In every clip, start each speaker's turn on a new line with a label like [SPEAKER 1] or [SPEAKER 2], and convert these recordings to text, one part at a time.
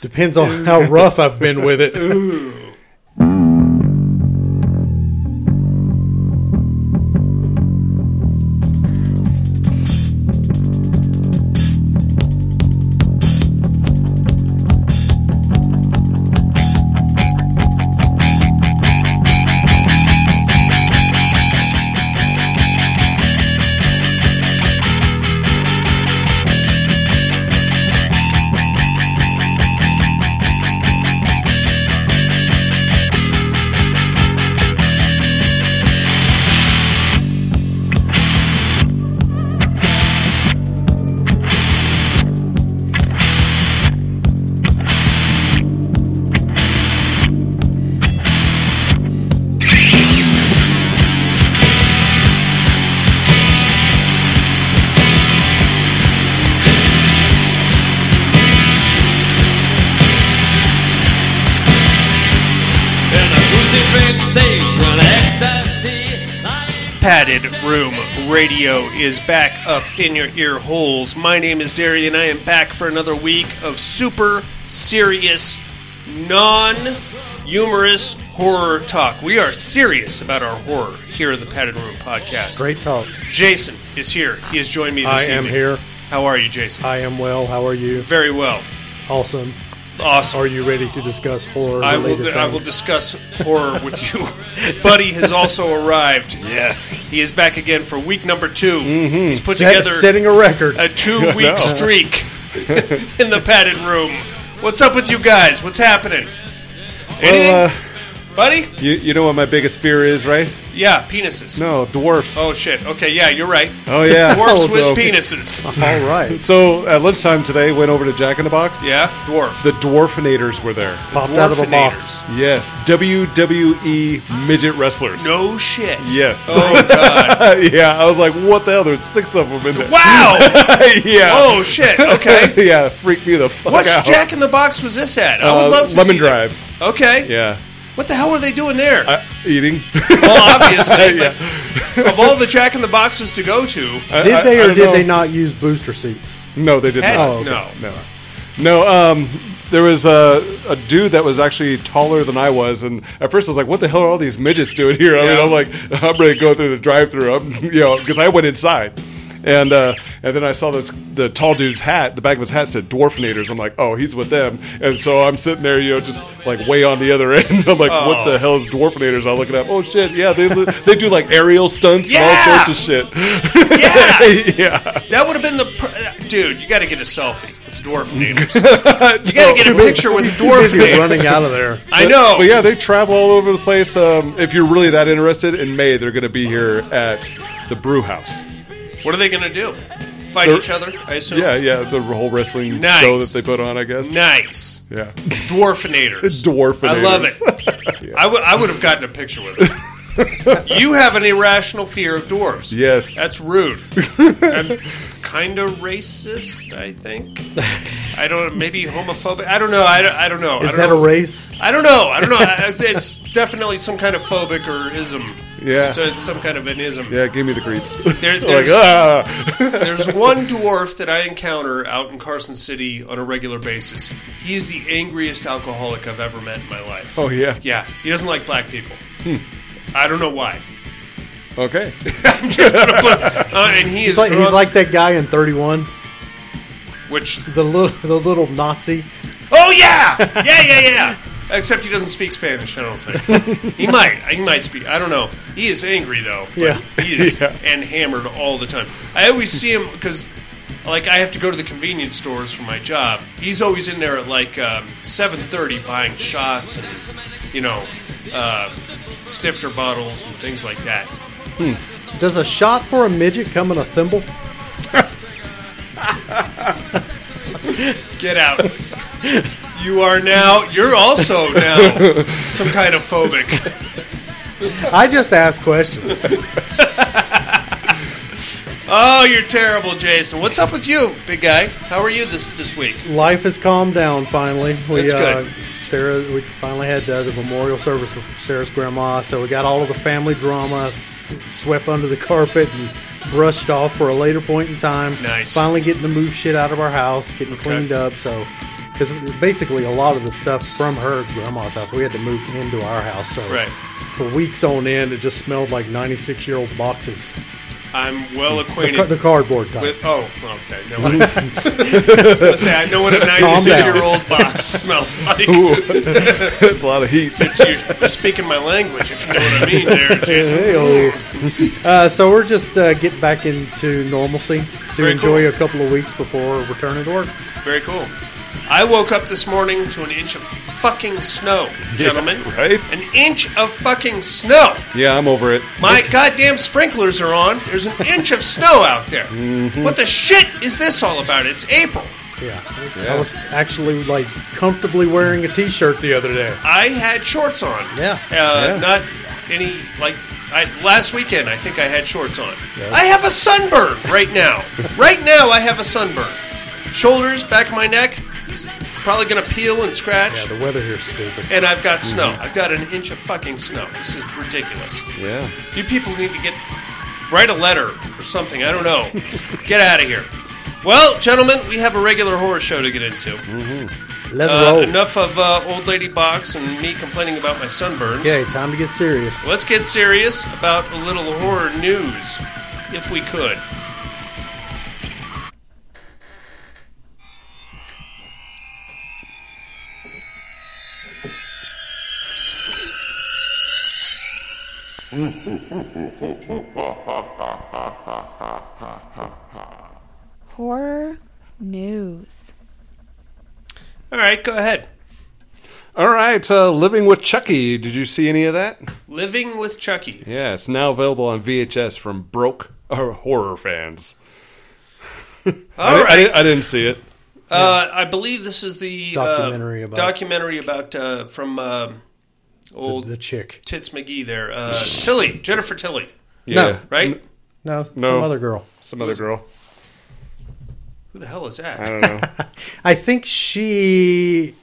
[SPEAKER 1] Depends on how rough I've been with it.
[SPEAKER 2] In a crucifixation ecstasy, I
[SPEAKER 3] Padded Room Radio is back up in your ear holes. My name is Derry, and I am back for another week of super serious, non humorous horror talk. We are serious about our horror here in the Padded Room podcast.
[SPEAKER 1] Great talk.
[SPEAKER 3] Jason is here. He has joined me
[SPEAKER 1] I
[SPEAKER 3] this
[SPEAKER 1] am
[SPEAKER 3] evening.
[SPEAKER 1] here.
[SPEAKER 3] How are you, Jason?
[SPEAKER 1] I am well. How are you?
[SPEAKER 3] Very well.
[SPEAKER 1] Awesome.
[SPEAKER 3] Awesome.
[SPEAKER 1] Are you ready to discuss horror?
[SPEAKER 3] I will. I will discuss horror with you. Buddy has also arrived. Yes, he is back again for week number 2 Mm-hmm. He's put together Uh,
[SPEAKER 1] setting a record.
[SPEAKER 3] a two-week
[SPEAKER 1] No.
[SPEAKER 3] streak in the padded room. What's up with you guys? What's happening? Anything,
[SPEAKER 4] Well, uh,
[SPEAKER 3] buddy?
[SPEAKER 4] you, you know what my biggest fear is, right?
[SPEAKER 3] Yeah, penises.
[SPEAKER 4] No, dwarfs.
[SPEAKER 3] Oh shit. Okay, yeah, you're right.
[SPEAKER 4] Oh, yeah.
[SPEAKER 3] Dwarfs with
[SPEAKER 4] Oh, no.
[SPEAKER 3] penises.
[SPEAKER 1] All right.
[SPEAKER 4] So at lunchtime today, went over to Jack in the Box.
[SPEAKER 3] Yeah, dwarf.
[SPEAKER 4] The Dwarfinators were there.
[SPEAKER 1] Popped out of a box.
[SPEAKER 3] Dwarfinators.
[SPEAKER 4] Yes, WWE midget wrestlers.
[SPEAKER 3] No shit.
[SPEAKER 4] Yes.
[SPEAKER 3] Oh god.
[SPEAKER 4] yeah, I was like, what the hell? There's six of them in there.
[SPEAKER 3] Wow.
[SPEAKER 4] yeah.
[SPEAKER 3] Oh shit. Okay.
[SPEAKER 4] yeah, freaked me the fuck
[SPEAKER 3] Which
[SPEAKER 4] out.
[SPEAKER 3] Jack in the Box was this at? I would
[SPEAKER 4] Uh,
[SPEAKER 3] love to
[SPEAKER 4] Lemon
[SPEAKER 3] see that.
[SPEAKER 4] Drive.
[SPEAKER 3] Okay.
[SPEAKER 4] Yeah.
[SPEAKER 3] What the hell were they doing there?
[SPEAKER 4] I, eating.
[SPEAKER 3] well, obviously. but
[SPEAKER 4] yeah.
[SPEAKER 3] Of all the Jack in the Boxes to go to,
[SPEAKER 4] I-
[SPEAKER 1] Did
[SPEAKER 4] I-
[SPEAKER 1] they
[SPEAKER 4] I
[SPEAKER 1] or
[SPEAKER 4] don't
[SPEAKER 1] did
[SPEAKER 4] know.
[SPEAKER 1] they not use booster seats?
[SPEAKER 4] No, they did
[SPEAKER 3] Had
[SPEAKER 4] not.
[SPEAKER 3] to- Oh, okay. no.
[SPEAKER 4] no, no. Um, there was a, a dude that was actually taller than I was, and at first I was like, "What the hell are all these midgets doing here?" I mean,
[SPEAKER 3] Yeah.
[SPEAKER 4] I'm like, "I'm ready to go through the drive-through," I'm- you know, because I went inside, and uh, and then I saw this the tall dude's hat. The back of his hat said "Dwarfinators." I'm like, "Oh, he's with them," and so I'm sitting there, you know, just like way on the other end. I'm like, "What
[SPEAKER 3] Oh.
[SPEAKER 4] the hell is Dwarfinators?" I look it up. Oh shit, yeah, they they do like aerial stunts and
[SPEAKER 3] Yeah.
[SPEAKER 4] all sorts of shit.
[SPEAKER 3] yeah,
[SPEAKER 4] yeah.
[SPEAKER 3] that would have been the pr- dude. You got to get a selfie with dwarf neighbors. You got to get a picture with dwarf
[SPEAKER 1] Busy
[SPEAKER 3] neighbors.
[SPEAKER 1] running out of there.
[SPEAKER 3] I
[SPEAKER 4] But-
[SPEAKER 3] know.
[SPEAKER 4] But yeah, they travel all over the place. Um, if you're really that interested, in May they're going to be here at the Brew House.
[SPEAKER 3] What are they gonna do? Fight
[SPEAKER 4] They're-
[SPEAKER 3] each other? I assume.
[SPEAKER 4] Yeah, yeah, the whole wrestling
[SPEAKER 3] Nice.
[SPEAKER 4] show that they put on, I guess.
[SPEAKER 3] Nice.
[SPEAKER 4] Yeah, it's
[SPEAKER 3] Dwarfinators.
[SPEAKER 4] dwarf.
[SPEAKER 3] I love it. I would have gotten a picture with it. you have an irrational fear of dwarves.
[SPEAKER 4] Yes.
[SPEAKER 3] That's rude. I'm kind of racist, I think. I don't maybe homophobic. I don't know. I don't, I don't know. I
[SPEAKER 1] Is
[SPEAKER 3] don't
[SPEAKER 1] that a
[SPEAKER 3] know.
[SPEAKER 1] race?
[SPEAKER 3] I don't know. I don't know. I- I- it's definitely some kind of phobic or ism.
[SPEAKER 4] Yeah.
[SPEAKER 3] So it's some kind of an ism.
[SPEAKER 4] Yeah, give me the creeps.
[SPEAKER 3] There-
[SPEAKER 4] like
[SPEAKER 3] there's-
[SPEAKER 4] ah,
[SPEAKER 3] There's one dwarf that I encounter out in Carson City on a regular basis. He is the angriest alcoholic I've ever met in my life.
[SPEAKER 4] oh Hmm. yeah,
[SPEAKER 3] Yeah, he doesn't like black people. I don't know why.
[SPEAKER 4] okay.
[SPEAKER 3] Uh, and he is
[SPEAKER 1] He's like, he's
[SPEAKER 3] drunk,
[SPEAKER 1] like that guy in 31,
[SPEAKER 3] which
[SPEAKER 1] the little the little Nazi.
[SPEAKER 3] oh yeah, yeah yeah yeah. Except he doesn't speak Spanish. I don't think he might. He might speak. I don't know. He is angry though. but
[SPEAKER 1] Yeah.
[SPEAKER 3] he is
[SPEAKER 4] Yeah.
[SPEAKER 3] and hammered all the time. I always see him because. Like I have to go to the convenience stores for my job. He's always in there at like um, seven thirty buying shots and you know uh, snifter bottles and things like that.
[SPEAKER 1] Does a shot for a midget come in a thimble?
[SPEAKER 3] Get out. you are now, you're also now some kind of phobic.
[SPEAKER 1] I just ask questions.
[SPEAKER 3] Oh, you're terrible, Jason. What's up with you, big guy? How are you this this week?
[SPEAKER 1] Life has calmed down finally. We,
[SPEAKER 3] That's good.
[SPEAKER 1] Uh, Sarah, we finally had uh, the memorial service for Sarah's grandma, so we got all of the family drama swept under the carpet and brushed off for a later point in time.
[SPEAKER 3] Nice.
[SPEAKER 1] Finally getting to move shit out of our house, getting cleaned up. So because basically a lot of the stuff from her grandma's house we had to move into our house. So
[SPEAKER 3] Right.
[SPEAKER 1] for weeks on end, it just smelled like 96 year old boxes.
[SPEAKER 3] I'm well
[SPEAKER 1] The, ca-
[SPEAKER 3] acquainted
[SPEAKER 1] the cardboard type.
[SPEAKER 3] with. Oh, okay. No, I, I was going to say I know what a
[SPEAKER 1] down.
[SPEAKER 3] 96 year old box smells like.
[SPEAKER 4] Ooh, that's a lot of heat.
[SPEAKER 3] You're, you're speaking my language, if you know what I mean, there, Jason.
[SPEAKER 1] Hey-o. uh, so we're just uh, getting back into normalcy to
[SPEAKER 3] Very
[SPEAKER 1] enjoy
[SPEAKER 3] cool.
[SPEAKER 1] a couple of weeks before returning to work.
[SPEAKER 3] Very cool. I woke up this morning to an inch of fucking snow, gentlemen.
[SPEAKER 4] right?
[SPEAKER 3] An inch of fucking snow.
[SPEAKER 4] Yeah, I'm over it.
[SPEAKER 3] My goddamn sprinklers are on. There's an inch of snow out there.
[SPEAKER 1] Mm-hmm.
[SPEAKER 3] What the shit is this all about? It's April.
[SPEAKER 1] Yeah. I was actually like comfortably wearing a T-shirt the other day.
[SPEAKER 3] I had shorts on.
[SPEAKER 1] Yeah.
[SPEAKER 3] Uh, Not any, like, I, last weekend I think I had shorts on.
[SPEAKER 1] Yeah.
[SPEAKER 3] I have a sunburn right now. right now I have a sunburn. Shoulders, back of my neck, it's probably going to peel and
[SPEAKER 1] Yeah,
[SPEAKER 3] scratch.
[SPEAKER 1] the weather here's stupid.
[SPEAKER 3] and I've got snow. I've got an inch of fucking snow. This is ridiculous.
[SPEAKER 4] Yeah.
[SPEAKER 3] You people need to get write a letter or something. I don't know. get out of here. Well, gentlemen, we have a regular horror show to get into.
[SPEAKER 1] Let's
[SPEAKER 3] Uh,
[SPEAKER 1] roll.
[SPEAKER 3] enough of uh, old lady box and me complaining about my sunburns.
[SPEAKER 1] Okay, time to get serious.
[SPEAKER 3] Let's get serious about a little horror news, if we could.
[SPEAKER 5] Horror news.
[SPEAKER 3] All right, go ahead.
[SPEAKER 4] All right, uh, Living with Chucky. Did you see any of that?
[SPEAKER 3] Living with Chucky.
[SPEAKER 4] Yeah, it's now available on VHS from broke uh, horror fans. I,
[SPEAKER 3] All
[SPEAKER 4] di- I
[SPEAKER 3] right.
[SPEAKER 4] di- I didn't see it.
[SPEAKER 3] Uh, I believe this is the uh,
[SPEAKER 1] Documentary about-
[SPEAKER 3] documentary about uh, from um old
[SPEAKER 1] The chick.
[SPEAKER 3] Tits McGee there. Uh, Tilly, Jennifer Tilly,
[SPEAKER 4] Yeah.
[SPEAKER 3] right?
[SPEAKER 1] Mm.
[SPEAKER 4] N-
[SPEAKER 1] No,
[SPEAKER 4] No.
[SPEAKER 1] some other girl.
[SPEAKER 4] Some other girl.
[SPEAKER 3] Who the hell is that?
[SPEAKER 4] I don't know.
[SPEAKER 1] I think she.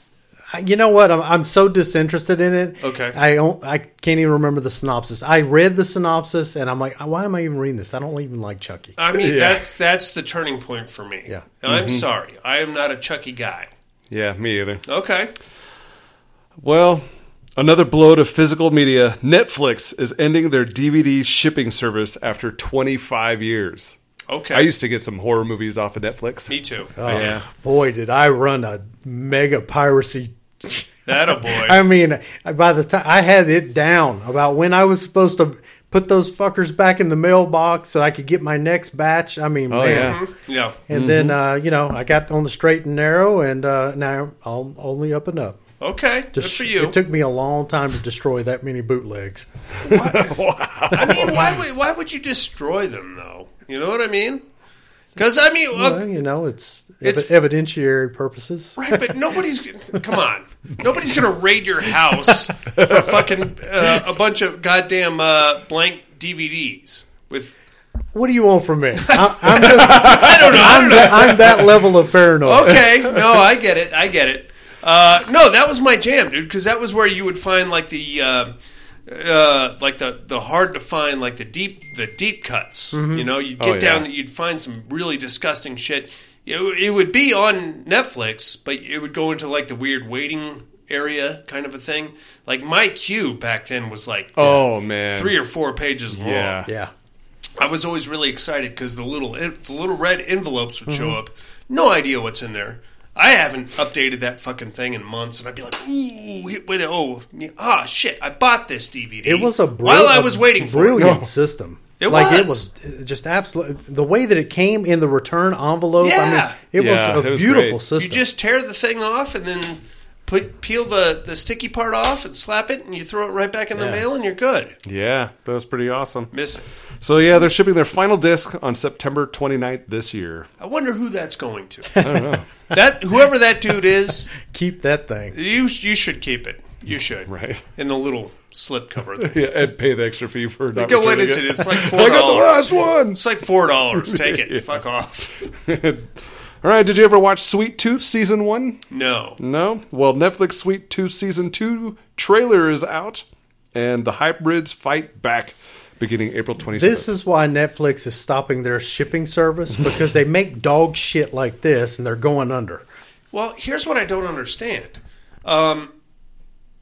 [SPEAKER 1] I- You know what? I'm, I'm so disinterested in it.
[SPEAKER 3] Okay.
[SPEAKER 1] I don't. I can't even remember the synopsis. I read the synopsis and I'm like, why am I even reading this? I don't even like Chucky.
[SPEAKER 3] I mean,
[SPEAKER 4] Yeah.
[SPEAKER 3] that's that's the turning point for me.
[SPEAKER 1] Yeah. Mm-hmm.
[SPEAKER 3] I'm sorry. I am not a Chucky guy.
[SPEAKER 4] yeah, me either.
[SPEAKER 3] Okay.
[SPEAKER 4] Well, another blow to physical media. Netflix is ending their DVD shipping service after 25 years.
[SPEAKER 3] Okay.
[SPEAKER 4] I used to get some horror movies off of Netflix. Oh,
[SPEAKER 3] Me too.
[SPEAKER 1] Oh,
[SPEAKER 3] I did.
[SPEAKER 4] Yeah.
[SPEAKER 1] Boy, did I run a mega piracy.
[SPEAKER 3] That a boy.
[SPEAKER 1] I mean, by the time I had it down about when I was supposed to put those fuckers back in the mailbox so I could get my next batch. I mean,
[SPEAKER 4] Oh,
[SPEAKER 1] man.
[SPEAKER 4] yeah.
[SPEAKER 3] yeah. Mm-hmm.
[SPEAKER 1] And then uh, you know I got on the straight and narrow, and uh, now I'm only up and up.
[SPEAKER 3] Okay. Good
[SPEAKER 1] Just-
[SPEAKER 3] for you.
[SPEAKER 1] It took me a long time to destroy that many bootlegs.
[SPEAKER 3] I mean, why would why would you destroy them though? You know what I mean? Because I mean,
[SPEAKER 1] Well,
[SPEAKER 3] uh,
[SPEAKER 1] you know, it's,
[SPEAKER 3] It's-
[SPEAKER 1] ev- evidentiary purposes.
[SPEAKER 3] right? But nobody's g- come on. Nobody's gonna raid your house for fucking uh, a bunch of goddamn uh, blank DVDs with.
[SPEAKER 1] What do you want from me? I, I'm, just,
[SPEAKER 3] I don't know. I don't
[SPEAKER 1] I'm,
[SPEAKER 3] know.
[SPEAKER 1] that, I'm that level of paranoid.
[SPEAKER 3] okay. No, I get it. I get it. Uh, no, that was my jam, dude. Because that was where you would find like the uh, uh, like the the hard to find like the deep the deep cuts. You know, you'd get
[SPEAKER 4] Mm-hmm. Oh, yeah.
[SPEAKER 3] down, you'd find some really disgusting shit. It, w- it would be on Netflix, but it would go into like the weird waiting area kind of a thing. Like my queue back then was like
[SPEAKER 4] Oh, man.
[SPEAKER 3] three or four pages long.
[SPEAKER 4] Yeah.
[SPEAKER 1] Yeah.
[SPEAKER 3] I was always really excited because the little the little red envelopes would
[SPEAKER 1] Mm-hmm.
[SPEAKER 3] show up. No idea what's in there. I haven't updated that fucking thing in months, and I'd be like, "Ooh, wait, wait, oh, yeah, ah, shit! I bought this DVD.
[SPEAKER 1] It was a bri-
[SPEAKER 3] while I
[SPEAKER 1] a
[SPEAKER 3] was waiting for
[SPEAKER 1] brilliant
[SPEAKER 4] No.
[SPEAKER 1] system.
[SPEAKER 3] It
[SPEAKER 1] like
[SPEAKER 3] was.
[SPEAKER 1] it was uh, just absolutely the way that it came in the return envelope. I
[SPEAKER 3] Yeah.
[SPEAKER 1] mean, it
[SPEAKER 4] Yeah,
[SPEAKER 1] was a
[SPEAKER 4] it was
[SPEAKER 1] beautiful
[SPEAKER 4] great.
[SPEAKER 3] it. You
[SPEAKER 1] system.
[SPEAKER 3] just tear the thing off and then put peel the the sticky part off and slap it, and you throw it right back in the
[SPEAKER 1] Yeah.
[SPEAKER 3] mail, and you're good.
[SPEAKER 4] Yeah, that was pretty awesome.
[SPEAKER 3] Miss, it.
[SPEAKER 4] So, yeah, they're shipping their final disc on September 29th this year.
[SPEAKER 3] I wonder who that's going to. I don't know that whoever that dude is.
[SPEAKER 1] Keep that thing.
[SPEAKER 3] You you should keep it. You should
[SPEAKER 4] Right.
[SPEAKER 3] in the little slip cover thing.
[SPEAKER 4] Yeah, and pay the extra fee for not
[SPEAKER 3] Go, what
[SPEAKER 4] returning
[SPEAKER 3] is it? It's like four
[SPEAKER 4] I
[SPEAKER 3] dollars.
[SPEAKER 4] got the last one.
[SPEAKER 3] It's like four dollars. Take it. Fuck off.
[SPEAKER 4] All right, did you ever watch Sweet Tooth season one?
[SPEAKER 3] No.
[SPEAKER 4] No? Well, Netflix Sweet Tooth Season 2 trailer is out, and the hybrids fight back beginning April 27th.
[SPEAKER 1] This is why Netflix is stopping their shipping service because they make dog shit like this and they're going under.
[SPEAKER 3] Well, here's what I don't understand. Um,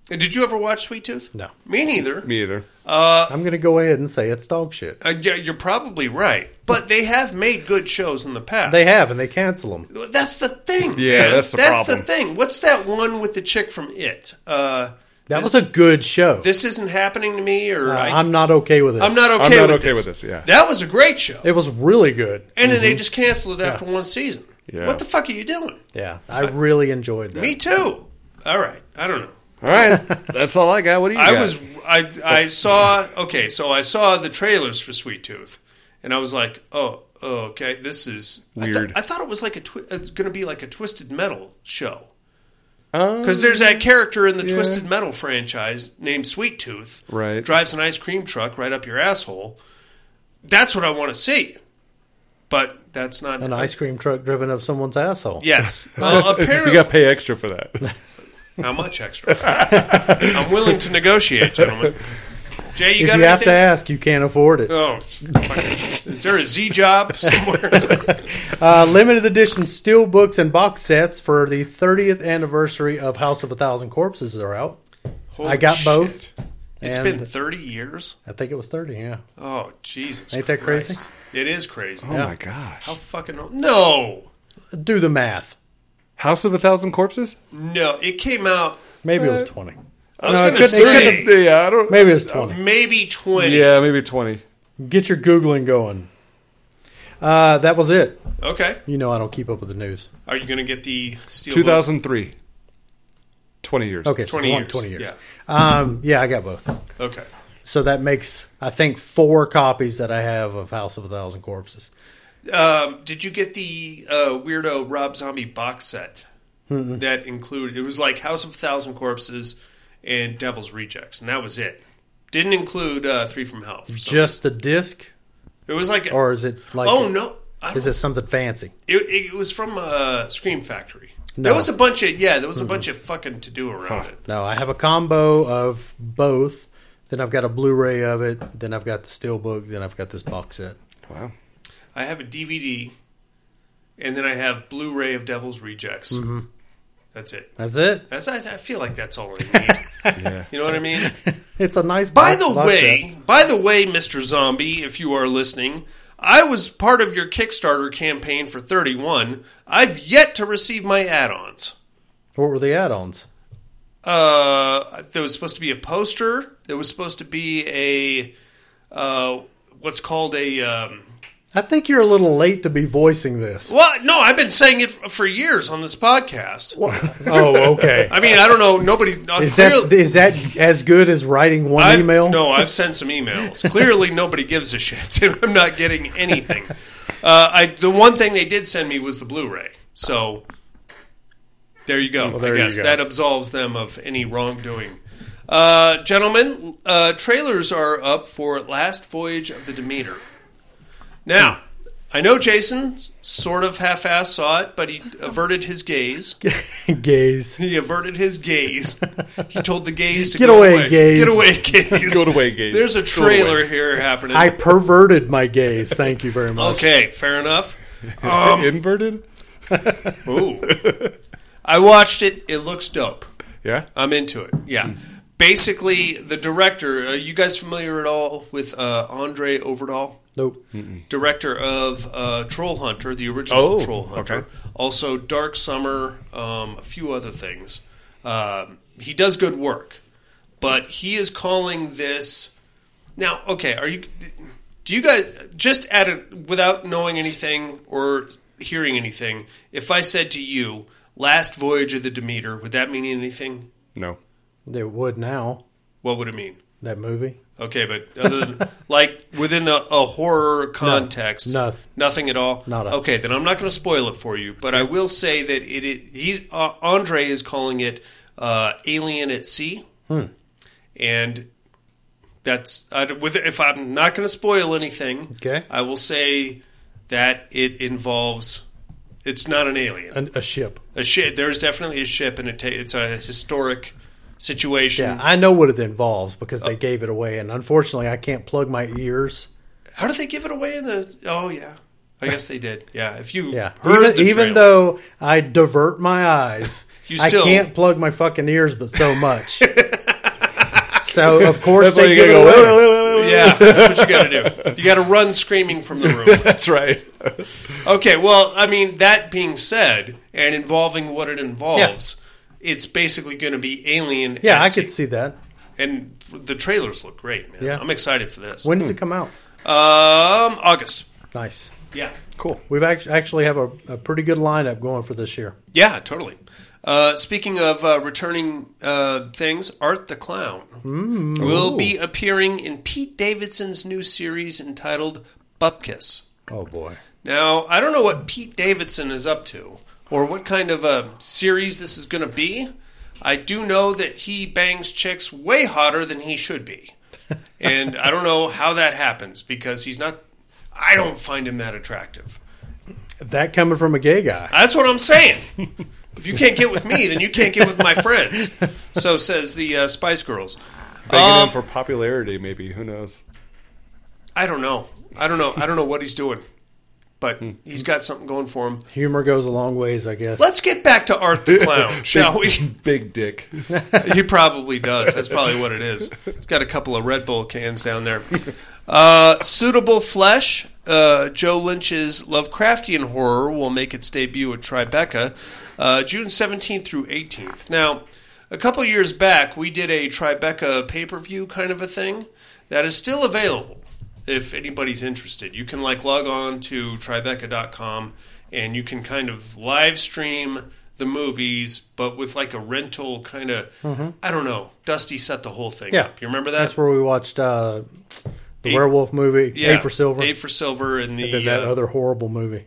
[SPEAKER 3] did you ever watch Sweet Tooth?
[SPEAKER 1] No.
[SPEAKER 3] Me neither.
[SPEAKER 4] Me either.
[SPEAKER 1] I'm going to go ahead and say it's dog shit.
[SPEAKER 3] Uh, yeah, you're probably right. But they have made good shows in the past.
[SPEAKER 1] They have, and they cancel them.
[SPEAKER 3] That's the thing.
[SPEAKER 4] Yeah,
[SPEAKER 3] man.
[SPEAKER 4] that's the problem.
[SPEAKER 3] the thing. What's that one with the chick from It? Uh,
[SPEAKER 1] That was a good show.
[SPEAKER 3] this isn't happening to me, or
[SPEAKER 1] Uh,
[SPEAKER 3] I,
[SPEAKER 1] I'm not okay with this.
[SPEAKER 3] I'm not okay.
[SPEAKER 4] I'm not
[SPEAKER 3] with
[SPEAKER 4] okay
[SPEAKER 3] this.
[SPEAKER 4] with this, yeah.
[SPEAKER 3] that was a great show,
[SPEAKER 1] It Mm-hmm. was really good.
[SPEAKER 3] and then they just canceled it after one season.
[SPEAKER 4] Yeah.
[SPEAKER 3] What the fuck are you doing?
[SPEAKER 1] Yeah, I really enjoyed that.
[SPEAKER 3] Me too. All right, I don't know.
[SPEAKER 4] All right, that's all I got. What do you?
[SPEAKER 3] I
[SPEAKER 4] got?
[SPEAKER 3] was I I saw okay, so I saw the trailers for Sweet Tooth, and I was like, oh, oh, okay, this is I thought-
[SPEAKER 4] Weird.
[SPEAKER 3] I, thought it was like a twi- it's going to be like a twisted metal show
[SPEAKER 4] Um,
[SPEAKER 3] because there's that character in the twisted metal franchise named Sweet Tooth,
[SPEAKER 4] Right.
[SPEAKER 3] Drives an ice cream truck right up your asshole. That's what I want to see, but that's not
[SPEAKER 1] An ice cream truck driven up someone's asshole.
[SPEAKER 3] Yes. Well, apparently,
[SPEAKER 4] you got to pay extra for that.
[SPEAKER 3] how much extra? I'm willing to negotiate, gentlemen. Jay, you
[SPEAKER 1] if
[SPEAKER 3] got
[SPEAKER 1] you have to
[SPEAKER 3] anything?
[SPEAKER 1] ask, you can't afford it.
[SPEAKER 3] Oh, fuck. is there a Z job somewhere?
[SPEAKER 1] Uh, limited edition steel books and box sets for the 30th anniversary of House of a Thousand Corpses are out.
[SPEAKER 3] Holy
[SPEAKER 1] I got
[SPEAKER 3] shit.
[SPEAKER 1] both.
[SPEAKER 3] It's
[SPEAKER 1] and
[SPEAKER 3] been 30 years.
[SPEAKER 1] I think it was 30, yeah.
[SPEAKER 3] Oh, Jesus.
[SPEAKER 1] Ain't that crazy?
[SPEAKER 3] Christ. It is crazy.
[SPEAKER 4] Oh my gosh!
[SPEAKER 3] How fucking old? No.
[SPEAKER 1] Do the math.
[SPEAKER 4] House of a Thousand Corpses.
[SPEAKER 3] No. It came out.
[SPEAKER 1] Maybe it
[SPEAKER 3] Uh,
[SPEAKER 1] was 20.
[SPEAKER 3] I was
[SPEAKER 1] Uh,
[SPEAKER 3] going to
[SPEAKER 4] No, it Uh, couldn't- it
[SPEAKER 3] say
[SPEAKER 4] couldn't be, yeah, I don't.
[SPEAKER 1] Maybe it was 20.
[SPEAKER 3] maybe 20.
[SPEAKER 4] Yeah, maybe twenty.
[SPEAKER 1] Get your Googling going. Uh, that was it.
[SPEAKER 3] Okay.
[SPEAKER 1] You know I don't keep up with the news.
[SPEAKER 3] Are you going to get the steel?
[SPEAKER 4] Two thousand three. Twenty years.
[SPEAKER 1] Okay,
[SPEAKER 3] book?
[SPEAKER 1] so
[SPEAKER 3] 20
[SPEAKER 1] one-
[SPEAKER 3] years.
[SPEAKER 1] 20 years.
[SPEAKER 3] Yeah.
[SPEAKER 1] Um, yeah, I got both.
[SPEAKER 3] Okay.
[SPEAKER 1] So that makes, I think, four copies that I have of House of a Thousand Corpses.
[SPEAKER 3] Um, did you get the uh, weirdo Rob Zombie box set that included? It was like House of a Thousand Corpses and Devil's Rejects, and that was it. Didn't include uh, Three from Hell. For some
[SPEAKER 1] Just the disc,
[SPEAKER 3] reason. it was like
[SPEAKER 1] or is it like?
[SPEAKER 3] oh no, I
[SPEAKER 1] Is
[SPEAKER 3] don't-
[SPEAKER 1] it something fancy?
[SPEAKER 3] it, it was from uh, Scream Factory.
[SPEAKER 1] No.
[SPEAKER 3] There was a bunch of yeah, there was a bunch of fucking to do around it.
[SPEAKER 1] No, I have a combo of both. Then I've got a Blu-ray of it. Then I've got the steelbook. Then I've got this box set.
[SPEAKER 4] Wow.
[SPEAKER 3] I have a DVD, and then I have Blu-ray of Devil's Rejects.
[SPEAKER 1] Mm-hmm.
[SPEAKER 3] That's it.
[SPEAKER 1] That's it.
[SPEAKER 3] That's I, I feel like that's all I need. You know what I mean?
[SPEAKER 1] It's a nice.
[SPEAKER 3] By
[SPEAKER 1] box,
[SPEAKER 3] the
[SPEAKER 1] box
[SPEAKER 3] way, by the way, Mr. Zombie, if you are listening, I was part of your Kickstarter campaign for 31. I've yet to receive my add-ons.
[SPEAKER 1] set. what were the add-ons?
[SPEAKER 3] Uh, there was supposed to be a poster. There was supposed to be a uh, what's called a um,
[SPEAKER 1] I think you're a little late to be voicing this.
[SPEAKER 3] well, no, I've been saying it for years on this podcast.
[SPEAKER 1] oh, okay.
[SPEAKER 3] I mean, I don't know. uh, Nobody's not
[SPEAKER 1] Is that is that as good as writing one
[SPEAKER 3] I've-
[SPEAKER 1] email?
[SPEAKER 3] No, I've sent some emails. Clearly, nobody gives a shit, and I'm not getting anything. Uh, I the one thing they did send me was the Blu-ray. So there you go.
[SPEAKER 1] there
[SPEAKER 3] I
[SPEAKER 1] you
[SPEAKER 3] guess
[SPEAKER 1] go.
[SPEAKER 3] that absolves them of any wrongdoing. Uh, gentlemen, uh, trailers are up for Last Voyage of the Demeter. Now, I know Jason sort of half-ass saw it, but he averted his gaze.
[SPEAKER 1] Gays.
[SPEAKER 3] He averted his gaze. He told the gaze to
[SPEAKER 1] Get
[SPEAKER 3] go
[SPEAKER 1] away, gaze.
[SPEAKER 3] Get away, gaze.
[SPEAKER 4] Go away, gaze.
[SPEAKER 3] There's a
[SPEAKER 4] Go away.
[SPEAKER 3] trailer here happening.
[SPEAKER 1] I perverted my gaze. Thank you very much.
[SPEAKER 3] okay, fair enough.
[SPEAKER 4] Um, Inverted.
[SPEAKER 3] Ooh. I watched it. It looks dope.
[SPEAKER 4] Yeah.
[SPEAKER 3] I'm into it. Yeah. Basically, the director. Are you guys familiar at all with uh, Andre Overdahl?
[SPEAKER 1] Nope.
[SPEAKER 3] Director of uh, Troll Hunter, the original
[SPEAKER 4] Oh,
[SPEAKER 3] Troll Hunter.
[SPEAKER 4] okay.
[SPEAKER 3] Also, Dark Summer, um, a few other things. Um, he does good work, but he is calling this now. Okay, are you? Do you guys just at a, without knowing anything or hearing anything? If I said to you, "Last voyage of the Demeter," would that mean anything?
[SPEAKER 4] No.
[SPEAKER 1] They would now.
[SPEAKER 3] What would it mean?
[SPEAKER 1] That movie.
[SPEAKER 3] Okay, but other than, like within the, a horror context,
[SPEAKER 1] no.
[SPEAKER 3] nothing at all.
[SPEAKER 1] Nada.
[SPEAKER 3] Okay, then I'm not going to spoil it for you, but I will say that it, it he uh, Andre is calling it uh, Alien at Sea, and that's I, don't- with if I'm not going to spoil anything.
[SPEAKER 1] Okay.
[SPEAKER 3] I will say that it involves. It's not an alien
[SPEAKER 1] An, a ship.
[SPEAKER 3] a ship. There's definitely a ship, and it ta- it's a historic situation.
[SPEAKER 1] Yeah, I know what it involves because they gave it away, and unfortunately, I can't plug my ears.
[SPEAKER 3] How did they give it away in the? Oh yeah, I guess they did. Yeah. If you
[SPEAKER 1] Yeah.
[SPEAKER 3] heard
[SPEAKER 1] even,
[SPEAKER 3] the
[SPEAKER 1] even
[SPEAKER 3] trailer-
[SPEAKER 1] though I divert my eyes,
[SPEAKER 3] You
[SPEAKER 1] I
[SPEAKER 3] still-
[SPEAKER 1] can't plug my fucking ears, but so much. so of course
[SPEAKER 4] That's why
[SPEAKER 1] they
[SPEAKER 4] you
[SPEAKER 1] give
[SPEAKER 4] gotta
[SPEAKER 1] it away.
[SPEAKER 4] go. "Wait, wait, wait, wait, wait."
[SPEAKER 3] yeah, that's what you got to do. You got to run screaming from the room.
[SPEAKER 4] That's right.
[SPEAKER 3] Okay, well, I mean, that being said, and involving what it involves, it's basically going to be Alien.
[SPEAKER 1] Yeah,
[SPEAKER 3] at
[SPEAKER 1] I
[SPEAKER 3] sea.
[SPEAKER 1] could see that.
[SPEAKER 3] And the trailers look great, man.
[SPEAKER 1] Yeah.
[SPEAKER 3] I'm excited for this.
[SPEAKER 1] When does it come out?
[SPEAKER 3] Um, August.
[SPEAKER 1] Nice.
[SPEAKER 3] Yeah.
[SPEAKER 1] Cool. We've act- actually have a, a pretty good lineup going for this year.
[SPEAKER 3] Yeah, totally. Uh, speaking of uh, returning uh, things, Art the Clown will be appearing in Pete Davidson's new series entitled Bupkis.
[SPEAKER 1] Oh boy.
[SPEAKER 3] Now, I don't know what Pete Davidson is up to or what kind of a series this is going to be. I do know that he bangs chicks way hotter than he should be. And I don't know how that happens because he's not, I don't find him that attractive.
[SPEAKER 1] That coming from a gay guy.
[SPEAKER 3] That's what I'm saying. If you can't get with me, then you can't get with my friends. So says the uh, Spice Girls.
[SPEAKER 4] Begging
[SPEAKER 3] Um,
[SPEAKER 4] him for popularity, maybe. Who knows?
[SPEAKER 3] I don't know. I don't know. I don't know what he's doing, but he's got something going for him.
[SPEAKER 1] Humor goes a long ways, I guess.
[SPEAKER 3] Let's get back to Art the Clown, shall we?
[SPEAKER 4] Big dick.
[SPEAKER 3] he probably does. That's probably what it is. It's got a couple of Red Bull cans down there. Uh, Suitable Flesh, uh, Joe Lynch's Lovecraftian horror, will make its debut at Tribeca uh, June 17th through 18th. Now, a couple years back, we did a Tribeca pay per view kind of a thing that is still available if anybody's interested. You can like log on to Tribeca.com and you can kind of live stream the movies, but with like a rental kind of, I don't know. Dusty set the whole thing
[SPEAKER 1] Yeah.
[SPEAKER 3] up. You remember that?
[SPEAKER 1] That's where we watched uh, the
[SPEAKER 3] Eight-
[SPEAKER 1] werewolf movie,
[SPEAKER 3] Yeah,
[SPEAKER 1] Eight for Silver,
[SPEAKER 3] Eight for silver, and the
[SPEAKER 1] and that
[SPEAKER 3] uh,
[SPEAKER 1] other horrible movie.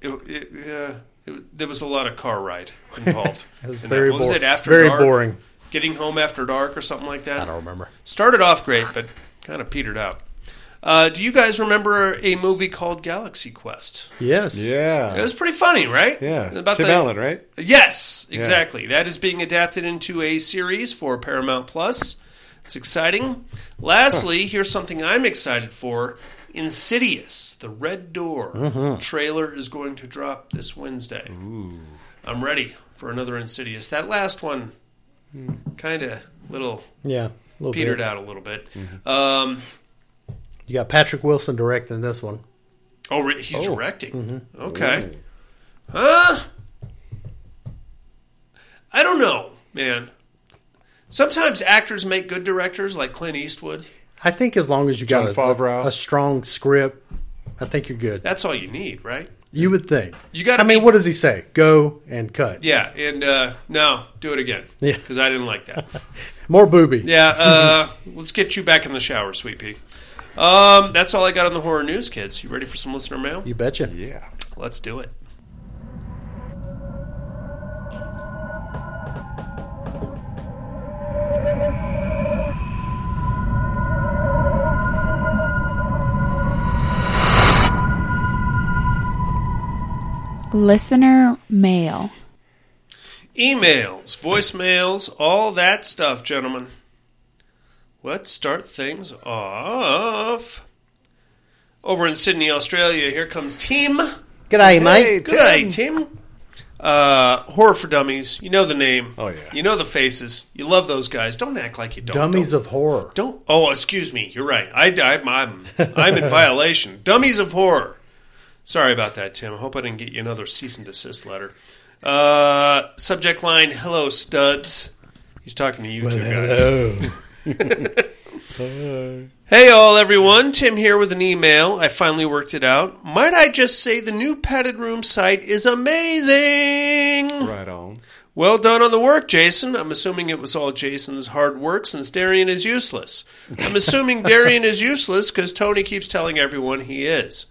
[SPEAKER 3] it, it, uh, it- there was a lot of car ride involved.
[SPEAKER 1] It was
[SPEAKER 3] in
[SPEAKER 1] very
[SPEAKER 3] that. What was
[SPEAKER 1] bor-
[SPEAKER 3] it after
[SPEAKER 1] very
[SPEAKER 3] dark?
[SPEAKER 1] boring.
[SPEAKER 3] Getting home after dark or something like that.
[SPEAKER 1] I don't remember.
[SPEAKER 3] Started off great, but kind of petered out. Uh, do you guys remember a movie called Galaxy Quest?
[SPEAKER 1] Yes.
[SPEAKER 3] It
[SPEAKER 4] Yeah.
[SPEAKER 3] was pretty funny, right?
[SPEAKER 4] Yeah.
[SPEAKER 3] About
[SPEAKER 4] Tim
[SPEAKER 3] the,
[SPEAKER 4] Allen, right?
[SPEAKER 3] Yes, exactly. That is being adapted into a series for Paramount Plus. It's exciting. Lastly, here's something I'm excited for Insidious, The Red Door trailer is going to drop this Wednesday. I'm ready for another Insidious. That last one, kind of little
[SPEAKER 1] Yeah. A little
[SPEAKER 3] petered
[SPEAKER 1] bit.
[SPEAKER 3] out a little bit. Um,
[SPEAKER 1] You got Patrick Wilson directing this one.
[SPEAKER 3] oh, re- he's directing. Okay. Huh? I don't know, man. Sometimes actors make good directors, like Clint Eastwood.
[SPEAKER 1] I think as long as you got
[SPEAKER 4] John
[SPEAKER 1] a, a,
[SPEAKER 4] Favreau.
[SPEAKER 1] a strong script, I think you're good.
[SPEAKER 3] That's all you need, right?
[SPEAKER 1] You would think.
[SPEAKER 3] You gotta
[SPEAKER 1] I mean,
[SPEAKER 3] be-
[SPEAKER 1] what does he say? Go and cut.
[SPEAKER 3] Yeah, and uh, no, do it again.
[SPEAKER 1] Yeah.
[SPEAKER 3] because I didn't like that.
[SPEAKER 1] More booby.
[SPEAKER 3] Yeah, uh, let's get you back in the shower, sweet pea. Um, that's all I got on the horror news, kids. You ready for some listener mail?
[SPEAKER 1] You betcha.
[SPEAKER 4] Yeah.
[SPEAKER 3] Let's do it.
[SPEAKER 5] Listener mail.
[SPEAKER 3] Emails, voicemails, all that stuff, gentlemen. Let's start things off. Over in Sydney, Australia, here comes Team.
[SPEAKER 1] G'day, mate.
[SPEAKER 3] Good day, Tim. Uh, Horror for Dummies. You know the name.
[SPEAKER 4] Oh, yeah.
[SPEAKER 3] You know the faces. You love those guys. Don't act like you don't.
[SPEAKER 1] Dummies
[SPEAKER 3] Don't-
[SPEAKER 1] of horror.
[SPEAKER 3] don't. Oh, excuse me. You're right. I, I, am I'm in violation. Dummies of horror. Sorry about that, Tim. I hope I didn't get you another cease and desist letter. Uh, subject line: Hello, studs. He's talking to you two guys. Hey, all everyone. Tim here with an email. I finally worked it out. Might I just say the new padded room site is amazing?
[SPEAKER 4] Right on.
[SPEAKER 3] Well done on the work, Jason. I'm assuming it was all Jason's hard work since Darian is useless. I'm assuming Darian is useless because Tony keeps telling everyone he is.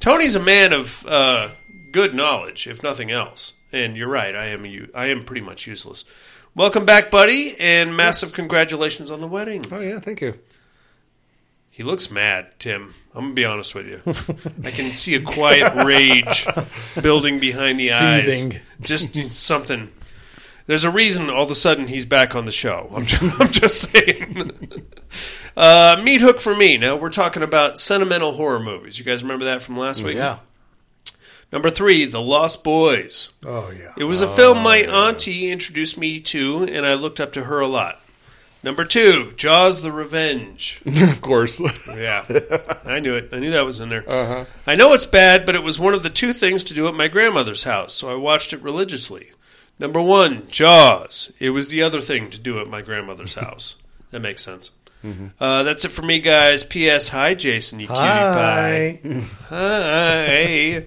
[SPEAKER 3] Tony's a man of uh, good knowledge, if nothing else. And you're right, I am u- I am pretty much useless. Welcome back, buddy, and massive congratulations on the wedding.
[SPEAKER 4] Oh, yeah. Thank you.
[SPEAKER 3] He looks mad, Tim. I'm gonna be honest with you. I can see a quiet rage building behind the eyes.
[SPEAKER 1] Seething.
[SPEAKER 3] Just something. There's a reason all of a sudden he's back on the show. I'm just, I'm just saying. uh, meat hook for me. Now we're talking about sentimental horror movies. You guys remember that from last week?
[SPEAKER 1] Yeah.
[SPEAKER 3] Number three, The Lost Boys.
[SPEAKER 1] Oh yeah.
[SPEAKER 3] It was a film my
[SPEAKER 1] Oh.
[SPEAKER 3] auntie introduced me to, and I looked up to her a lot. Number two, Jaws the Revenge.
[SPEAKER 4] of course.
[SPEAKER 3] Yeah, I knew it. I knew that was in there. I know it's bad, but it was one of the two things to do at my grandmother's house, so I watched it religiously. Number one, Jaws. It was the other thing to do at my grandmother's house. That makes sense. Uh, that's it for me, guys. P.S. Hi, Jason, you cutie pie.
[SPEAKER 1] Hi.
[SPEAKER 3] Hi.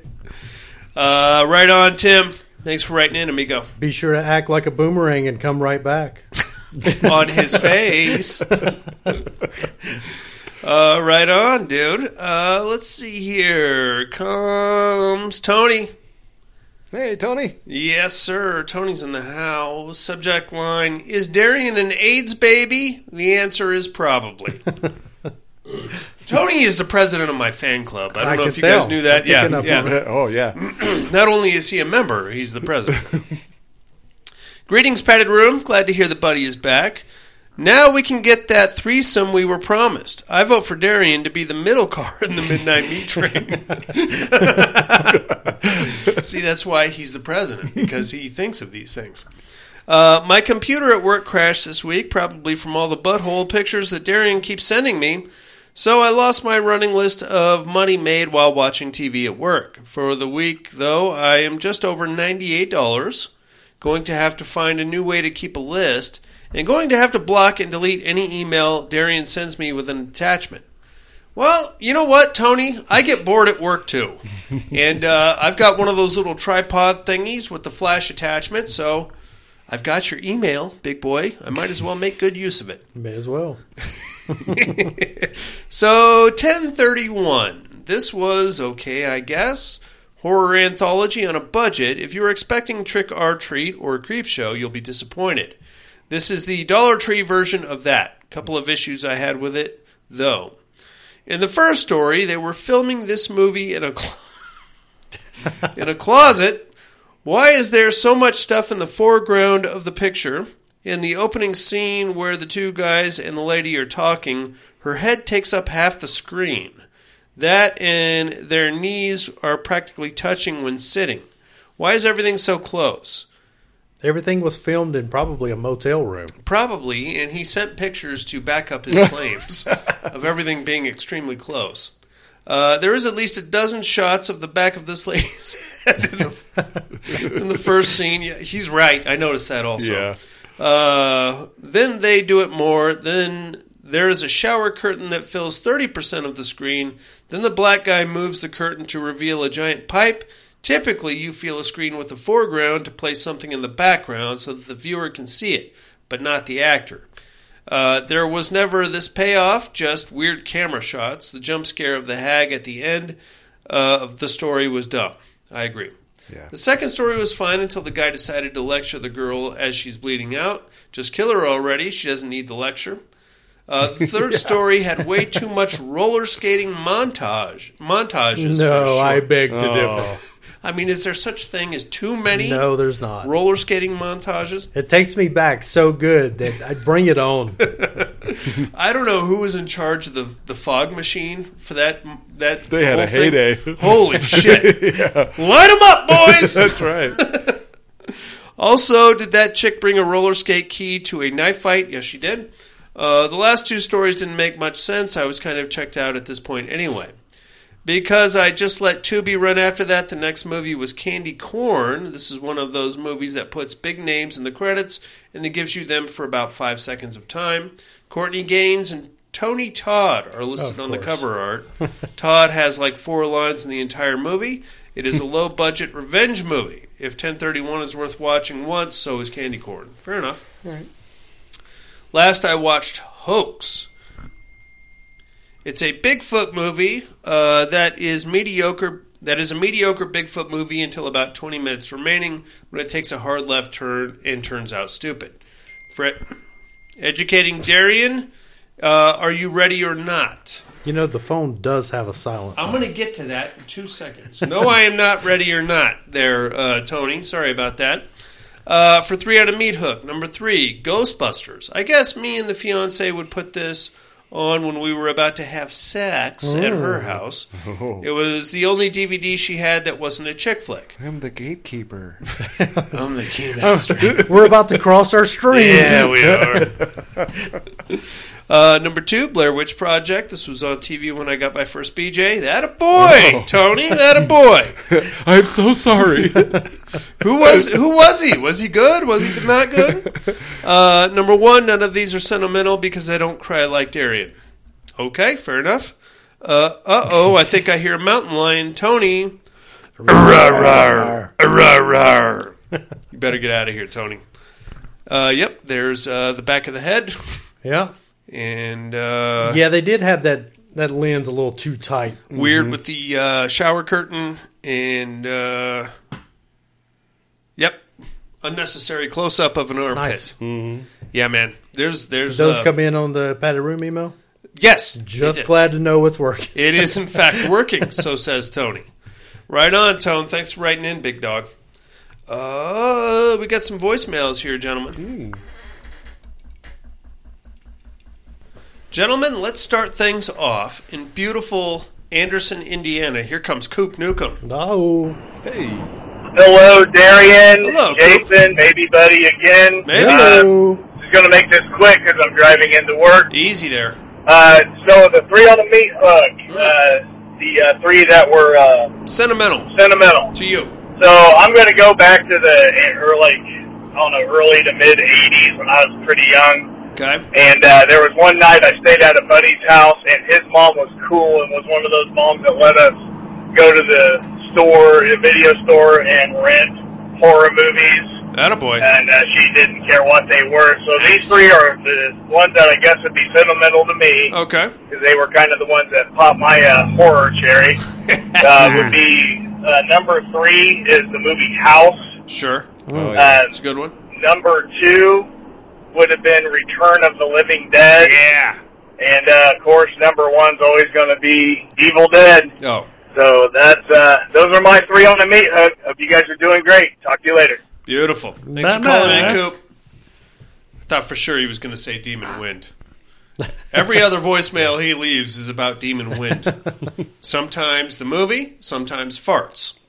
[SPEAKER 3] Uh, right on, Tim. Thanks for writing in, amigo.
[SPEAKER 1] Be sure to act like a boomerang and come right back.
[SPEAKER 3] on his face. uh, right on, dude. Uh, let's see here. Comes Tony.
[SPEAKER 4] hey, Tony.
[SPEAKER 3] Yes, sir. Tony's in the house. Subject line Is Darian an AIDS baby? The answer is probably. Tony is the president of my fan club. I don't
[SPEAKER 1] I
[SPEAKER 3] know
[SPEAKER 1] can
[SPEAKER 3] if you guys
[SPEAKER 1] tell.
[SPEAKER 3] knew
[SPEAKER 1] I'm
[SPEAKER 3] that.
[SPEAKER 1] picking
[SPEAKER 3] Yeah,
[SPEAKER 1] up
[SPEAKER 3] yeah.
[SPEAKER 1] on
[SPEAKER 4] Oh yeah.
[SPEAKER 3] Not only is he a member, he's the president. Greetings, padded room. Glad to hear that Buddy is back. Now we can get that threesome we were promised. I vote for Darian to be the middle car in the midnight meat train. See, that's why he's the president because he thinks of these things. Uh, my computer at work crashed this week, probably from all the butthole pictures that Darian keeps sending me. So I lost my running list of money made while watching TV at work. For the week, though, I am just over $98. Going to have to find a new way to keep a list, and going to have to block and delete any email Darian sends me with an attachment. Well, you know what, Tony? I get bored at work too. And uh, I've got one of those little tripod thingies with the flash attachment, so I've got your email, big boy. I might as well make good use of it.
[SPEAKER 1] May as well.
[SPEAKER 3] So 1031. This was okay, I guess. Horror anthology on a budget. If you're expecting Trick or Treat or Creep Show, you'll be disappointed. This is the Dollar Tree version of that. Couple of issues I had with it, though. In the first story, they were filming this movie in a clo- in a closet. Why is there so much stuff in the foreground of the picture? In the opening scene where the two guys and the lady are talking, her head takes up half the screen. That and their knees are practically touching when sitting. Why is everything so close?
[SPEAKER 1] Everything was filmed in probably a motel room.
[SPEAKER 3] Probably, and he sent pictures to back up his claims of everything being extremely close. Uh, there is at least a dozen shots of the back of this lady's head in the, in the first scene. Yeah, he's right. I noticed that also.
[SPEAKER 4] Yeah.
[SPEAKER 3] Uh, then they do it more. Then there is a shower curtain that fills 30% of the screen. Then the black guy moves the curtain to reveal a giant pipe. Typically, you feel a screen with the foreground to place something in the background so that the viewer can see it, but not the actor. Uh, there was never this payoff, just weird camera shots. The jump scare of the hag at the end uh, of the story was dumb. I agree. The second story was fine until the guy decided to lecture the girl as she's bleeding out. Just kill her already. She doesn't need the lecture. Uh, the third story had way too much roller skating montage montages. for
[SPEAKER 1] No,
[SPEAKER 3] a
[SPEAKER 1] I
[SPEAKER 3] short-
[SPEAKER 1] beg to
[SPEAKER 4] Oh.
[SPEAKER 3] I mean, is there such thing as too many
[SPEAKER 1] differ. No, there's not.
[SPEAKER 3] roller skating montages?
[SPEAKER 1] It takes me back so good that I bring it on.
[SPEAKER 3] I don't know who was in charge of the the fog machine for that. That
[SPEAKER 4] They had
[SPEAKER 3] whole
[SPEAKER 4] a
[SPEAKER 3] thing.
[SPEAKER 4] heyday.
[SPEAKER 3] Holy shit!
[SPEAKER 4] yeah.
[SPEAKER 3] Light 'em up, boys.
[SPEAKER 4] That's right.
[SPEAKER 3] Also, did that chick bring a roller skate key to a knife fight? Yes, she did. Uh, the last two stories didn't make much sense. I was kind of checked out at this point anyway. Because I just let Tubi run after that, the next movie was Candy Corn. This is one of those movies that puts big names in the credits and then gives you them for about five seconds of time. Courtney Gaines and Tony Todd are listed on the cover art. Todd has like four lines in the entire movie. It is a low budget revenge movie. If 1031 is worth watching once, so is Candy Corn. Fair enough. Last I watched Hoax. It's a Bigfoot movie uh, that is mediocre. That is a mediocre Bigfoot movie until about 20 minutes remaining, when it takes a hard left turn and turns out stupid. Fred, educating Darian, uh, are you ready or not?
[SPEAKER 1] You know, the phone does have a silent.
[SPEAKER 3] I'm going to get to that in two seconds. No, I am not ready or not there, uh, Tony. Sorry about that. Uh, for three out of Meat Hook. Number three, Ghostbusters. I guess me and the fiance would put this on when we were about to have sex at her house.
[SPEAKER 4] Oh.
[SPEAKER 3] It was the only DVD she had that wasn't a chick flick.
[SPEAKER 4] I'm the gatekeeper.
[SPEAKER 3] I'm the kid. master.
[SPEAKER 1] We're about to cross our streams.
[SPEAKER 3] Yeah, we are. uh, number two, Blair Witch Project. This was on TV when I got my first BJ. That a boy, Tony. That a boy.
[SPEAKER 4] I'm so sorry.
[SPEAKER 3] Who was who was he? Was he good? Was he not good? Uh, number one, none of these are sentimental because I don't cry like Darian. Okay, fair enough. Uh oh, I think I hear a mountain lion, Tony. Rawr, rawr, rawr, rawr. You better get out of here, Tony. Uh, yep, there's uh, the back of the head,
[SPEAKER 1] yeah.
[SPEAKER 3] and uh,
[SPEAKER 1] Yeah, they did have that that lens a little too tight. Mm-hmm.
[SPEAKER 3] weird with the uh, shower curtain and uh, yep unnecessary close up of an armpit
[SPEAKER 1] Nice.
[SPEAKER 3] yeah man there's there's
[SPEAKER 1] Those
[SPEAKER 3] uh,
[SPEAKER 1] come in on the padded room email.
[SPEAKER 3] yes
[SPEAKER 1] Just
[SPEAKER 3] it,
[SPEAKER 1] glad to know it's working.
[SPEAKER 3] it is in fact working so says tony right on tone thanks for writing in big dog uh we got some voicemails here gentlemen gentlemen let's start things off in beautiful anderson indiana here comes coop newcomb
[SPEAKER 1] No,
[SPEAKER 4] hey.
[SPEAKER 6] Hello, Darian.
[SPEAKER 3] Hello,
[SPEAKER 6] Jason, maybe Buddy again.
[SPEAKER 3] Maybe.
[SPEAKER 6] Uh,
[SPEAKER 1] Hello.
[SPEAKER 6] just going to make this quick because I'm driving into work.
[SPEAKER 3] Easy there.
[SPEAKER 6] Uh, so the three on the meat hook, uh, the uh, three that were uh,
[SPEAKER 3] Sentimental
[SPEAKER 6] sentimental.
[SPEAKER 3] to you.
[SPEAKER 6] So I'm going to go back to the or like I don't know, early to mid '80s when I was pretty young.
[SPEAKER 3] Okay.
[SPEAKER 6] And uh, there was one night I stayed at a buddy's house, and his mom was cool and was one of those moms that let us go to the store, a video store, and rent horror movies
[SPEAKER 3] Attaboy.
[SPEAKER 6] and uh, she didn't care what they were. So these three are the ones that I guess would be sentimental to me
[SPEAKER 3] Okay.
[SPEAKER 6] because they were kind of the ones that popped my uh, horror cherry. uh, would be uh, number three is the movie House.
[SPEAKER 3] Sure.
[SPEAKER 4] Oh, yeah.
[SPEAKER 6] Uh,
[SPEAKER 3] That's a good one.
[SPEAKER 6] number two would have been Return of the Living Dead,
[SPEAKER 3] Yeah.
[SPEAKER 6] and uh, of course number one's always going to be Evil Dead.
[SPEAKER 3] Oh.
[SPEAKER 6] So that's uh, those are my three on the meat hook. Hope you guys are doing great. Talk to you later.
[SPEAKER 3] Beautiful. Thanks
[SPEAKER 1] Not
[SPEAKER 3] for calling
[SPEAKER 1] bad.
[SPEAKER 3] in, Coop. I thought for sure he was going to say Demon Wind. Every other voicemail he leaves is about Demon Wind. Sometimes the movie, sometimes farts.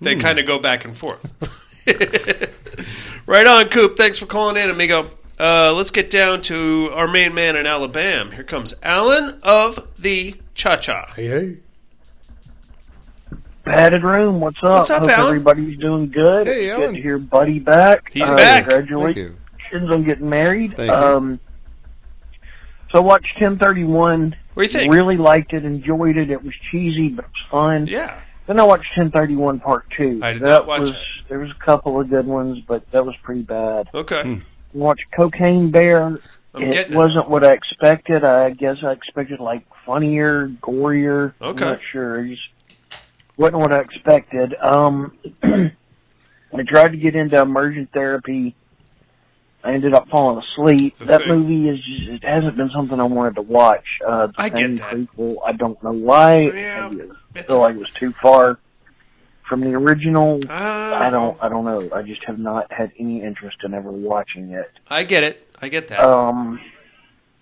[SPEAKER 3] They kind of go back and forth. right on, Coop. Thanks for calling in, amigo. Uh, let's get down to our main man in Alabama. Here comes Alan of the Cha Cha.
[SPEAKER 1] hey, hey.
[SPEAKER 7] Padded room, what's up?
[SPEAKER 3] What's up,
[SPEAKER 7] Hope
[SPEAKER 3] Alan?
[SPEAKER 7] everybody's doing good.
[SPEAKER 4] Hey,
[SPEAKER 7] It's
[SPEAKER 4] Alan.
[SPEAKER 7] Good to hear Buddy back. Uh,
[SPEAKER 3] He's back.
[SPEAKER 4] Thank
[SPEAKER 7] Congratulations
[SPEAKER 4] you.
[SPEAKER 7] on getting married.
[SPEAKER 4] Thank you.
[SPEAKER 7] um, So I watched 1031.
[SPEAKER 3] What do you think?
[SPEAKER 7] Really liked it, enjoyed it. It was cheesy, but it was fun.
[SPEAKER 3] Yeah.
[SPEAKER 7] Then I watched 1031 Part 2.
[SPEAKER 3] I did
[SPEAKER 7] that
[SPEAKER 3] not watch
[SPEAKER 7] was,
[SPEAKER 3] it.
[SPEAKER 7] There was a couple of good ones, but that was pretty bad.
[SPEAKER 3] Okay.
[SPEAKER 7] Watched Cocaine Bear.
[SPEAKER 3] I'm
[SPEAKER 7] Hmm. it
[SPEAKER 3] getting it.
[SPEAKER 7] wasn't what I expected. I guess I expected like funnier, gorier.
[SPEAKER 3] Okay.
[SPEAKER 7] I'm not sure. It just wasn't what I expected. Um, I tried to get into emergent therapy. I ended up falling asleep.
[SPEAKER 3] The
[SPEAKER 7] that
[SPEAKER 3] thing.
[SPEAKER 7] movie is just, it hasn't been something I wanted to watch. Uh, the
[SPEAKER 3] I get
[SPEAKER 7] Thing
[SPEAKER 3] that.
[SPEAKER 7] Prequel, I don't know why.
[SPEAKER 3] Yeah,
[SPEAKER 7] Maybe I
[SPEAKER 3] it's-
[SPEAKER 7] feel like it was too far from the original.
[SPEAKER 3] Uh,
[SPEAKER 7] I don't. I don't know. I just have not had any interest in ever watching it.
[SPEAKER 3] I get it. I get that.
[SPEAKER 1] Uh,
[SPEAKER 7] Um,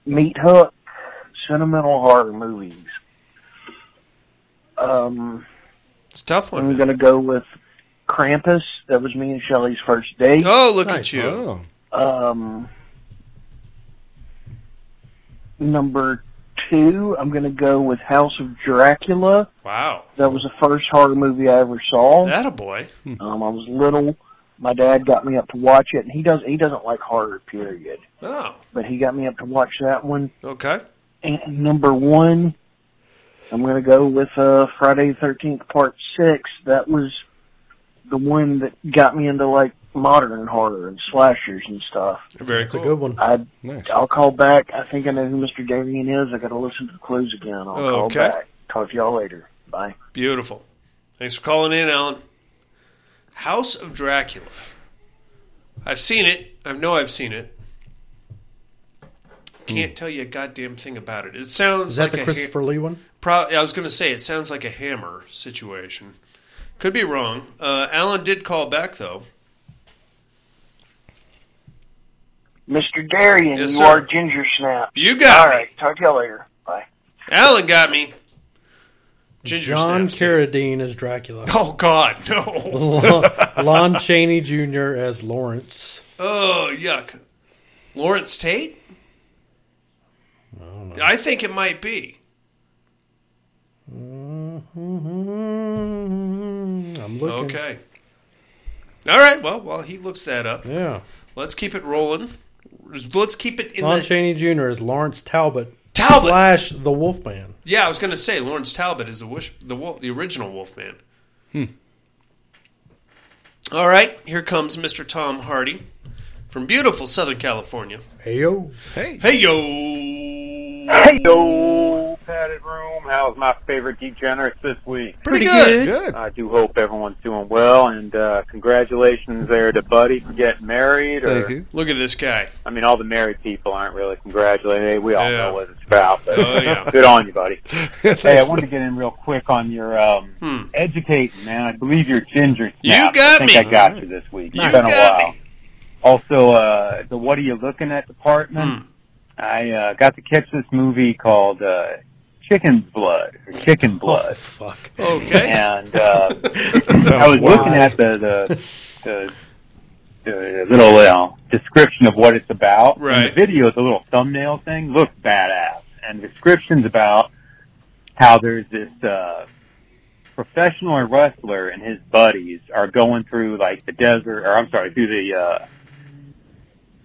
[SPEAKER 7] Meat Hook, sentimental horror movies. Um,
[SPEAKER 3] it's a tough one.
[SPEAKER 7] I'm
[SPEAKER 3] man.
[SPEAKER 7] gonna go with Krampus. That was me and Shelley's first date.
[SPEAKER 3] Oh, look at
[SPEAKER 1] Nice.
[SPEAKER 3] you.
[SPEAKER 4] Oh.
[SPEAKER 7] Um, number two, I'm gonna go with House of Dracula.
[SPEAKER 3] Wow.
[SPEAKER 7] That was the first horror movie I ever saw.
[SPEAKER 3] That a boy.
[SPEAKER 7] Um, I was little. My dad got me up to watch it, and he does. He doesn't like horror, period.
[SPEAKER 3] Oh,
[SPEAKER 7] But he got me up to watch that one.
[SPEAKER 3] okay.
[SPEAKER 7] And number one, I'm going to go with uh, Friday the 13th, Part 6. That was the one that got me into, like, modern horror and slashers and stuff.
[SPEAKER 3] Very
[SPEAKER 1] It's a
[SPEAKER 3] cool.
[SPEAKER 1] good one.
[SPEAKER 7] I,
[SPEAKER 4] Nice.
[SPEAKER 7] I'll call back. I think I know who Mr. Darian is. i got to listen to the clues again. I'll call
[SPEAKER 3] Okay.
[SPEAKER 7] back. Talk to y'all later. Bye.
[SPEAKER 3] Beautiful. Thanks for calling in, Alan. House of Dracula. I've seen it. I know I've seen it. Can't tell you a goddamn thing about it. It sounds
[SPEAKER 1] Hmm. Is that
[SPEAKER 3] like
[SPEAKER 1] the
[SPEAKER 3] a ha-
[SPEAKER 1] Christopher Lee one?
[SPEAKER 3] Pro- I was going to say it sounds like a hammer situation. Could be wrong. Uh, Alan did call back though.
[SPEAKER 7] Mr. Darian,
[SPEAKER 3] Yes,
[SPEAKER 7] you
[SPEAKER 3] sir.
[SPEAKER 7] are Ginger Snap.
[SPEAKER 3] You got
[SPEAKER 7] All
[SPEAKER 3] me.
[SPEAKER 7] right, talk to y'all later. Bye.
[SPEAKER 3] Alan got me. Ginger
[SPEAKER 1] John
[SPEAKER 3] snaps.
[SPEAKER 1] Carradine as Dracula.
[SPEAKER 3] Oh God, no.
[SPEAKER 1] Lon Chaney Jr. as Lawrence.
[SPEAKER 3] Oh yuck. Lawrence Tate. I, think it might be.
[SPEAKER 1] Mm-hmm. I'm looking.
[SPEAKER 3] Okay. All right. Well, while he looks that up,
[SPEAKER 1] Yeah.
[SPEAKER 3] let's keep it rolling. Let's keep it in
[SPEAKER 1] Lon
[SPEAKER 3] the
[SPEAKER 1] Chaney Jr. as Lawrence Talbot,
[SPEAKER 3] Talbot.
[SPEAKER 1] slash the Wolfman.
[SPEAKER 3] Yeah, I was going to say Lawrence Talbot is the wish, the wolf, the original Wolfman. Hmm. All right, here comes Mr. Tom Hardy from beautiful Southern California.
[SPEAKER 1] Heyo.
[SPEAKER 3] Hey yo,
[SPEAKER 6] Hey, yo, padded room. How's my favorite degenerates this week?
[SPEAKER 3] pretty, good.
[SPEAKER 4] Good.
[SPEAKER 6] I do hope everyone's doing well, and uh, congratulations there to Buddy for getting married. Or
[SPEAKER 4] Thank you.
[SPEAKER 3] Look at this guy.
[SPEAKER 6] I mean, all the married people aren't really congratulating. We all
[SPEAKER 3] Yeah.
[SPEAKER 6] know what it's about. But
[SPEAKER 3] Oh, yeah.
[SPEAKER 6] good on you, buddy. hey, I wanted to get in real quick on your um,
[SPEAKER 3] Hmm.
[SPEAKER 6] educating, man. I believe you're ginger.
[SPEAKER 3] You
[SPEAKER 6] Snap.
[SPEAKER 3] got
[SPEAKER 6] I think
[SPEAKER 3] me.
[SPEAKER 6] I got you this week.
[SPEAKER 3] You
[SPEAKER 6] it's been
[SPEAKER 3] got
[SPEAKER 6] a while. Also, uh, the what are you looking at
[SPEAKER 3] Hmm.
[SPEAKER 6] department? I uh, got to catch this movie called uh, Chicken's Blood or Chicken
[SPEAKER 1] Oh,
[SPEAKER 6] Blood,
[SPEAKER 1] fuck.
[SPEAKER 3] Okay.
[SPEAKER 6] and. Uh,
[SPEAKER 4] Sounds
[SPEAKER 6] I was
[SPEAKER 4] wild.
[SPEAKER 6] looking at the the, the, the little you know, description of what it's about.
[SPEAKER 3] Right.
[SPEAKER 6] And the video, the little thumbnail thing, looks badass, and the description's about how there's this uh, professional wrestler and his buddies are going through like the desert, or I'm sorry, through the uh,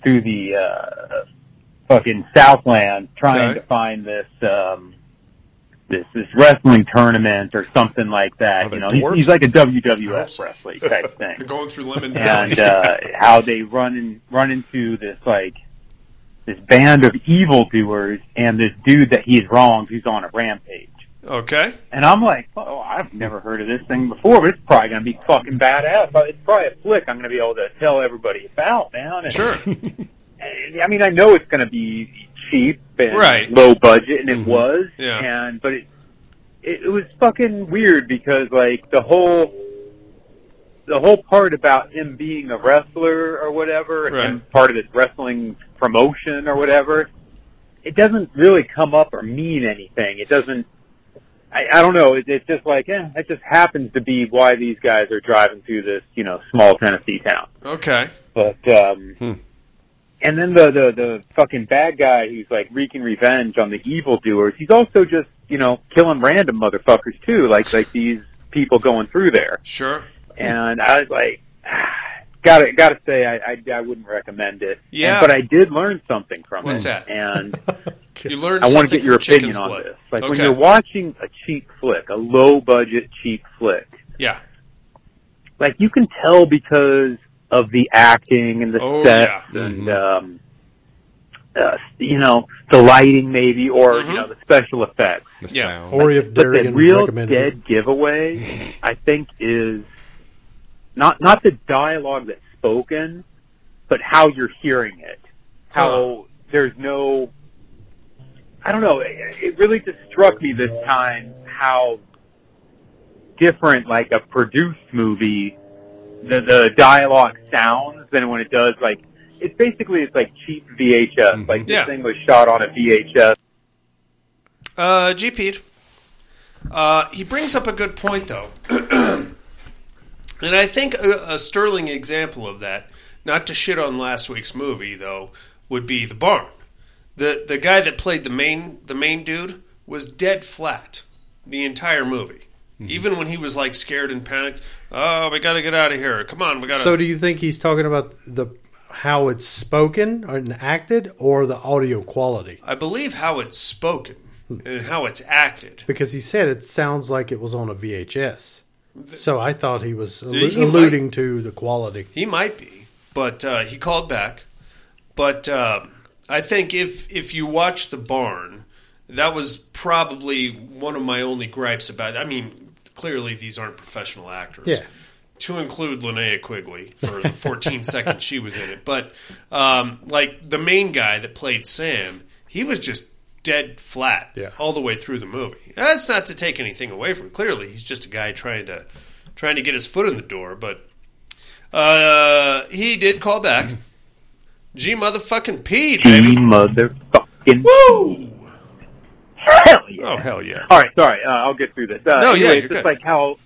[SPEAKER 6] through the uh, fucking Southland, trying
[SPEAKER 3] Okay.
[SPEAKER 6] to find this. Um, this this wrestling tournament or something like
[SPEAKER 4] Are
[SPEAKER 6] that.
[SPEAKER 4] they
[SPEAKER 6] You know, he's,
[SPEAKER 4] dwarfs?
[SPEAKER 6] he's like a WWF wrestler type thing.
[SPEAKER 3] You're going through Lemon Valley.
[SPEAKER 6] And uh, how they run in, run into this like this band of evildoers and this dude that he's wronged who's on a rampage.
[SPEAKER 3] okay.
[SPEAKER 6] And I'm like, oh, I've never heard of this thing before, but it's probably gonna be fucking badass. But It's probably a flick I'm gonna be able to tell everybody about, man. And,
[SPEAKER 3] Sure.
[SPEAKER 6] and, I mean, I know it's going to be cheap and
[SPEAKER 3] Right. Mm-hmm.
[SPEAKER 6] low budget, and it was.
[SPEAKER 3] Yeah.
[SPEAKER 6] And but it, it it was fucking weird because like the whole the whole part about him being a wrestler or whatever,
[SPEAKER 3] Right.
[SPEAKER 6] and part of this wrestling promotion or whatever, it doesn't really come up or mean anything. It doesn't. I, I don't know. It, it's just like, eh, it just happens to be why these guys are driving through this, you know, small Tennessee town.
[SPEAKER 3] Okay.
[SPEAKER 6] But um,
[SPEAKER 4] Hmm.
[SPEAKER 6] and then the, the the fucking bad guy who's like wreaking revenge on the evildoers. He's also just you know killing random motherfuckers too, like like these people going through there.
[SPEAKER 3] Sure.
[SPEAKER 6] And I was like, gotta gotta say, I I, I wouldn't recommend it. And-
[SPEAKER 3] Yeah.
[SPEAKER 6] but I did learn something from
[SPEAKER 3] What's
[SPEAKER 6] it.
[SPEAKER 3] that?
[SPEAKER 6] And
[SPEAKER 3] You learned
[SPEAKER 6] I want to
[SPEAKER 3] something
[SPEAKER 6] get your
[SPEAKER 3] from Chicken's
[SPEAKER 6] opinion on
[SPEAKER 3] Blood.
[SPEAKER 6] this. Like when
[SPEAKER 3] Okay.
[SPEAKER 6] you're watching a cheap flick, a low budget cheap flick
[SPEAKER 3] Yeah.
[SPEAKER 6] like you can tell because of the acting and the
[SPEAKER 3] Oh,
[SPEAKER 6] sets
[SPEAKER 4] yeah.
[SPEAKER 6] and um, uh, you know the lighting maybe or
[SPEAKER 3] Mhm.
[SPEAKER 6] you know the special effects.
[SPEAKER 4] The
[SPEAKER 3] Yeah.
[SPEAKER 4] sound.
[SPEAKER 1] Or if
[SPEAKER 6] But the
[SPEAKER 1] Darian
[SPEAKER 6] real
[SPEAKER 1] recommended it.
[SPEAKER 6] dead giveaway, I think, is not not the dialogue that's spoken, but how you're hearing it. How there's no, I don't know. It, it really just struck me this time how different, like a produced movie, the the dialogue sounds than when it does. Like it's basically it's like cheap VHS. Like
[SPEAKER 3] Mm-hmm.
[SPEAKER 6] this
[SPEAKER 3] Yeah.
[SPEAKER 6] thing was shot on a VHS.
[SPEAKER 3] Uh, GP'd. Uh, he brings up a good point, though. and I think a, a sterling example of that, not to shit on last week's movie, though, would be The Barn. The, the guy that played the main, the main dude was dead flat the entire movie.
[SPEAKER 6] Mm-hmm.
[SPEAKER 3] Even when he was like scared and panicked, oh, we got to get out of here. Come on, we got to.
[SPEAKER 1] So do you think he's talking about the how it's spoken and acted or the audio quality?
[SPEAKER 3] I believe how it's spoken and how it's acted.
[SPEAKER 1] Because he said it sounds like it was on a VHS. So I thought he was allu-
[SPEAKER 3] He might-
[SPEAKER 1] alluding to the quality.
[SPEAKER 3] He might be, but uh, he called back. But um I think if if you watch the barn, that was probably one of my only gripes about. I mean, clearly these aren't professional actors.
[SPEAKER 1] Yeah.
[SPEAKER 3] To include Linnea Quigley for the 14 seconds she was in it, but um, like the main guy that played Sam, he was just dead flat
[SPEAKER 1] Yeah.
[SPEAKER 3] all the way through the movie. That's not to take anything away from. Him. Clearly, he's just a guy trying to trying to get his foot in the door, but uh, he did call back G motherfucking P,
[SPEAKER 6] Gee,
[SPEAKER 3] baby.
[SPEAKER 6] motherfucking.
[SPEAKER 3] Woo!
[SPEAKER 6] Hell yeah.
[SPEAKER 3] Oh hell yeah!
[SPEAKER 6] All right, sorry. Uh, I'll get through this. Uh,
[SPEAKER 3] No, yeah,
[SPEAKER 6] anyway,
[SPEAKER 3] you're
[SPEAKER 6] it's just
[SPEAKER 3] good.
[SPEAKER 6] like how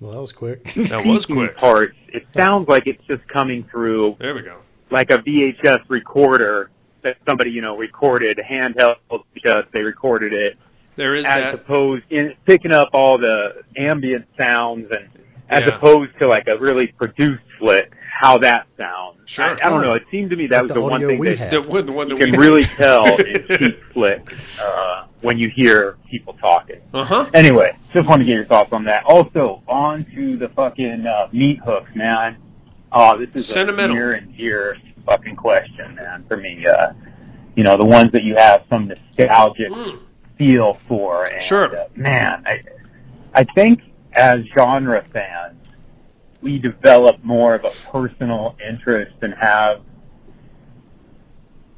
[SPEAKER 1] Well, that was quick.
[SPEAKER 3] That was
[SPEAKER 6] speaking
[SPEAKER 3] quick.
[SPEAKER 6] parts, it sounds like it's just coming through
[SPEAKER 3] There we go.
[SPEAKER 6] like a VHS recorder that somebody, you know, recorded, handheld VHS, they recorded it,
[SPEAKER 3] There is
[SPEAKER 6] as
[SPEAKER 3] that.
[SPEAKER 6] opposed in picking up all the ambient sounds and as
[SPEAKER 3] Yeah.
[SPEAKER 6] opposed to like a really produced flick, how that sounds.
[SPEAKER 3] Sure.
[SPEAKER 6] I, I don't know. It seemed to me that
[SPEAKER 1] Like
[SPEAKER 6] was
[SPEAKER 1] the
[SPEAKER 6] the, one
[SPEAKER 1] audio
[SPEAKER 6] thing
[SPEAKER 1] we
[SPEAKER 6] that
[SPEAKER 1] had.
[SPEAKER 3] The one, the one that
[SPEAKER 6] you can
[SPEAKER 3] we
[SPEAKER 6] really tell in cheap flicks uh, when you hear people talking.
[SPEAKER 3] Uh huh.
[SPEAKER 6] Anyway, just want to get your thoughts on that. Also, on to the fucking uh, meat hooks, man. Oh, this is
[SPEAKER 3] Sentimental.
[SPEAKER 6] a near and dear fucking question, man, for me. Uh, you know, the ones that you have some nostalgic
[SPEAKER 3] Mm.
[SPEAKER 6] feel for. And,
[SPEAKER 3] Sure.
[SPEAKER 6] uh, man, I, I think as genre fans, we develop more of a personal interest and have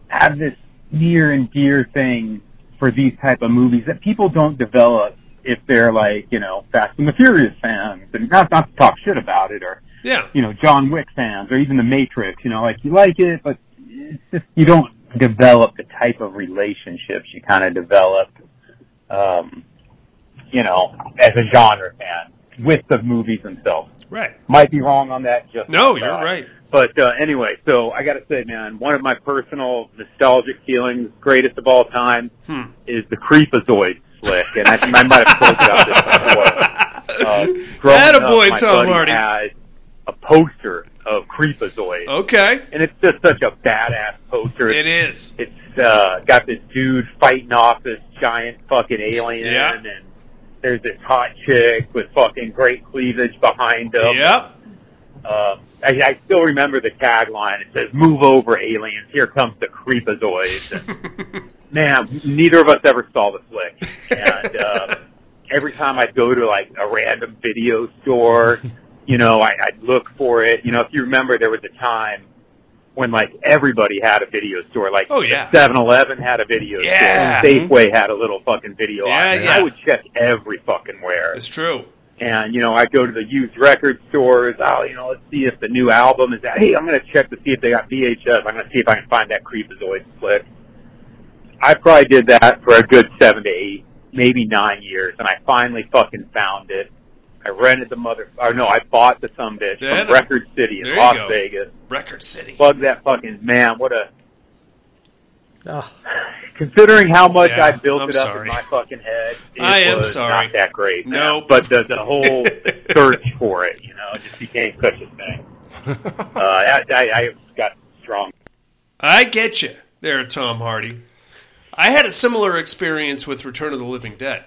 [SPEAKER 6] have this near and dear thing for these type of movies that people don't develop if they're like you know Fast and the Furious fans and not not to talk shit about it or
[SPEAKER 3] Yeah.
[SPEAKER 6] you know John Wick fans or even The Matrix you know like you like it but it's just you don't develop the type of relationships you kind of develop um, you know as a genre fan with the movies themselves
[SPEAKER 3] Right.
[SPEAKER 6] might be wrong on that just
[SPEAKER 3] No,
[SPEAKER 6] a
[SPEAKER 3] you're
[SPEAKER 6] thought.
[SPEAKER 3] right.
[SPEAKER 6] But uh, anyway, so I got to say, man, one of my personal nostalgic feelings, greatest of all time,
[SPEAKER 3] Hmm.
[SPEAKER 6] is the Creepazoid flick, and I, I might have told you about this before. Uh, growing
[SPEAKER 3] Attaboy,
[SPEAKER 6] up, my
[SPEAKER 3] Tom
[SPEAKER 6] buddy
[SPEAKER 3] Hardy.
[SPEAKER 6] Had a poster of Creepazoid,
[SPEAKER 3] Okay.
[SPEAKER 6] and it's just such a badass poster.
[SPEAKER 3] Oh. It is.
[SPEAKER 6] It's uh, got this dude fighting off this giant fucking alien,
[SPEAKER 3] Yeah.
[SPEAKER 6] and there's this hot chick with fucking great cleavage behind him.
[SPEAKER 3] Yep.
[SPEAKER 6] Uh, I, I still remember the tagline. It says, "Move over, aliens! Here comes the creepazoids." And, man, neither of us ever saw the flick. And uh, every time I'd go to like a random video store, you know, I, I'd look for it. You know, if you remember, there was a time when like everybody had a video store. Like
[SPEAKER 3] Oh, yeah.
[SPEAKER 6] Seven Eleven had a video
[SPEAKER 3] Yeah.
[SPEAKER 6] store. and Safeway had a little fucking video.
[SPEAKER 3] Yeah,
[SPEAKER 6] aisle. And
[SPEAKER 3] yeah.
[SPEAKER 6] I would check every fucking where
[SPEAKER 3] It's true.
[SPEAKER 6] and you know I go to the used record stores. I'll you know let's see if the new album is out. Hey, I'm gonna check to see if they got VHS. I'm gonna see if I can find that Creepazoid flick. I probably did that for a good seven to eight, maybe nine years, and I finally fucking found it. I rented the mother, or no, I bought the some bitch
[SPEAKER 3] That-
[SPEAKER 6] from Record City
[SPEAKER 3] there
[SPEAKER 6] in
[SPEAKER 3] you
[SPEAKER 6] Las
[SPEAKER 3] go.
[SPEAKER 6] Vegas.
[SPEAKER 3] Record City.
[SPEAKER 6] Plug that fucking man! What a
[SPEAKER 1] Ah,
[SPEAKER 6] considering how much
[SPEAKER 3] Yeah,
[SPEAKER 6] I built
[SPEAKER 3] I'm
[SPEAKER 6] it up
[SPEAKER 3] sorry.
[SPEAKER 6] in my fucking head, it
[SPEAKER 3] I am
[SPEAKER 6] was
[SPEAKER 3] sorry.
[SPEAKER 6] not that great. man.
[SPEAKER 3] Nope.
[SPEAKER 6] but the, the whole search for it, you know, it just became such a thing. Uh, I, I, I got strong.
[SPEAKER 3] I get you there, Tom Hardy. I had a similar experience with Return of the Living Dead.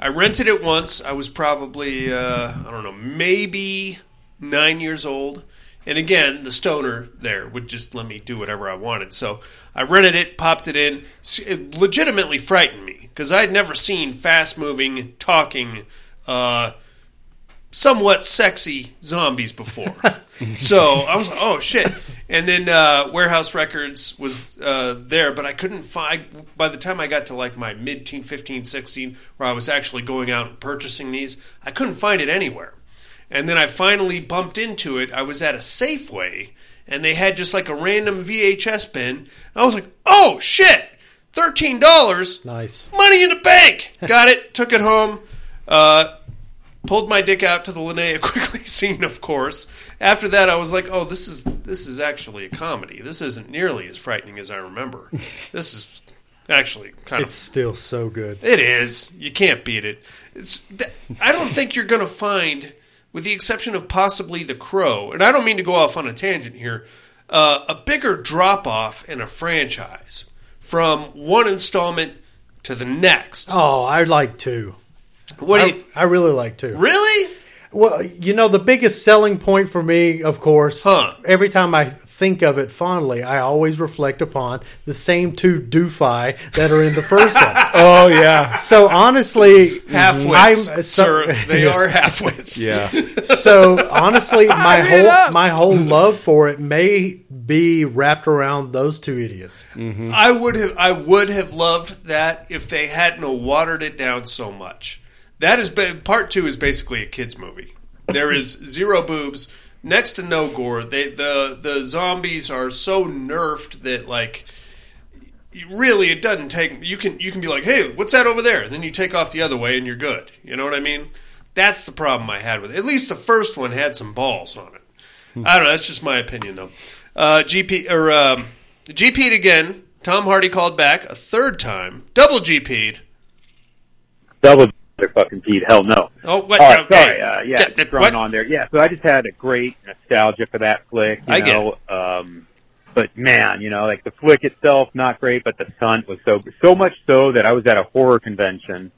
[SPEAKER 3] I rented it once. I was probably, uh, I don't know, maybe nine years old. And again, the stoner there would just let me do whatever I wanted. So I rented it, popped it in. S- It legitimately frightened me because I'd never seen fast moving, talking, uh, somewhat sexy zombies before. so I was like, oh shit. And then uh, Warehouse Records was uh, there, but I couldn't find. By the time I got to like my mid teen, 15, 16, where I was actually going out and purchasing these, I couldn't find it anywhere. And then I finally bumped into it. I was at a Safeway, and they had just like a random VHS bin. And I was like, oh shit, $13
[SPEAKER 1] nice.
[SPEAKER 3] money in the bank. Got it. Took it home. Uh, pulled my dick out to the Linnea Quigley scene, of course. After that, I was like, "Oh, this is this is actually a comedy. This isn't nearly as frightening as I remember. This is actually kind
[SPEAKER 1] It's still so good.
[SPEAKER 3] of it is. You can't beat it. It's, th- I don't think you're going to find, with the exception of possibly The Crow, and I don't mean to go off on a tangent here, uh, a bigger drop off in a franchise from one installment to the next.
[SPEAKER 1] Oh, I like two.
[SPEAKER 3] What do
[SPEAKER 1] I,
[SPEAKER 3] you
[SPEAKER 1] I really like two.
[SPEAKER 3] really?
[SPEAKER 1] Well, you know, the biggest selling point for me, of course,
[SPEAKER 3] Huh.
[SPEAKER 1] every time I think of it fondly, I always reflect upon the same two doofi that are in the first one.
[SPEAKER 4] Oh yeah,
[SPEAKER 1] So honestly,
[SPEAKER 3] Halfwits,
[SPEAKER 1] I'm- so-
[SPEAKER 3] sir. They are halfwits.
[SPEAKER 4] yeah.
[SPEAKER 1] so honestly, my whole my whole love for it may be wrapped around those two idiots.
[SPEAKER 4] Mm,
[SPEAKER 3] I would have. I would have loved that if they hadn't have watered it down so much. That is ba- part two is basically a kids movie. There is zero boobs, next to no gore. They the the zombies are so nerfed that like really it doesn't take you can you can be like, "Hey, what's that over there?" And then you take off the other way and you're good. You know what I mean? That's the problem I had with it. At least the first one had some balls on it. I don't know, that's just my opinion though. Uh, GP or um, GP'd again. Tom Hardy called back a third time. Double GP'd.
[SPEAKER 6] Double motherfucking Pete. Hell no.
[SPEAKER 3] Oh, what?
[SPEAKER 6] All right,
[SPEAKER 3] okay.
[SPEAKER 6] sorry. Uh, yeah,
[SPEAKER 3] Get-
[SPEAKER 6] just thrown
[SPEAKER 3] what?
[SPEAKER 6] on there. Yeah, so I just had a great nostalgia for that flick. You
[SPEAKER 3] I get
[SPEAKER 6] know, um, but man, you know, like the flick itself not great, but the stunt was so so much so that I was at a horror convention,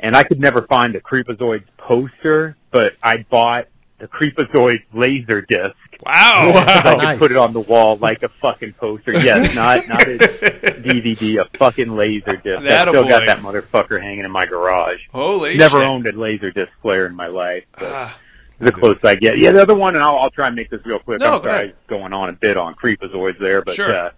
[SPEAKER 6] and I could never find the Creepazoids poster, but I bought the Creepazoids laser disc.
[SPEAKER 3] Wow.
[SPEAKER 6] I could
[SPEAKER 1] Nice.
[SPEAKER 6] put it on the wall like a fucking poster. Yes, not not a DVD, a fucking laser disc. I still
[SPEAKER 3] Attaboy.
[SPEAKER 6] got that motherfucker hanging in my garage.
[SPEAKER 3] Holy
[SPEAKER 6] Never
[SPEAKER 3] shit.
[SPEAKER 6] owned a laser disc player in my life. But
[SPEAKER 3] Ah,
[SPEAKER 6] the closest I get. Yeah, the other one, and I'll, I'll try and make this real quick.
[SPEAKER 3] No,
[SPEAKER 6] I'm
[SPEAKER 3] go
[SPEAKER 6] sorry,
[SPEAKER 3] ahead.
[SPEAKER 6] going on a bit on Creepazoids there, but
[SPEAKER 3] Sure.
[SPEAKER 6] uh,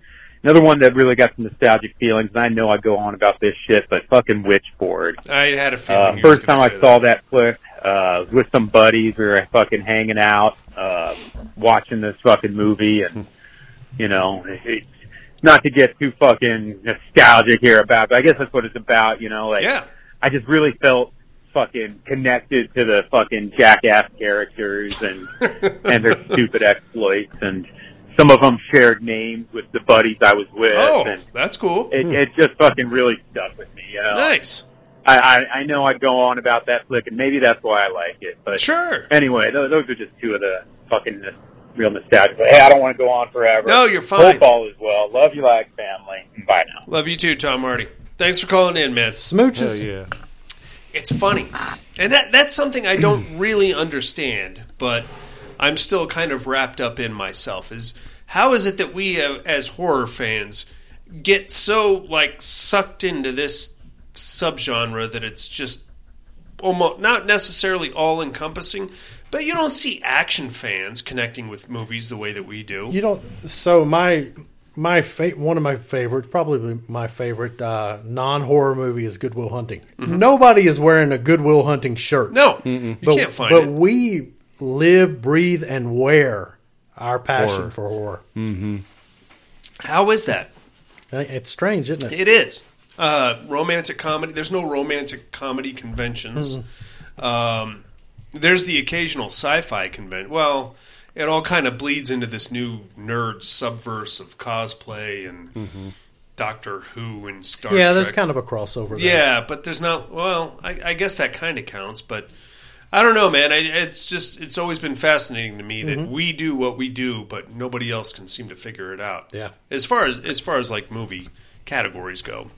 [SPEAKER 6] another one that really got some nostalgic feelings. And I know I go on about this shit, but fucking Witchboard.
[SPEAKER 3] I had a feeling.
[SPEAKER 6] Uh,
[SPEAKER 3] you was
[SPEAKER 6] first
[SPEAKER 3] gonna
[SPEAKER 6] time
[SPEAKER 3] say
[SPEAKER 6] I saw that flick uh, was with some buddies, we were fucking hanging out, uh, watching this fucking movie, and you know, it- it's not to get too fucking nostalgic here about, but I guess that's what it's about. You know, like
[SPEAKER 3] Yeah.
[SPEAKER 6] I just really felt fucking connected to the fucking jackass characters and and their stupid exploits, and some of them shared names with the buddies I was with,
[SPEAKER 3] Oh,
[SPEAKER 6] and
[SPEAKER 3] that's cool.
[SPEAKER 6] it, it just fucking really stuck with me. You know,
[SPEAKER 3] nice.
[SPEAKER 6] I, I I know I go on about that flick, and maybe that's why I like it. But
[SPEAKER 3] Sure.
[SPEAKER 6] anyway, those, those are just two of the fucking nos- real nostalgic. Hey, I don't want to go on forever.
[SPEAKER 3] No, you're fine.
[SPEAKER 6] Hope all is well. Love you, like family. Bye now.
[SPEAKER 3] Love you too, Tom Hardy. Thanks for calling in, man.
[SPEAKER 4] Hell
[SPEAKER 1] Smooches.
[SPEAKER 4] yeah.
[SPEAKER 3] It's funny. And that that's something I don't really understand, but I'm still kind of wrapped up in myself is how is it that we uh, as horror fans get so like sucked into this subgenre that it's just almost not necessarily all encompassing, but you don't see action fans connecting with movies the way that we do.
[SPEAKER 1] You don't. So my my fa- one of my favorite, probably my favorite uh, non horror movie is Goodwill Hunting. Nobody is wearing a Goodwill Hunting shirt.
[SPEAKER 3] Mm-hmm. no, you can't find
[SPEAKER 1] but
[SPEAKER 3] it.
[SPEAKER 1] we live, breathe, and wear our passion
[SPEAKER 4] Horror.
[SPEAKER 1] for horror.
[SPEAKER 3] How is that?
[SPEAKER 1] It's strange, isn't it?
[SPEAKER 3] It is uh, romantic comedy. There's no romantic comedy conventions.
[SPEAKER 1] Mm-hmm.
[SPEAKER 3] Um, there's the occasional sci-fi convention. Well, it all kind of bleeds into this new nerd subverse of cosplay and Doctor Who and Star
[SPEAKER 1] Mm-hmm. yeah,
[SPEAKER 3] Trek.
[SPEAKER 1] there's kind of a crossover. There.
[SPEAKER 3] yeah, but there's not. Well, I, I guess that kind of counts, but. I don't know, man. I, it's just it's always been fascinating to me that
[SPEAKER 1] Mm-hmm.
[SPEAKER 3] we do what we do, but nobody else can seem to figure it out
[SPEAKER 1] Yeah.
[SPEAKER 3] as far as as far as like movie categories go.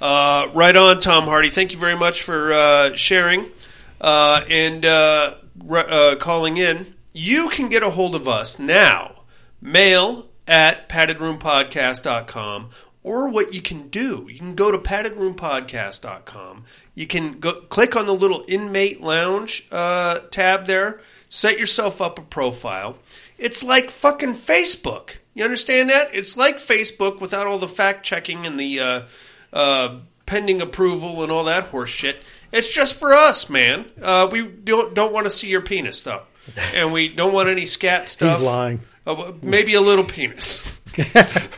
[SPEAKER 3] Uh, right on, Tom Hardy. Thank you very much for uh, sharing uh, and uh, re- uh, calling in. You can get a hold of us now, mail at paddedroompodcast.com, or what you can do, you can go to paddedroompodcast.com. You can go click on the little inmate lounge uh, tab there, set yourself up a profile. It's like fucking Facebook. You understand that? It's like Facebook without all the fact checking and the uh, uh, pending approval and all that horse shit. It's just for us, man. Uh, we don't don't want to see your penis though, and we don't want any scat stuff.
[SPEAKER 1] lying.
[SPEAKER 3] Uh, w- maybe a little penis,
[SPEAKER 1] A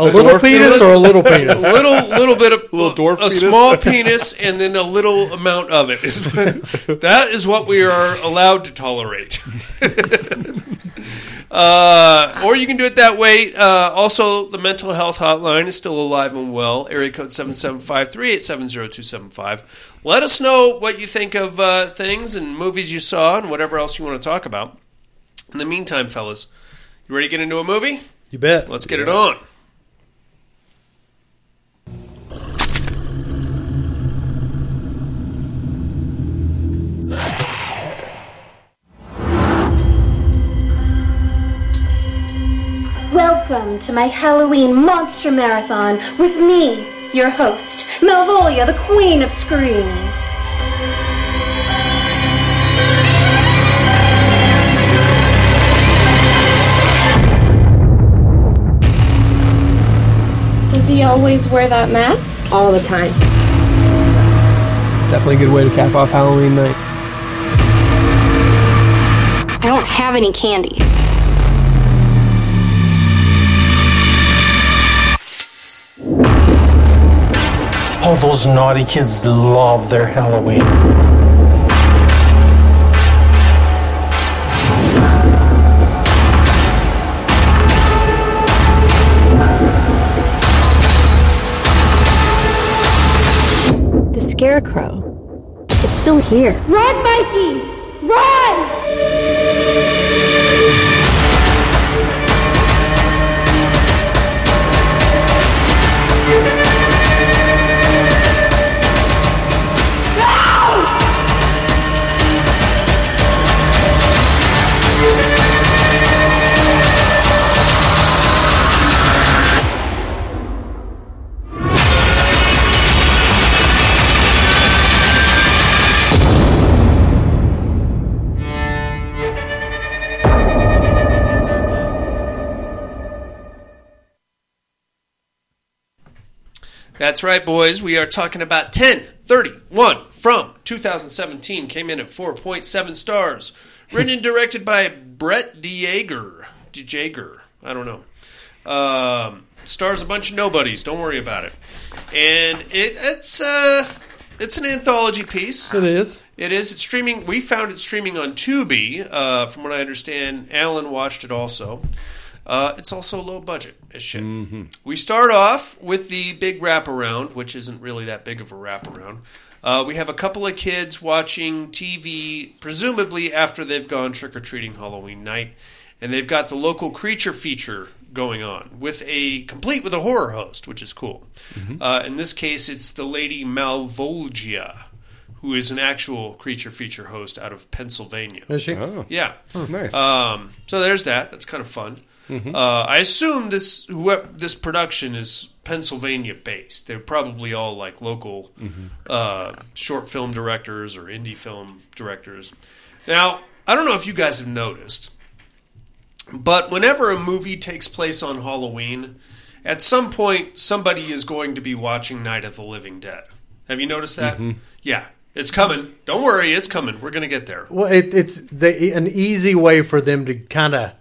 [SPEAKER 1] little penis or a little
[SPEAKER 3] a
[SPEAKER 1] penis?
[SPEAKER 3] little little bit of
[SPEAKER 4] Little dwarf
[SPEAKER 3] a
[SPEAKER 4] penis.
[SPEAKER 3] small penis, and then a little amount of it. that is what we are allowed to tolerate. Uh, or you can do it that way. Uh, also, the mental health hotline is still alive and well. Area code 775-387-0275. Let us know what you think of uh, things and movies you saw and whatever else you want to talk about. In the meantime, fellas, you ready to get into a movie?
[SPEAKER 1] You bet.
[SPEAKER 3] Let's get it on.
[SPEAKER 8] Welcome to my Halloween Monster Marathon with me, your host, Malvolia, the Queen of Screams.
[SPEAKER 9] Does he always wear that mask?
[SPEAKER 8] All the time.
[SPEAKER 10] Definitely a good way to cap off Halloween night.
[SPEAKER 8] I don't have any candy.
[SPEAKER 11] All those naughty kids love their Halloween.
[SPEAKER 12] The scarecrow. It's still here.
[SPEAKER 8] Run, Mikey! Run!
[SPEAKER 3] That's right, boys. We are talking about 1031 from 2017. Came in at 4.7 stars. Written and directed by Brett DeJager. DeJager. I don't know. Um, stars a bunch of nobodies. Don't worry about it. And it, it's uh, it's an anthology piece.
[SPEAKER 1] It is.
[SPEAKER 3] It is. It's streaming. We found it streaming on Tubi. Uh, from what I understand, Alan watched it also. Uh, it's also low budget as shit. We start off with the big wraparound, which isn't really that big of a wraparound. Uh, we have a couple of kids watching TV, presumably after they've gone trick or treating Halloween night, and they've got the local creature feature going on with a complete with a horror host, which is cool. Uh, in this case, it's the lady Malvolgia, who is an actual creature feature host out of Pennsylvania.
[SPEAKER 1] Is she?
[SPEAKER 3] Yeah.
[SPEAKER 4] Oh, Nice.
[SPEAKER 3] Um, so there's that. That's kind of fun. Uh, I assume this whoever, this production is Pennsylvania based. They're probably all like local uh, short film directors or indie film directors. Now, I don't know if you guys have noticed, but whenever a movie takes place on Halloween, at some point somebody is going to be watching Night of the Living Dead. Have you noticed that? Yeah, it's coming. Don't worry, it's coming. We're going to get there.
[SPEAKER 1] Well, it, it's the, an easy way for them to kind of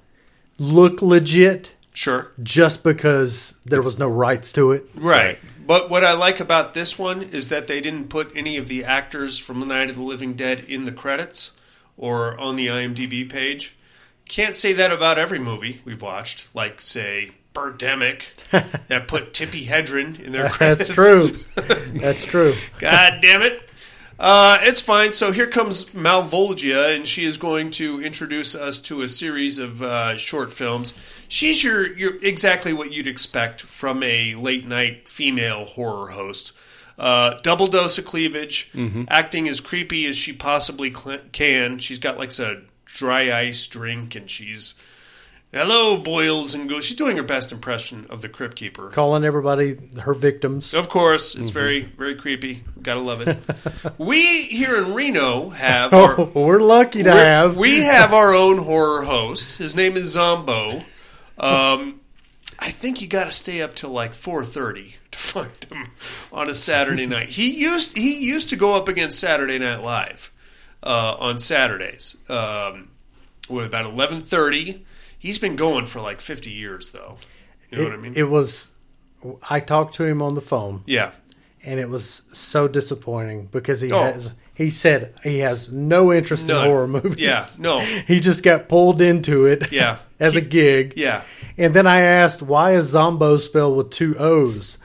[SPEAKER 1] look legit
[SPEAKER 3] Sure.
[SPEAKER 1] just because there was no rights to it.
[SPEAKER 3] Right. But what I like about this one is that they didn't put any of the actors from The Night of the Living Dead in the credits or on the IMDb page. Can't say that about every movie we've watched, like, say, Birdemic, that put Tippy Hedren in their credits.
[SPEAKER 1] That's true. That's true.
[SPEAKER 3] God damn it. Uh, it's fine. So here comes Malvolgia, and she is going to introduce us to a series of uh, short films. She's your, your exactly what you'd expect from a late night female horror host. Uh, double dose of cleavage, acting as creepy as she possibly cl- can. She's got like a dry ice drink, and she's hello boils and goes. She's doing her best impression of the crypt keeper.
[SPEAKER 1] Calling everybody her victims.
[SPEAKER 3] Of course,
[SPEAKER 1] Mm-hmm.
[SPEAKER 3] it's very very creepy. Gotta love it. we here in Reno have our,
[SPEAKER 1] Oh, we're lucky to
[SPEAKER 3] we're-
[SPEAKER 1] have.
[SPEAKER 3] we have our own horror host. His name is Zombo. Um, I think you got to stay up till like four thirty to find him on a Saturday night. He used he used to go up against Saturday Night Live uh, on Saturdays. Um, what about eleven thirty? He's been going for like fifty years though. You know
[SPEAKER 1] it,
[SPEAKER 3] what I mean?
[SPEAKER 1] it was. I talked to him on the phone,
[SPEAKER 3] yeah.
[SPEAKER 1] and it was so disappointing because he
[SPEAKER 3] Oh.
[SPEAKER 1] has. He said he has no interest
[SPEAKER 3] None.
[SPEAKER 1] in horror movies.
[SPEAKER 3] Yeah, no.
[SPEAKER 1] He just got pulled into it.
[SPEAKER 3] Yeah.
[SPEAKER 1] as a gig.
[SPEAKER 3] Yeah.
[SPEAKER 1] And then I asked, why is Zombo spelled with two O's?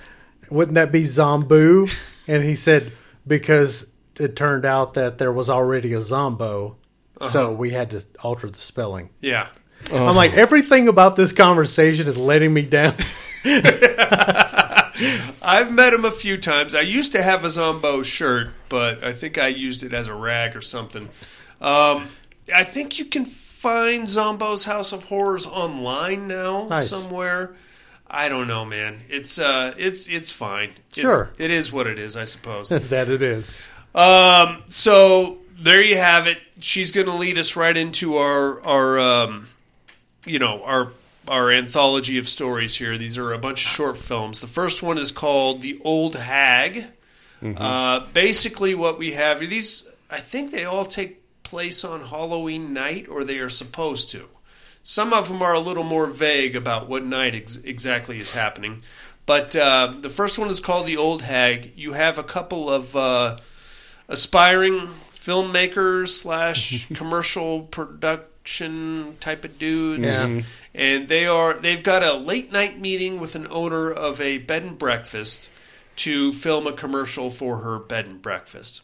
[SPEAKER 1] Wouldn't that be Zombu? And he said, because it turned out that there was already a Zombo,
[SPEAKER 3] Uh-huh.
[SPEAKER 1] so we had to alter the spelling.
[SPEAKER 3] Yeah.
[SPEAKER 1] I'm like, everything about this conversation is letting me down.
[SPEAKER 3] I've met him a few times. I used to have a Zombo shirt, but I think I used it as a rag or something. Um, I think you can find Zombo's House of Horrors online now
[SPEAKER 1] Nice.
[SPEAKER 3] somewhere. I don't know, man. It's uh, it's it's fine. It's-
[SPEAKER 1] Sure.
[SPEAKER 3] it is what it is, I suppose.
[SPEAKER 1] that it is.
[SPEAKER 3] Um, so there you have it. She's going to lead us right into our our um, you know our our anthology of stories here. These are a bunch of short films. The first one is called The Old Hag. Uh, basically, what we have here, these I think they all take place on Halloween night, or they are supposed to. Some of them are a little more vague about what night ex- exactly is happening. But uh, the first one is called The Old Hag. You have a couple of uh, aspiring filmmakers slash commercial production type of dudes,
[SPEAKER 1] Mm-hmm.
[SPEAKER 4] Yeah.
[SPEAKER 3] and they are they've got a late night meeting with an owner of a bed and breakfast to film a commercial for her bed and breakfast.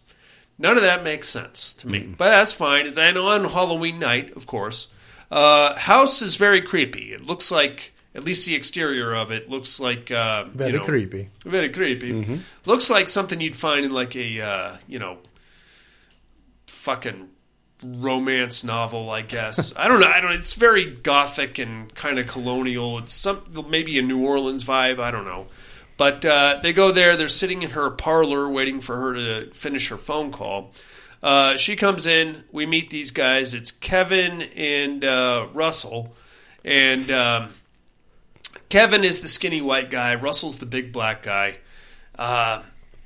[SPEAKER 3] None of that makes sense to me, but that's fine. It's and on Halloween night, of course. Uh, house is very creepy. It looks like at least the exterior of it looks like uh,
[SPEAKER 1] Very
[SPEAKER 3] you know,
[SPEAKER 1] creepy.
[SPEAKER 3] Very creepy. Looks like something you'd find in like a uh, you know fucking romance novel, I guess. I don't know. I don't. It's very gothic and kind of colonial. It's some maybe a New Orleans vibe. I don't know. But uh, they go there. They're sitting in her parlor waiting for her to finish her phone call. Uh, she comes in. We meet these guys. It's Kevin and uh, Russell, and um, Kevin is the skinny white guy. Russell's the big black guy. Uh,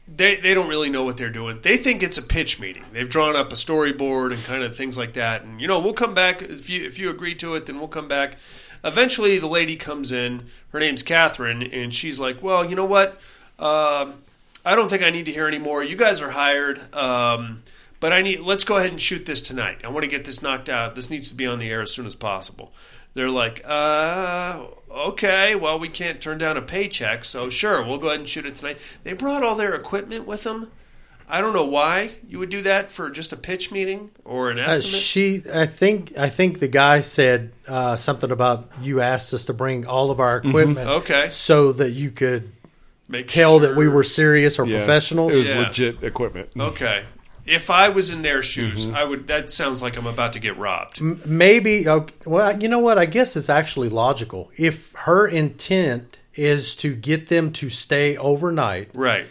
[SPEAKER 3] they they don't really know what they're doing. They think it's a pitch meeting. They've drawn up a storyboard and kind of things like that. And you know, we'll come back if you if you agree to it, then we'll come back. Eventually, the lady comes in. Her name's Catherine, and she's like, "Well, you know what? Um, I don't think I need to hear anymore. You guys are hired." Um, but I need. Let's go ahead and shoot this tonight. I want to get this knocked out. This needs to be on the air as soon as possible. They're like, uh, okay. Well, we can't turn down a paycheck, so sure, we'll go ahead and shoot it tonight. They brought all their equipment with them. I don't know why you would do that for just a pitch meeting or an
[SPEAKER 1] Uh,
[SPEAKER 3] estimate.
[SPEAKER 1] she, I think, I think the guy said uh, something about you asked us to bring all of our equipment,
[SPEAKER 3] Mm-hmm. Okay.
[SPEAKER 1] so that you could
[SPEAKER 3] Make
[SPEAKER 1] tell that we
[SPEAKER 3] sure-
[SPEAKER 1] were serious or professionals.
[SPEAKER 4] It was legit equipment.
[SPEAKER 3] okay. If I was in their shoes, I would. That sounds like I'm about to get robbed.
[SPEAKER 1] Mm-hmm. M- Maybe. Okay, well, you know what? I guess it's actually logical. If her intent is to get them to stay overnight,
[SPEAKER 3] Right.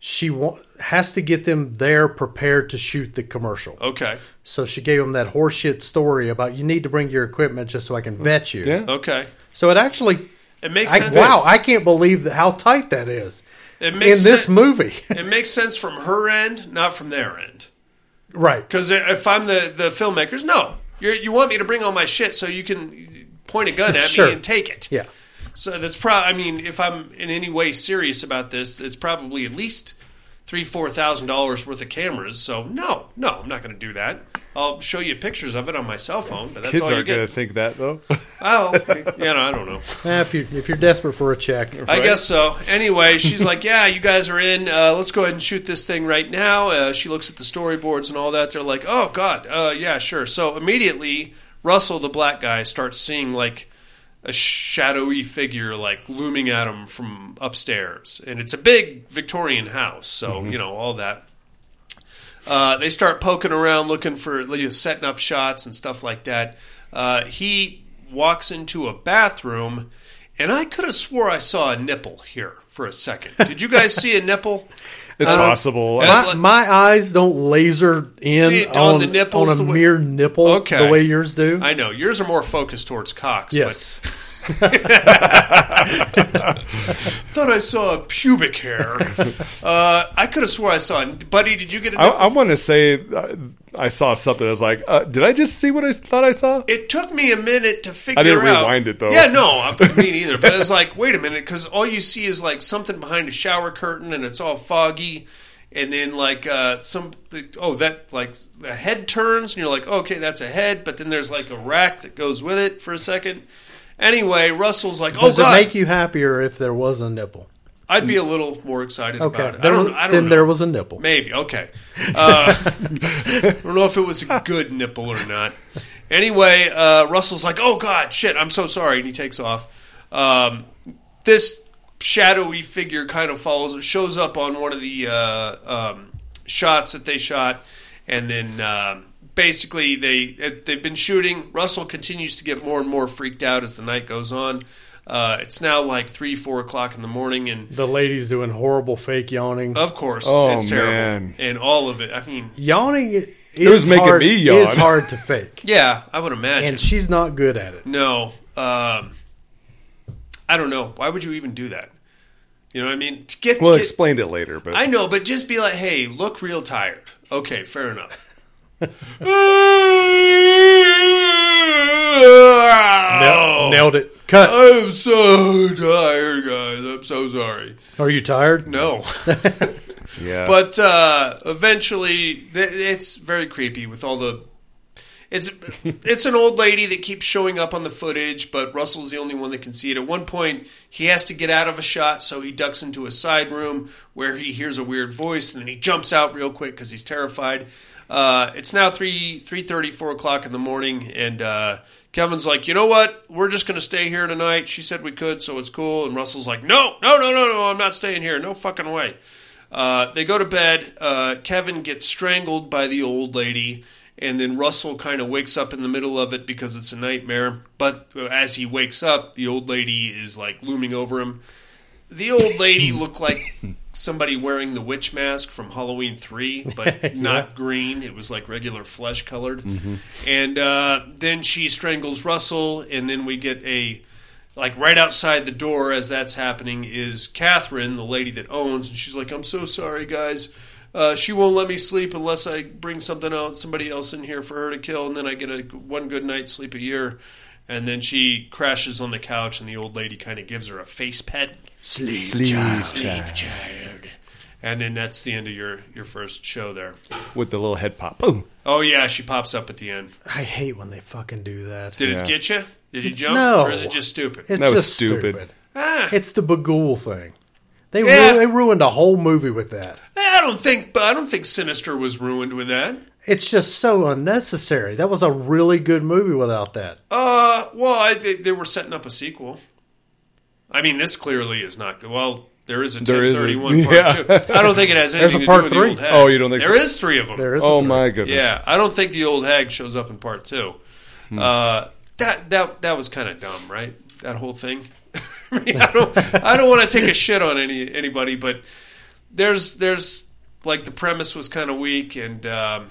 [SPEAKER 1] she wa- has to get them there prepared to shoot the commercial.
[SPEAKER 3] Okay.
[SPEAKER 1] So she gave them that horseshit story about you need to bring your equipment just so I can vet you.
[SPEAKER 3] Okay.
[SPEAKER 1] So it actually.
[SPEAKER 3] It makes
[SPEAKER 1] I-
[SPEAKER 3] sense.
[SPEAKER 1] Wow, I can't believe that, how tight that is
[SPEAKER 3] It
[SPEAKER 1] in
[SPEAKER 3] makes
[SPEAKER 1] this
[SPEAKER 3] sen-
[SPEAKER 1] movie.
[SPEAKER 3] it makes sense from her end, not from their end.
[SPEAKER 1] right.
[SPEAKER 3] Because if I'm the, the filmmakers, no, You're, you want me to bring all my shit so you can point a gun at
[SPEAKER 1] Sure.
[SPEAKER 3] me and take it.
[SPEAKER 1] Yeah.
[SPEAKER 3] So that's probably. I mean, if I'm in any way serious about this, it's probably at least three, four thousand dollars worth of cameras. So no, no, I'm not going to do that. I'll show you pictures of it on my cell phone, but that's
[SPEAKER 4] Kids
[SPEAKER 3] all you
[SPEAKER 4] aren't going
[SPEAKER 3] get.
[SPEAKER 4] to think that though.
[SPEAKER 3] Oh, you know, I don't know.
[SPEAKER 1] Eh, if, you, if you're desperate for a check.
[SPEAKER 3] I guess so. Anyway, she's like, "Yeah, you guys are in. Uh, let's go ahead and shoot this thing right now." Uh, she looks at the storyboards and all that. They're like, "Oh God, uh, yeah, sure." So immediately, Russell, the black guy, starts seeing like a shadowy figure like looming at him from upstairs, and it's a big Victorian house, so you know all that. Uh, they start poking around, looking for you know, setting up shots and stuff like that. Uh, he walks into a bathroom, and I could have swore I saw a nipple here for a second. Did you guys see a nipple?
[SPEAKER 4] It's
[SPEAKER 3] Uh,
[SPEAKER 4] possible.
[SPEAKER 1] My, my eyes don't laser in
[SPEAKER 3] See, on
[SPEAKER 1] on,
[SPEAKER 3] the nipples,
[SPEAKER 1] on a
[SPEAKER 3] the way-
[SPEAKER 1] mere nipple
[SPEAKER 3] Okay.
[SPEAKER 1] the way yours do.
[SPEAKER 3] I know yours are more focused towards cocks.
[SPEAKER 1] yes.
[SPEAKER 3] but thought I saw a pubic hair. uh, I could have swore I saw. it. Buddy, did you get a
[SPEAKER 4] I,
[SPEAKER 3] nipple?
[SPEAKER 4] I want to say uh, I saw something. I was like, uh, did I just see what I thought I saw?
[SPEAKER 3] It took me a minute to figure out.
[SPEAKER 4] I didn't rewind it, though.
[SPEAKER 3] Yeah, no, I me neither. But I was like, wait a minute, because all you see is like something behind a shower curtain, and it's all foggy, and then like uh, some oh that like the head turns, and you're like, okay, that's a head, but then there's like a rack that goes with it for a second. Anyway, Russell's like, oh
[SPEAKER 1] Does
[SPEAKER 3] god,
[SPEAKER 1] it make you happier if there was a nipple?
[SPEAKER 3] I'd be a little more excited
[SPEAKER 1] Okay.
[SPEAKER 3] about it. I
[SPEAKER 1] There
[SPEAKER 3] don't,
[SPEAKER 1] was-
[SPEAKER 3] I don't
[SPEAKER 1] then
[SPEAKER 3] know.
[SPEAKER 1] there was a nipple.
[SPEAKER 3] Maybe okay. Uh, I don't know if it was a good nipple or not. Anyway, uh, Russell's like, "Oh God, shit! I'm so sorry," and he takes off. Um, this shadowy figure kind of follows, shows up on one of the uh, um, shots that they shot, and then um, basically they they've been shooting. Russell continues to get more and more freaked out as the night goes on. Uh, it's now like three, four o'clock in the morning, and
[SPEAKER 1] The lady's doing horrible fake yawning.
[SPEAKER 3] of course,
[SPEAKER 4] Oh,
[SPEAKER 3] it's terrible,
[SPEAKER 4] man.
[SPEAKER 3] and all of it. I mean,
[SPEAKER 1] Yawning is
[SPEAKER 4] was making
[SPEAKER 1] hard,
[SPEAKER 4] me yawn.
[SPEAKER 1] is hard to fake.
[SPEAKER 3] yeah, I would imagine.
[SPEAKER 1] and she's not good at it.
[SPEAKER 3] no, um, I don't know. Why would you even do that? You know what I mean? To get,
[SPEAKER 4] Well,
[SPEAKER 3] get-
[SPEAKER 4] explained it later, but
[SPEAKER 3] I know, but just be like, "Hey, look real tired." Okay, fair enough.
[SPEAKER 1] Nail- nailed it. Cut.
[SPEAKER 3] I'm so tired, guys. I'm so sorry.
[SPEAKER 1] Are you tired?
[SPEAKER 3] No.
[SPEAKER 4] yeah.
[SPEAKER 3] But uh, eventually, th- it's very creepy with all the. It's it's an old lady that keeps showing up on the footage, but Russell's the only one that can see it. At one point, he has to get out of a shot, so he ducks into a side room where he hears a weird voice, and then he jumps out real quick because he's terrified. Uh, it's now three three thirty, four o'clock in the morning, and uh, Kevin's like, you know what? We're just gonna stay here tonight. She said we could, so it's cool. And Russell's like, no, no, no, no, no, I'm not staying here. No fucking way. Uh, they go to bed. Uh, Kevin gets strangled by the old lady, and then Russell kind of wakes up in the middle of it because it's a nightmare. But uh, as he wakes up, the old lady is like looming over him. The old lady looked like somebody wearing the witch mask from Halloween 3, but not green. It was like regular flesh colored.
[SPEAKER 4] Mhm.
[SPEAKER 3] And uh, then she strangles Russell, and then we get a like right outside the door as that's happening is Catherine, the lady that owns, and she's like, "I'm so sorry, guys. Uh, she won't let me sleep unless I bring something else, somebody else in here for her to kill, and then I get a one good night's sleep a year." And then she crashes on the couch, and the old lady kind of gives her a face pet.
[SPEAKER 1] Sleep, Sleep, child.
[SPEAKER 3] sleep, child. And then that's the end of your your first show there.
[SPEAKER 4] with the little head pop. Boom.
[SPEAKER 3] Oh yeah, she pops up at the end.
[SPEAKER 1] I hate when they fucking do that.
[SPEAKER 3] Did it get you? Did you jump?
[SPEAKER 1] No.
[SPEAKER 3] Or is it just stupid?
[SPEAKER 1] It's just stupid.
[SPEAKER 3] Ah.
[SPEAKER 1] It's the Bagul thing. They
[SPEAKER 3] Yeah.
[SPEAKER 1] ru- they ruined a whole movie with that.
[SPEAKER 3] I don't think I don't think Sinister was ruined with that.
[SPEAKER 1] It's just so unnecessary. That was a really good movie without that.
[SPEAKER 3] Uh, well, I they, they were setting up a sequel. I mean, this clearly is not good. Well, there is a
[SPEAKER 4] There is a-
[SPEAKER 3] 1031 part
[SPEAKER 4] yeah.
[SPEAKER 3] two. I don't think it has
[SPEAKER 4] There's a
[SPEAKER 3] anything to
[SPEAKER 4] part
[SPEAKER 3] do with
[SPEAKER 4] three.
[SPEAKER 3] the old hag.
[SPEAKER 4] Oh, you don't think
[SPEAKER 3] there
[SPEAKER 4] so?
[SPEAKER 3] is three of them?
[SPEAKER 4] There is a Oh, three. my goodness.
[SPEAKER 3] Yeah, I don't think the old hag shows up in part two.
[SPEAKER 4] Hmm.
[SPEAKER 3] Uh, that that that was kind of dumb, right? That whole thing. I, mean, I don't I don't want to take a shit on any anybody, but there's there's like the premise was kind of weak, and um,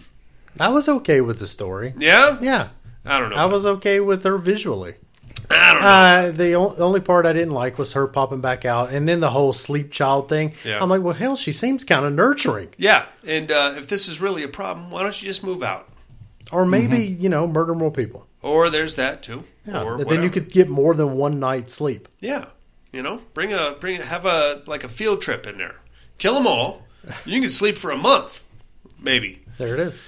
[SPEAKER 1] I was okay with the story.
[SPEAKER 3] yeah,
[SPEAKER 1] Yeah.
[SPEAKER 3] I don't know.
[SPEAKER 1] I was okay with her visually.
[SPEAKER 3] I don't know.
[SPEAKER 1] Uh, the o- the only part I didn't like was her popping back out, and then the whole sleep child thing.
[SPEAKER 3] Yeah.
[SPEAKER 1] I'm like, well, hell, she seems kind of nurturing,
[SPEAKER 3] Yeah, and uh, if this is really a problem, why don't you just move out?
[SPEAKER 1] or maybe you know, murder more people.
[SPEAKER 3] Or there's that too.
[SPEAKER 1] Yeah,
[SPEAKER 3] Or
[SPEAKER 1] and
[SPEAKER 3] whatever.
[SPEAKER 1] then you could get more than one night's sleep.
[SPEAKER 3] Yeah, you know, bring a bring have a like a field trip in there. Kill them all. You can sleep for a month, maybe.
[SPEAKER 1] There it is.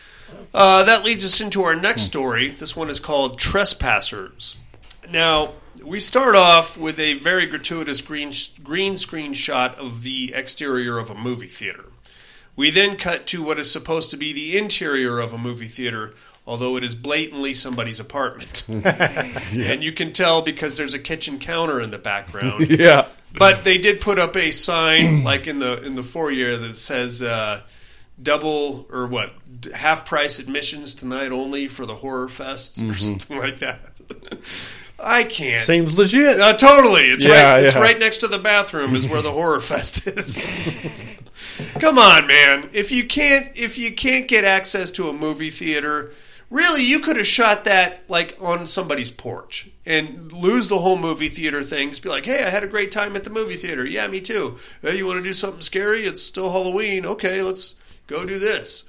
[SPEAKER 3] Uh, that leads us into our next story. This one is called Trespassers. Now, we start off with a very gratuitous green, green screen shot of the exterior of a movie theater. We then cut to what is supposed to be the interior of a movie theater, although it is blatantly somebody's apartment. And you can tell because there's a kitchen counter in the background.
[SPEAKER 4] Yeah.
[SPEAKER 3] But they did put up a sign, like in the in the foyer, that says uh, double or what d- half price admissions tonight only for the horror fests or
[SPEAKER 4] Mhm.
[SPEAKER 3] something like that. I can't.
[SPEAKER 1] Seems legit.
[SPEAKER 3] Uh, totally. It's
[SPEAKER 4] Yeah,
[SPEAKER 3] right. It's
[SPEAKER 4] yeah.
[SPEAKER 3] right next to the bathroom is where the horror fest is. Come on, man. If you can't if you can't get access to a movie theater, really you could have shot that like on somebody's porch and lose the whole movie theater thing. Just be like, "Hey, I had a great time at the movie theater." Yeah, me too. Hey, you want to do something scary? It's still Halloween. Okay, let's go do this.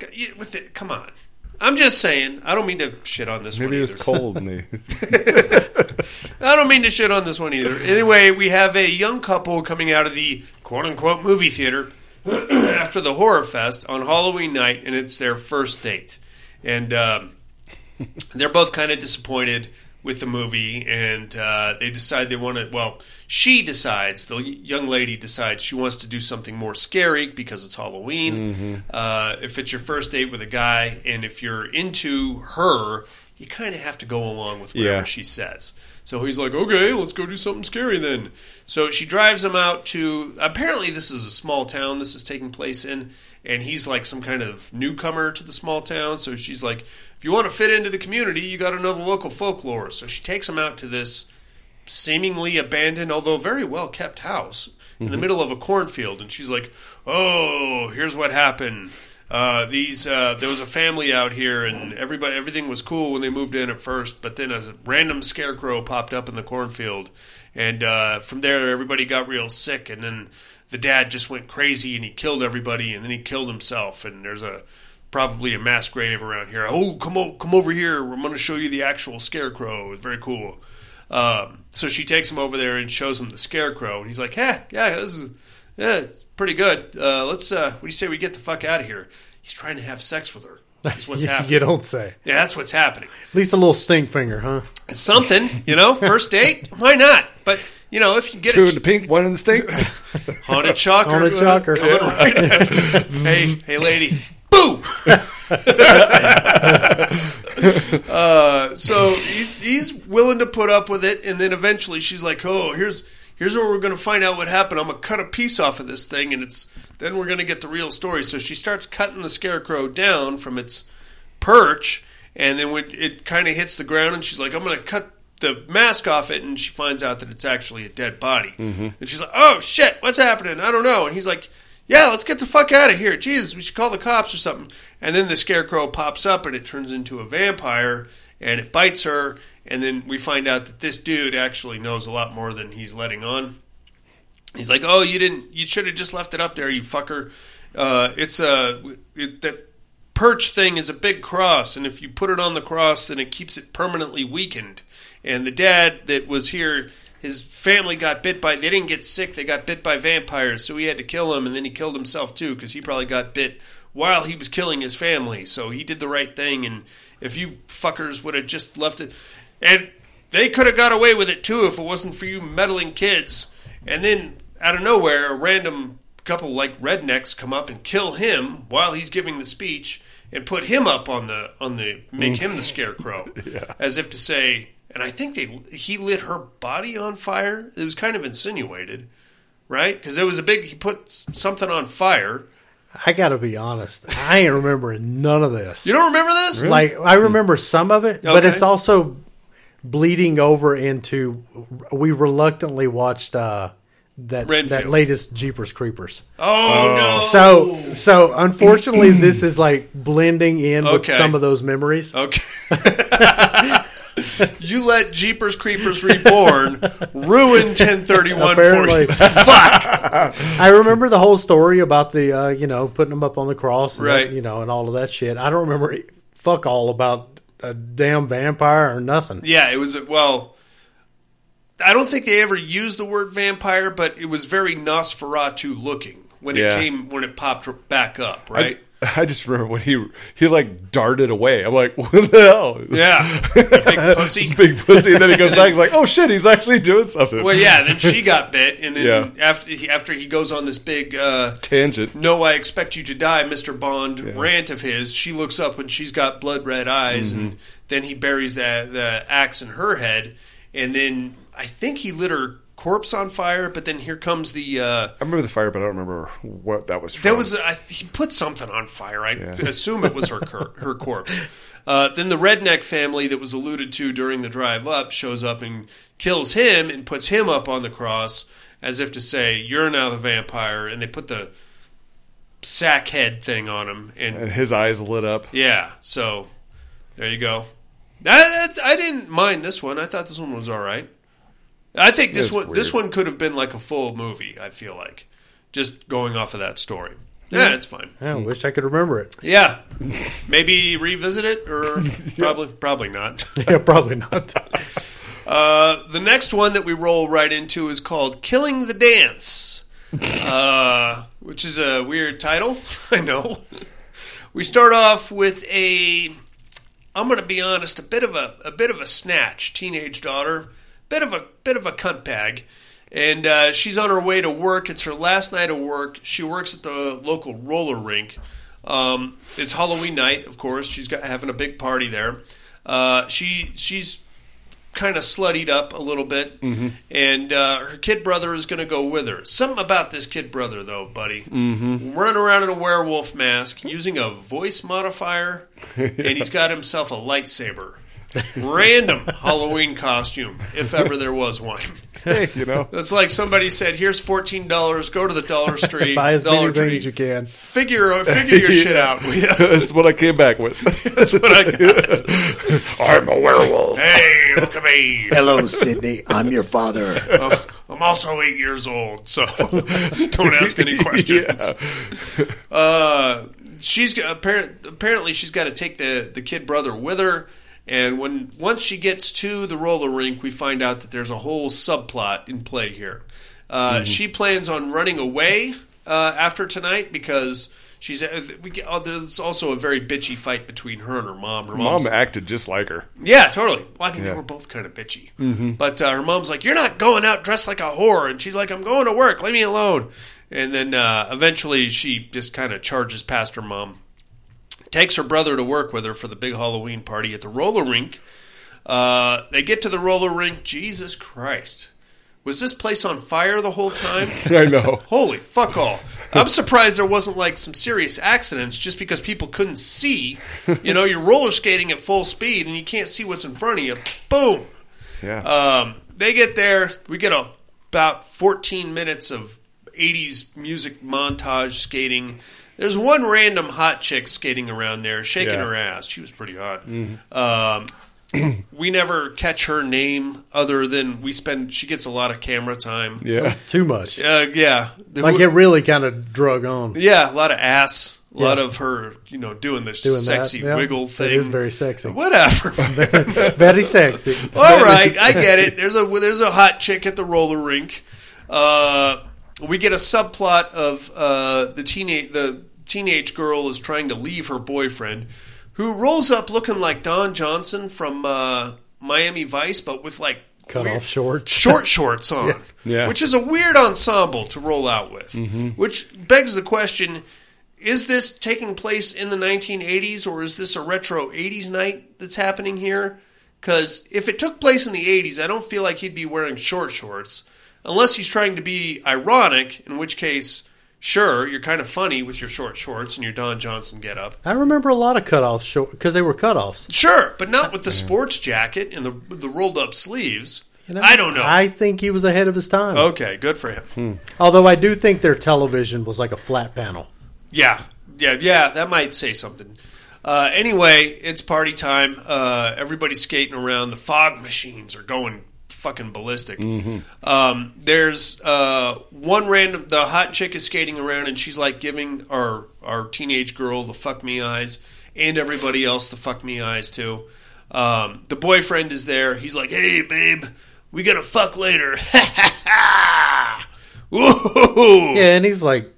[SPEAKER 3] G- you- With it, come on. I'm just saying. I don't mean to shit on this
[SPEAKER 4] Maybe
[SPEAKER 3] one
[SPEAKER 4] it was
[SPEAKER 3] either.
[SPEAKER 4] cold and they.
[SPEAKER 3] I don't mean to shit on this one either. Anyway, we have a young couple coming out of the quote unquote movie theater after the horror fest on Halloween night, and it's their first date. And um, they're both kind of disappointed with the movie, and uh, they decide they want to. Well, she decides, the young lady decides she wants to do something more scary because it's Halloween. Uh, if it's your first date with a guy, and if you're into her, you kind of have to go along with whatever
[SPEAKER 4] Yeah.
[SPEAKER 3] she says. So he's like, okay, let's go do something scary then. So she drives him out to. Apparently, this is a small town this is taking place in, and he's like some kind of newcomer to the small town. So she's like, if you want to fit into the community, you got to know the local folklore. So she takes him out to this seemingly abandoned, although very well kept house in the
[SPEAKER 4] Mhm.
[SPEAKER 3] middle of a cornfield, and she's like, "Oh, here's what happened. Uh, these uh, there was a family out here, and everybody everything was cool when they moved in at first, but then a random scarecrow popped up in the cornfield, and uh, from there everybody got real sick, and then the dad just went crazy and he killed everybody, and then he killed himself, and there's a probably a mass grave around here. Oh, come o- come over here. We're going to show you the actual scarecrow. It's very cool. Um, so she takes him over there and shows him the scarecrow, and he's like, "Yeah, yeah, this is yeah, it's pretty good. Uh, let's uh, what do you say we get the fuck out of here?" He's trying to have sex with her. That's what's
[SPEAKER 1] You-
[SPEAKER 3] happening.
[SPEAKER 1] you don't say.
[SPEAKER 3] Yeah, that's what's happening.
[SPEAKER 1] At least a little stink finger, huh?
[SPEAKER 3] Something, you know, first date, why not? But you know, if you get
[SPEAKER 1] Two
[SPEAKER 3] a
[SPEAKER 1] in the pink, one in the stink.
[SPEAKER 3] haunted chalker,
[SPEAKER 1] Haunted
[SPEAKER 3] uh,
[SPEAKER 1] chalker.
[SPEAKER 3] coming
[SPEAKER 1] Yeah.
[SPEAKER 3] right at you. hey, hey, lady, boo. uh, so he's he's willing to put up with it, and then eventually she's like, "Oh, here's here's where we're going to find out what happened. I'm gonna cut a piece off of this thing, and it's then we're gonna get the real story." So she starts cutting the scarecrow down from its perch, and then when it kind of hits the ground, and she's like, "I'm gonna cut." The mask off it, and she finds out that it's actually a dead body.
[SPEAKER 13] Mhm.
[SPEAKER 3] And she's like, "Oh shit, what's happening? I don't know." And he's like, "Yeah, let's get the fuck out of here. Jesus, we should call the cops or something." And then the scarecrow pops up and it turns into a vampire and it bites her. And then we find out that this dude actually knows a lot more than he's letting on. He's like, "Oh, you didn't. You should have just left it up there, you fucker. Uh, it's a it, that perch thing is a big cross, and if you put it on the cross, then it keeps it permanently weakened. And the dad that was here, his family got bit by. They didn't get sick. They got bit by vampires, so he had to kill him, and then he killed himself too because he probably got bit while he was killing his family. So he did the right thing, and if you fuckers would have just left it, and they could have got away with it too if it wasn't for you meddling kids. And then out of nowhere, a random couple like rednecks come up and kill him while he's giving the speech and put him up on the on the make him the scarecrow as if to say and I think they he lit her body on fire. It was kind of insinuated, right? Because it was a big he put s- something on fire.
[SPEAKER 1] I gotta be honest. I ain't remembering none of this.
[SPEAKER 3] You don't remember this?
[SPEAKER 1] Like I remember some of it, but
[SPEAKER 3] Okay.
[SPEAKER 1] it's also bleeding over into. We reluctantly watched uh, that
[SPEAKER 3] Renfield.
[SPEAKER 1] that latest Jeepers Creepers.
[SPEAKER 3] Oh, no.
[SPEAKER 1] So so unfortunately, this is like blending in with
[SPEAKER 3] Okay.
[SPEAKER 1] some of those memories.
[SPEAKER 3] Okay. you let Jeepers Creepers Reborn ruin 1031
[SPEAKER 1] Apparently,
[SPEAKER 3] for you. Fuck.
[SPEAKER 1] I remember the whole story about the uh, you know putting them up on the cross, and
[SPEAKER 3] Right.
[SPEAKER 1] That, you know, and all of that shit. I don't remember fuck all about a damn vampire or nothing.
[SPEAKER 3] Yeah, it was well. I don't think they ever used the word vampire, but it was very Nosferatu looking when
[SPEAKER 4] Yeah.
[SPEAKER 3] it came when it popped back up, right?
[SPEAKER 4] I, I just remember when he he like darted away. I'm like, what the hell?
[SPEAKER 3] yeah, big pussy,
[SPEAKER 4] big pussy. And then he goes back. He's like, oh shit, he's actually doing something.
[SPEAKER 3] well, yeah. Then she got bit, and then
[SPEAKER 4] Yeah.
[SPEAKER 3] after he, after he goes on this big uh,
[SPEAKER 4] tangent.
[SPEAKER 3] No, I expect you to die, Mister Bond rant of his. She looks up when she's got blood red eyes,
[SPEAKER 4] Mhm.
[SPEAKER 3] and then he buries the the axe in her head, and then I think he lit her corpse on fire. But then here comes the. Uh,
[SPEAKER 4] I remember the fire, but I don't remember what that was. From.
[SPEAKER 3] There was I, he put something on fire. I
[SPEAKER 4] Yeah.
[SPEAKER 3] assume it was her cor- her corpse. Uh, then the redneck family that was alluded to during the drive up shows up and kills him and puts him up on the cross as if to say you're now the vampire, and they put the sack head thing on him and,
[SPEAKER 4] and his eyes lit up.
[SPEAKER 3] yeah. So there you go. That- that's- I didn't mind this one. I thought this one was all right. I think this
[SPEAKER 4] It's
[SPEAKER 3] one this
[SPEAKER 4] weird.
[SPEAKER 3] one could have been like a full movie. I feel like just going off of that story. Yeah, it's fine.
[SPEAKER 1] I wish I could remember it.
[SPEAKER 3] Yeah, maybe revisit it or probably probably not.
[SPEAKER 1] Yeah, probably not.
[SPEAKER 3] Uh, the next one that we roll right into is called "Killing the Dance," uh, which is a weird title. I know. We start off with a. I'm going to be honest, a bit of a a bit of a snatch teenage daughter, bit of a bit of a cunt bag, and uh, she's on her way to work. It's her last night of work. She works at the local roller rink. Um, it's Halloween night, of course. She's got having a big party there. Uh, she she's kind of sluttied up a little bit,
[SPEAKER 1] Mm-hmm.
[SPEAKER 13] Mhm.
[SPEAKER 3] and uh, her kid brother is going to go with her. Something about this kid brother, though, buddy.
[SPEAKER 1] Mm-hmm.
[SPEAKER 13] Mhm.
[SPEAKER 3] Running around in a werewolf mask, using a voice modifier, and he's got himself a lightsaber. Random Halloween costume, if ever there was one.
[SPEAKER 4] Hey, you know.
[SPEAKER 3] That's like somebody said, "Here's fourteen dollars. Go to the dollar street,
[SPEAKER 1] Buy as
[SPEAKER 3] dollar
[SPEAKER 1] many things
[SPEAKER 3] tree.
[SPEAKER 1] as you can.
[SPEAKER 3] Figure figure your shit out.
[SPEAKER 4] That's what I came back with.
[SPEAKER 3] That's what I got.
[SPEAKER 4] I'm a werewolf.
[SPEAKER 3] Hey, look at me.
[SPEAKER 14] Hello, Sydney. I'm your father.
[SPEAKER 3] Uh, I'm also eight years old, so don't ask any questions. Uh, she's g- apparent, apparently she's got to take the the kid brother with her. And when once she gets to the roller rink, we find out that there's a whole subplot in play here. Uh,
[SPEAKER 14] Mm-hmm.
[SPEAKER 13] Mhm.
[SPEAKER 3] She plans on running away uh, after tonight because she's. uh, We get, oh, there's also a very bitchy fight between her and her mom. Her mom's
[SPEAKER 4] Mom acted just like her.
[SPEAKER 3] yeah, totally. Well, I mean, they
[SPEAKER 4] Yeah.
[SPEAKER 3] were both kind of bitchy.
[SPEAKER 4] Mhm.
[SPEAKER 3] But uh, her mom's like, "You're not going out dressed like a whore," and she's like, "I'm going to work. Leave me alone." And then uh, eventually, she just kind of charges past her mom, takes her brother to work with her for the big Halloween party at the roller rink. Uh, they get to the roller rink. Jesus Christ, was this place on fire the whole time?
[SPEAKER 4] I know.
[SPEAKER 3] Holy fuck all. I'm surprised there wasn't like some serious accidents just because people couldn't see. You know, you're roller skating at full speed and you can't see what's in front of you. Boom.
[SPEAKER 4] Yeah.
[SPEAKER 3] Um, they get there. We get a, about 14 minutes of 80s music montage skating. There's one random hot chick skating around there, shaking
[SPEAKER 13] Yeah.
[SPEAKER 3] her ass. She was pretty hot.
[SPEAKER 13] Mhm.
[SPEAKER 3] Um, we never catch her name other than we spend. She gets a lot of camera time.
[SPEAKER 1] Yeah. Too much.
[SPEAKER 3] Uh, yeah, The-
[SPEAKER 1] Like it really kind of drug on.
[SPEAKER 3] yeah, a lot of ass, a lot
[SPEAKER 1] Yeah.
[SPEAKER 3] of her, you know, doing this
[SPEAKER 1] Doing that,
[SPEAKER 3] sexy
[SPEAKER 1] yeah.
[SPEAKER 3] wiggle
[SPEAKER 1] That
[SPEAKER 3] thing.
[SPEAKER 1] is very sexy.
[SPEAKER 3] Whatever.
[SPEAKER 1] Very sexy.
[SPEAKER 3] All
[SPEAKER 1] Very
[SPEAKER 3] right, I get
[SPEAKER 1] sexy.
[SPEAKER 3] it. There's a there's a hot chick at the roller rink. Uh, we get a subplot of uh, the teenage the teenage girl is trying to leave her boyfriend, who rolls up looking like Don Johnson from uh, Miami Vice, but with like
[SPEAKER 1] Cut
[SPEAKER 3] weird-
[SPEAKER 1] off short.
[SPEAKER 3] short shorts on,
[SPEAKER 1] Yeah. Yeah.
[SPEAKER 3] which is a weird ensemble to roll out with.
[SPEAKER 1] Mhm.
[SPEAKER 3] Which begs the question: Is this taking place in the 1980s, or is this a retro 80s night that's happening here? Because if it took place in the 80s, I don't feel like he'd be wearing short shorts, unless he's trying to be ironic. In which case, sure, you're kind of funny with your short shorts and your Don Johnson getup.
[SPEAKER 1] I remember a lot of cutoffs short because they were cutoffs.
[SPEAKER 3] Sure, but not with the sports jacket and the the rolled up sleeves. I don't know.
[SPEAKER 1] I think he was ahead of his time.
[SPEAKER 3] okay, good for him.
[SPEAKER 1] Although I do think their television was like a flat panel.
[SPEAKER 3] Yeah, yeah, yeah. That might say something. Uh, anyway, it's party time. Uh, everybody's skating around. The fog machines are going fucking ballistic. Um, there's uh, one random. The hot chick is skating around, and she's like giving our our teenage girl the fuck me eyes, and everybody else the fuck me eyes too. Um, the boyfriend is there. He's like, "Hey, babe, we gonna fuck later."
[SPEAKER 1] Yeah, and he's like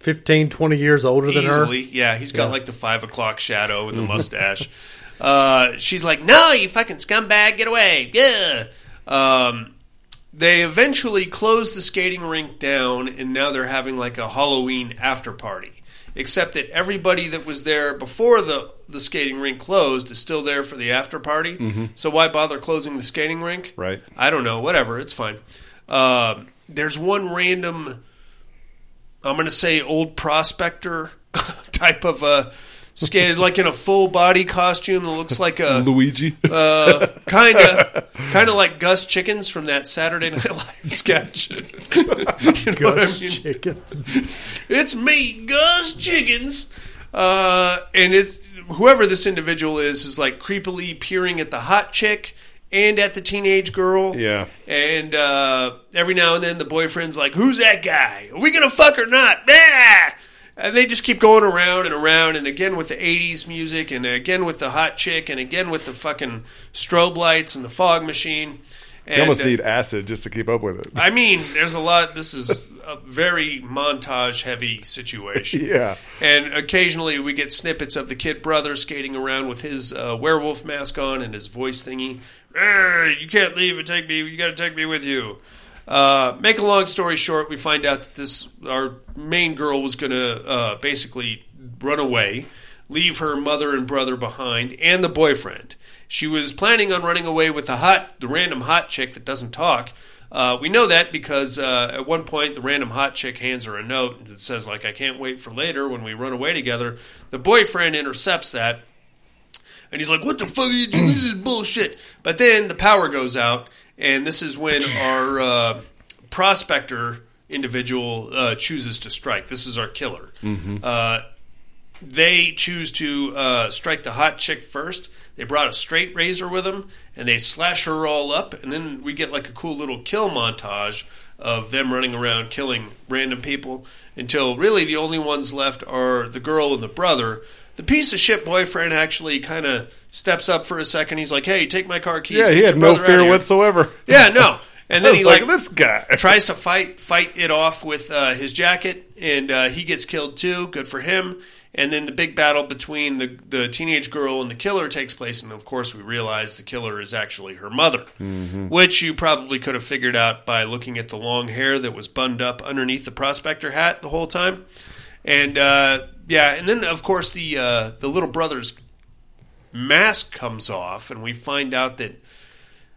[SPEAKER 1] 15, 20 years older than
[SPEAKER 3] easily.
[SPEAKER 1] her.
[SPEAKER 3] Yeah, he's got
[SPEAKER 1] Yeah.
[SPEAKER 3] like the five o'clock shadow and the
[SPEAKER 1] Mhm.
[SPEAKER 3] mustache. uh, she's like, "No, you fucking scumbag, get away!" Yeah. Um, they eventually close the skating rink down, and now they're having like a Halloween after party. Except that everybody that was there before the the skating rink closed is still there for the after party.
[SPEAKER 1] Mm-hmm.
[SPEAKER 4] Mhm.
[SPEAKER 3] So why bother closing the skating rink?
[SPEAKER 4] Right.
[SPEAKER 3] I don't know. Whatever. It's fine. Um, there's one random. I'm going to say old prospector type of a skate, like in a full body costume that looks like a
[SPEAKER 4] Luigi.
[SPEAKER 3] uh, kind of, kind of like Gus Chickens from that Saturday Night Live sketch. you know what I
[SPEAKER 1] Gus
[SPEAKER 3] mean?
[SPEAKER 1] Chickens.
[SPEAKER 3] It's me, Gus Chickens. Uh, and it's whoever this individual is is like creepily peering at the hot chick and at the teenage girl.
[SPEAKER 4] Yeah.
[SPEAKER 3] And uh, every now and then the boyfriend's like, "Who's that guy? Are we gonna fuck or not?" Ah! And they just keep going around and around, and again with the '80s music, and again with the hot chick, and again with the fucking strobe lights and the fog machine.
[SPEAKER 4] You
[SPEAKER 3] And,
[SPEAKER 4] almost
[SPEAKER 3] uh,
[SPEAKER 4] need acid just to keep up with it.
[SPEAKER 3] I mean, there's a lot. This is a very montage heavy situation.
[SPEAKER 4] Yeah.
[SPEAKER 3] And occasionally we get snippets of the kid brother skating around with his uh, werewolf mask on and his voice thingy. "Arr, You can't leave and take me. You got to take me with you. Uh, make a long story short, we find out that this our main girl was going to uh, basically run away, leave her mother and brother behind, and the boyfriend. She was planning on running away with the hot, the random hot chick that doesn't talk. Uh, we know that because uh, at one point the random hot chick hands her a note that says like I can't wait for later when we run away together. The boyfriend intercepts that and he's like, "What the fuck? Are you doing? This is bullshit." But then the power goes out, and this is when our uh, prospector individual uh, chooses to strike. This is our killer.
[SPEAKER 13] Mhm.
[SPEAKER 3] Uh, they choose to uh, strike the hot chick first. They brought a straight razor with them, and they slash her all up, and then we get like a cool little kill montage of them running around killing random people until really the only ones left are the girl and the brother. The piece of shit boyfriend actually kind of steps up for a second. He's like, "Hey, take my car keys."
[SPEAKER 4] Yeah,
[SPEAKER 3] get
[SPEAKER 4] he
[SPEAKER 3] your
[SPEAKER 4] had no
[SPEAKER 3] brother out of
[SPEAKER 4] fear
[SPEAKER 3] here."
[SPEAKER 4] whatsoever.
[SPEAKER 3] Yeah, no. And
[SPEAKER 4] I
[SPEAKER 3] then
[SPEAKER 4] was
[SPEAKER 3] he like,
[SPEAKER 4] this guy
[SPEAKER 3] tries to fight fight it off with uh, his jacket, and uh, he gets killed too. Good for him. And then the big battle between the the teenage girl and the killer takes place, and of course we realize the killer is actually her mother,
[SPEAKER 4] Mm-hmm.
[SPEAKER 13] Mhm.
[SPEAKER 3] which you probably could have figured out by looking at the long hair that was bunned up underneath the prospector hat the whole time. And uh, yeah, and then of course the uh, the little brother's mask comes off, and we find out that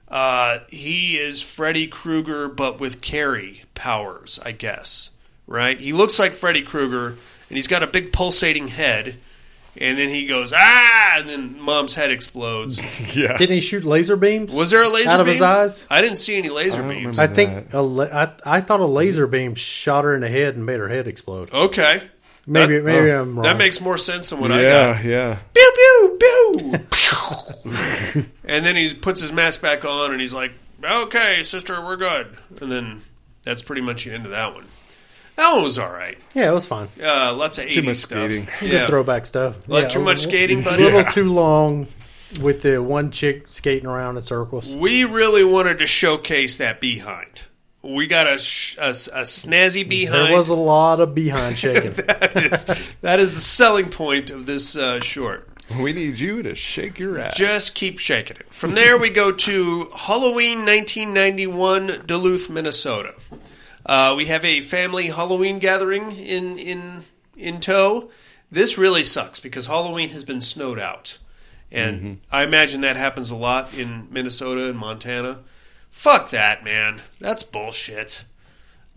[SPEAKER 3] uh, he is Freddy Krueger, but with carry powers, I guess. Right? He looks like Freddy Krueger, and he's got a big pulsating head. And then he goes ah, and then mom's head explodes.
[SPEAKER 4] yeah.
[SPEAKER 1] Didn't he shoot laser beams?
[SPEAKER 3] Was there a laser
[SPEAKER 1] out of
[SPEAKER 3] beam?
[SPEAKER 1] his eyes?
[SPEAKER 3] I didn't see any laser beams.
[SPEAKER 1] I think a la- I, I thought a laser beam shot her in the head and made her head explode.
[SPEAKER 3] Okay.
[SPEAKER 1] Maybe
[SPEAKER 3] Oh, That- oh,
[SPEAKER 1] maybe I'm wrong.
[SPEAKER 3] That makes more sense than what I got.
[SPEAKER 4] yeah, yeah.
[SPEAKER 3] Pew pew pew. and then he puts his mask back on, and he's like, "Okay, sister, we're good." And then that's pretty much the end of that one. That one was all right.
[SPEAKER 1] Yeah, it was fine.
[SPEAKER 3] Uh, lots of 80s
[SPEAKER 4] Too much
[SPEAKER 3] stuff.
[SPEAKER 4] skating.
[SPEAKER 1] Some
[SPEAKER 3] Yeah.
[SPEAKER 1] Good throwback stuff.
[SPEAKER 3] A little too much
[SPEAKER 1] a-
[SPEAKER 3] skating, buddy?
[SPEAKER 1] A little
[SPEAKER 3] Yeah.
[SPEAKER 1] too long with the one chick skating around in circles.
[SPEAKER 3] We really wanted to showcase that behind. We got a, sh- a, s- a snazzy behind.
[SPEAKER 1] There was a lot of behind shaking.
[SPEAKER 3] that, is, that is the selling point of this uh, short.
[SPEAKER 4] We need you to shake your ass.
[SPEAKER 3] Just keep shaking it. From there, we go to Halloween 1991, Duluth, Minnesota. Uh, we have a family Halloween gathering in in in tow. This really sucks because Halloween has been snowed out, and
[SPEAKER 13] Mhm.
[SPEAKER 3] I imagine that happens a lot in Minnesota and Montana. Fuck that, man. That's bullshit.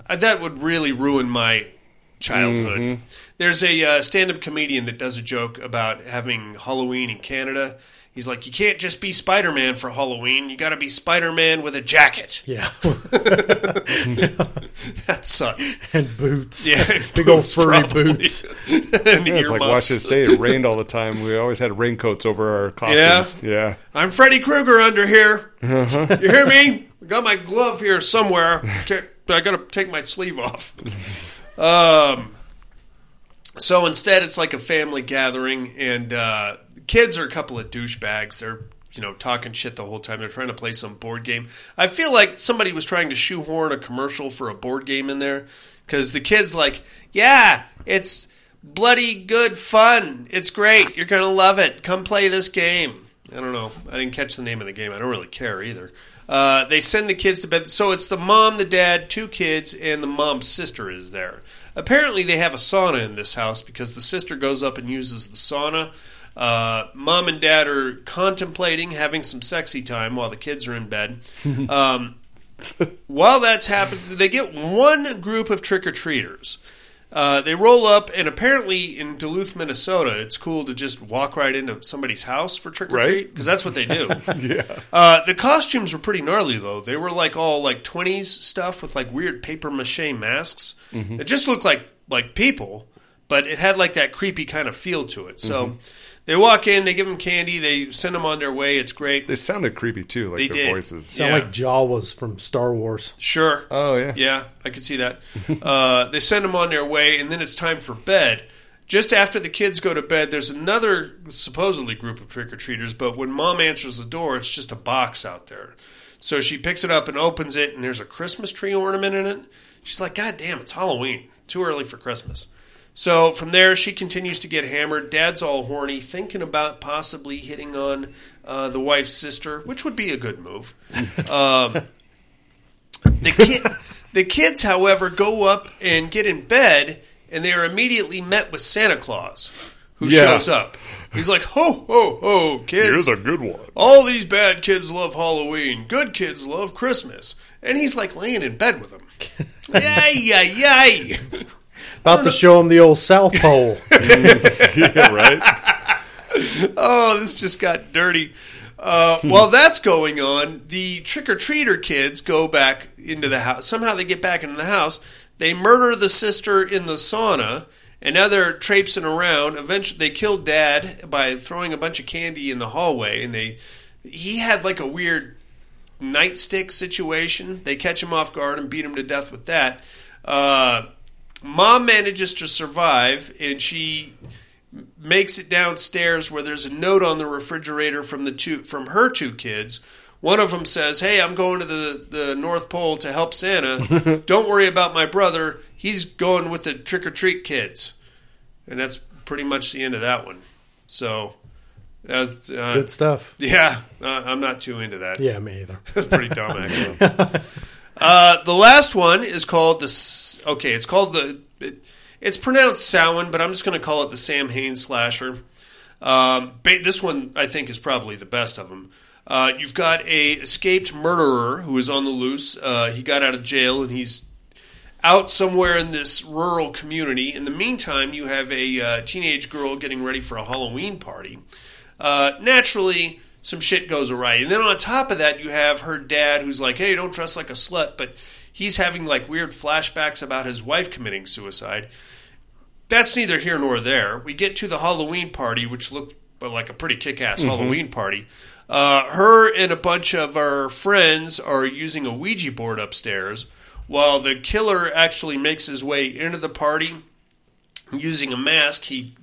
[SPEAKER 3] Uh, that would really ruin my childhood. There's a uh, stand-up comedian that does a joke about having Halloween in Canada. He's like, you can't just be Spider-Man for Halloween. You got to be Spider-Man with a jacket.
[SPEAKER 1] Yeah.
[SPEAKER 3] that sucks.
[SPEAKER 1] And boots.
[SPEAKER 3] Yeah,
[SPEAKER 1] Big old
[SPEAKER 3] boots,
[SPEAKER 1] furry
[SPEAKER 3] probably.
[SPEAKER 1] boots.
[SPEAKER 3] and
[SPEAKER 4] Yeah, it's like Washington State. It rained all the time. We always had raincoats over our costumes. Yeah.
[SPEAKER 3] I'm Freddy Krueger under here.
[SPEAKER 4] Uh-huh.
[SPEAKER 3] You hear me? I got my glove here somewhere. Can't, I got to take my sleeve off. Um, so instead, it's like a family gathering, and uh, the kids are a couple of douchebags. They're you know talking shit the whole time. They're trying to play some board game. I feel like somebody was trying to shoehorn a commercial for a board game in there because the kids like, yeah, it's bloody good fun. It's great. You're gonna love it. Come play this game. I don't know. I didn't catch the name of the game. I don't really care either. Uh, they send the kids to bed. So it's the mom, the dad, two kids, and the mom's sister is there. Apparently, they have a sauna in this house because the sister goes up and uses the sauna. Uh, mom and dad are contemplating having some sexy time while the kids are in bed. Um, while that's happening, they get one group of trick or treaters. Uh, they roll up, and apparently in Duluth, Minnesota, it's cool to just walk right into somebody's house for trick or
[SPEAKER 4] Right?
[SPEAKER 3] treat because that's what they do.
[SPEAKER 4] Yeah.
[SPEAKER 3] Uh, the costumes were pretty gnarly though. They were like all like twenties stuff with like weird paper mache masks.
[SPEAKER 13] Mhm.
[SPEAKER 4] Mm-hmm.
[SPEAKER 3] It just looked like like people, but it had like that creepy kind of feel to it. So
[SPEAKER 4] Mhm.
[SPEAKER 3] they walk in, they give them candy, they send them on their way. It's great.
[SPEAKER 4] They sounded creepy too, like
[SPEAKER 3] They
[SPEAKER 4] their
[SPEAKER 3] did.
[SPEAKER 4] voices.
[SPEAKER 1] Sound like Jawas from Star Wars.
[SPEAKER 3] Sure.
[SPEAKER 4] Oh yeah.
[SPEAKER 3] Yeah, I could see that. uh, they send them on their way, and then it's time for bed. Just after the kids go to bed, there's another supposedly group of trick or treaters, but when mom answers the door, it's just a box out there. So she picks it up and opens it, and there's a Christmas tree ornament in it. She's like, God damn, it's Halloween. Too early for Christmas. So from there, she continues to get hammered. Dad's all horny, thinking about possibly hitting on uh, the wife's sister, which would be a good move. Um, the kid, the kids, however, go up and get in bed, and they are immediately met with Santa Claus, who
[SPEAKER 4] Yeah.
[SPEAKER 3] shows up. He's like, "Ho, ho, ho, kids!
[SPEAKER 4] You're the good one."
[SPEAKER 3] All these bad kids love Halloween. Good kids love Christmas." And he's like laying in bed with them. yay, yay, yay!
[SPEAKER 1] About to show him the old South Pole.
[SPEAKER 4] yeah, right.
[SPEAKER 3] oh, this just got dirty. Uh, while that's going on, the trick or treater kids go back into the house. Somehow they get back into the house. They murder the sister in the sauna, And now they're traipsing around. Eventually, they killed Dad by throwing a bunch of candy in the hallway, and they he had like a weird nightstick situation. They catch him off guard and beat him to death with that. Uh, Mom manages to survive, and she makes it downstairs where there's a note on the refrigerator from the two from her two kids. One of them says, "Hey, I'm going to the, the North Pole to help Santa. Don't worry about my brother. He's going with the trick or treat kids." And that's pretty much the end of that one. So that's uh,
[SPEAKER 1] Good stuff.
[SPEAKER 3] Yeah, uh, I'm not too into that.
[SPEAKER 1] Yeah, me either.
[SPEAKER 3] that's pretty dumb, actually. uh, the last one is called the. S- Okay, it's called the. it- it's pronounced Samhain, but I'm just going to call it the Sam Haines slasher. Um, ba- this one I think is probably the best of them. Uh, you've got a escaped murderer who is on the loose. Uh, he got out of jail and he's out somewhere in this rural community. In the meantime, you have a uh, teenage girl getting ready for a Halloween party. Uh, naturally, some shit goes awry. And then on top of that, you have her dad who's like, hey, don't dress like a slut, but he's having like weird flashbacks about his wife committing suicide. That's neither here nor there. We get to the Halloween party, which looked well, like a pretty kick ass
[SPEAKER 13] Mhm.
[SPEAKER 3] Halloween party. Uh, her and a bunch of her friends are using a Ouija board upstairs while the killer actually makes his way into the party using a mask he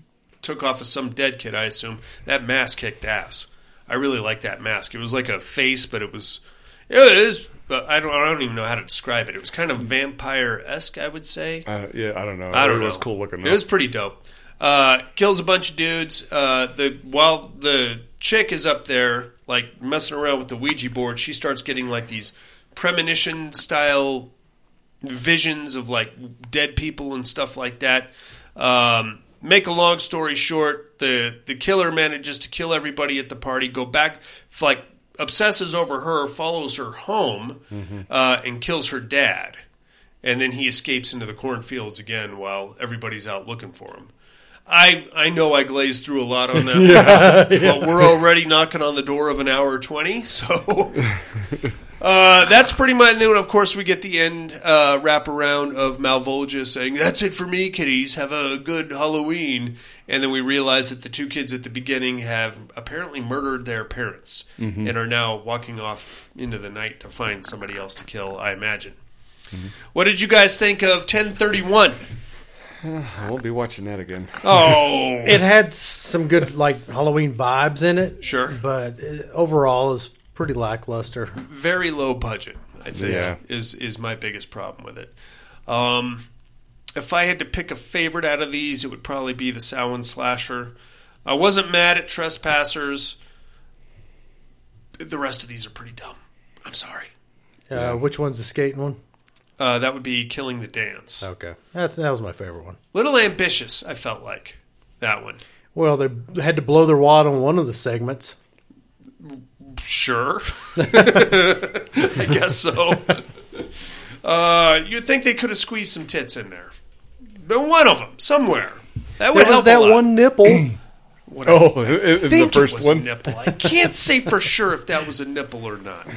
[SPEAKER 3] took off of some dead kid, I assume. That mask kicked ass. I really like that mask. It was like a face, but it was it is. But I don't. I don't even know how to describe it. It was kind of vampire esque. I would say.
[SPEAKER 4] Uh, yeah, I don't know.
[SPEAKER 3] I don't
[SPEAKER 4] it
[SPEAKER 3] know.
[SPEAKER 4] was cool looking.
[SPEAKER 3] It was pretty dope. Uh, kills a bunch of dudes. Uh, the while the chick is up there like messing around with the Ouija board, she starts getting like these premonition style visions of like dead people and stuff like that. Um, make a long story short, the the killer manages to kill everybody at the party. Go back, f- like obsesses over her, follows her home,
[SPEAKER 4] Mm-hmm.
[SPEAKER 3] uh, and kills her dad. And then he escapes into the cornfields again while everybody's out looking for him. I I know I glazed through a lot on that, one,
[SPEAKER 13] Yeah, yeah.
[SPEAKER 3] but we're already knocking on the door of an hour twenty, so. Uh, that's pretty much. And then, of course, we get the end uh, wraparound of Malvolgia saying, "That's it for me, kiddies. Have a good Halloween." And then we realize that the two kids at the beginning have apparently murdered their parents
[SPEAKER 13] Mhm.
[SPEAKER 3] and are now walking off into the night to find somebody else to kill. I imagine. What did you guys think of 1031?
[SPEAKER 4] I won't be watching that again.
[SPEAKER 3] Oh.
[SPEAKER 1] It had some good like Halloween vibes in it.
[SPEAKER 3] Sure.
[SPEAKER 1] But uh, overall, it's pretty lackluster.
[SPEAKER 3] very low budget. I think
[SPEAKER 1] Yeah.
[SPEAKER 3] is is my biggest problem with it. Um, if I had to pick a favorite out of these, it would probably be the Samhain Slasher. I wasn't mad at Trespassers. The rest of these are pretty dumb. I'm sorry.
[SPEAKER 1] Uh, Which one's the skating one?
[SPEAKER 3] Uh, that would be Killing the Dance. Okay.
[SPEAKER 1] That's that was my favorite one.
[SPEAKER 3] Little ambitious, I felt like that one.
[SPEAKER 1] Well, they had to blow their wad on one of the segments.
[SPEAKER 3] Sure. I guess so. Uh, you'd think they could have squeezed some tits in there. But one of them, somewhere. That
[SPEAKER 1] There was
[SPEAKER 3] would help
[SPEAKER 1] that
[SPEAKER 3] a lot.
[SPEAKER 1] one nipple.
[SPEAKER 3] What
[SPEAKER 4] Oh,
[SPEAKER 3] I
[SPEAKER 4] it- it was the
[SPEAKER 3] think
[SPEAKER 4] first
[SPEAKER 3] it was
[SPEAKER 4] one?
[SPEAKER 3] A nipple. I can't say for sure if that was a nipple or not.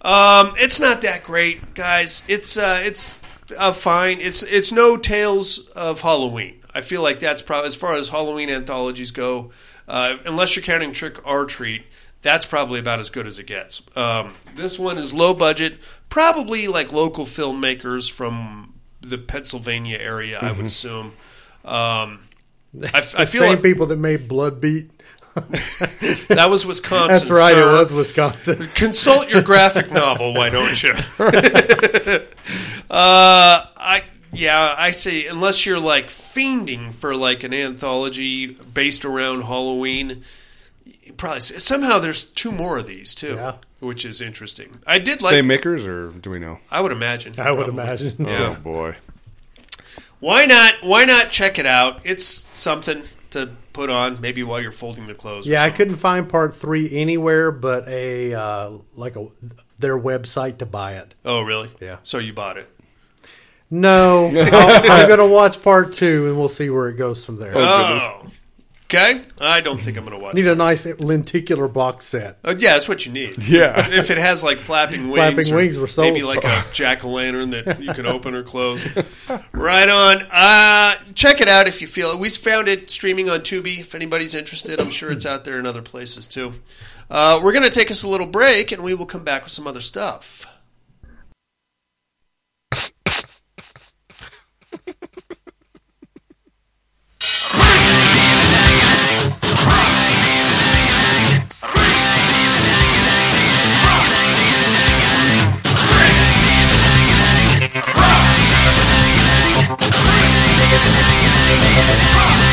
[SPEAKER 3] Um, it's not that great, guys. It's uh, it's uh, fine. It's it's no Tales of Halloween. I feel like that's probably as far as Halloween anthologies go. Uh, unless you're counting Trick or Treat, that's probably about as good as it gets. Um, this one is low budget, probably like local filmmakers from the Pennsylvania area, I
[SPEAKER 1] Mhm.
[SPEAKER 3] would
[SPEAKER 4] Mm-hmm.
[SPEAKER 3] assume. Um, I, f-
[SPEAKER 1] The
[SPEAKER 3] I feel
[SPEAKER 1] same
[SPEAKER 3] like
[SPEAKER 1] people that made Blood Beat.
[SPEAKER 3] that was Wisconsin.
[SPEAKER 1] That's right.
[SPEAKER 3] sir.
[SPEAKER 1] It was Wisconsin.
[SPEAKER 3] Consult your graphic novel, why don't you? uh, I yeah, I say unless you're like fiending for like an anthology based around Halloween, you probably somehow there's two more of these too, which is interesting. I did like.
[SPEAKER 4] Same makers, or do we know?
[SPEAKER 3] I would imagine.
[SPEAKER 1] I would
[SPEAKER 3] probably.
[SPEAKER 1] imagine.
[SPEAKER 3] Yeah.
[SPEAKER 4] Oh boy.
[SPEAKER 3] Why not? Why not check it out? It's something to put on maybe while you're folding the clothes. or
[SPEAKER 1] Yeah, I
[SPEAKER 3] something.
[SPEAKER 1] couldn't find part three anywhere but a uh, like a their website to buy it.
[SPEAKER 3] Oh, really? Yeah. So you bought it.
[SPEAKER 1] Oh, No, I'll- I'm going to watch part two, and we'll see where it goes from there.
[SPEAKER 3] Oh, Okay, I don't think I'm going to watch.
[SPEAKER 1] Need a nice lenticular box set.
[SPEAKER 3] Uh, yeah, that's what you need.
[SPEAKER 1] Yeah.
[SPEAKER 3] if it has like flapping wings,
[SPEAKER 1] Flapping
[SPEAKER 3] or
[SPEAKER 1] wings were sold.
[SPEAKER 3] maybe like a jack o' lantern that you can open or close. Right on. Uh, check it out if you feel it. We found it streaming on Tubi. If anybody's interested, I'm sure it's out there in other places too. Uh, we're going to take us a little break, and we will come back with some other stuff.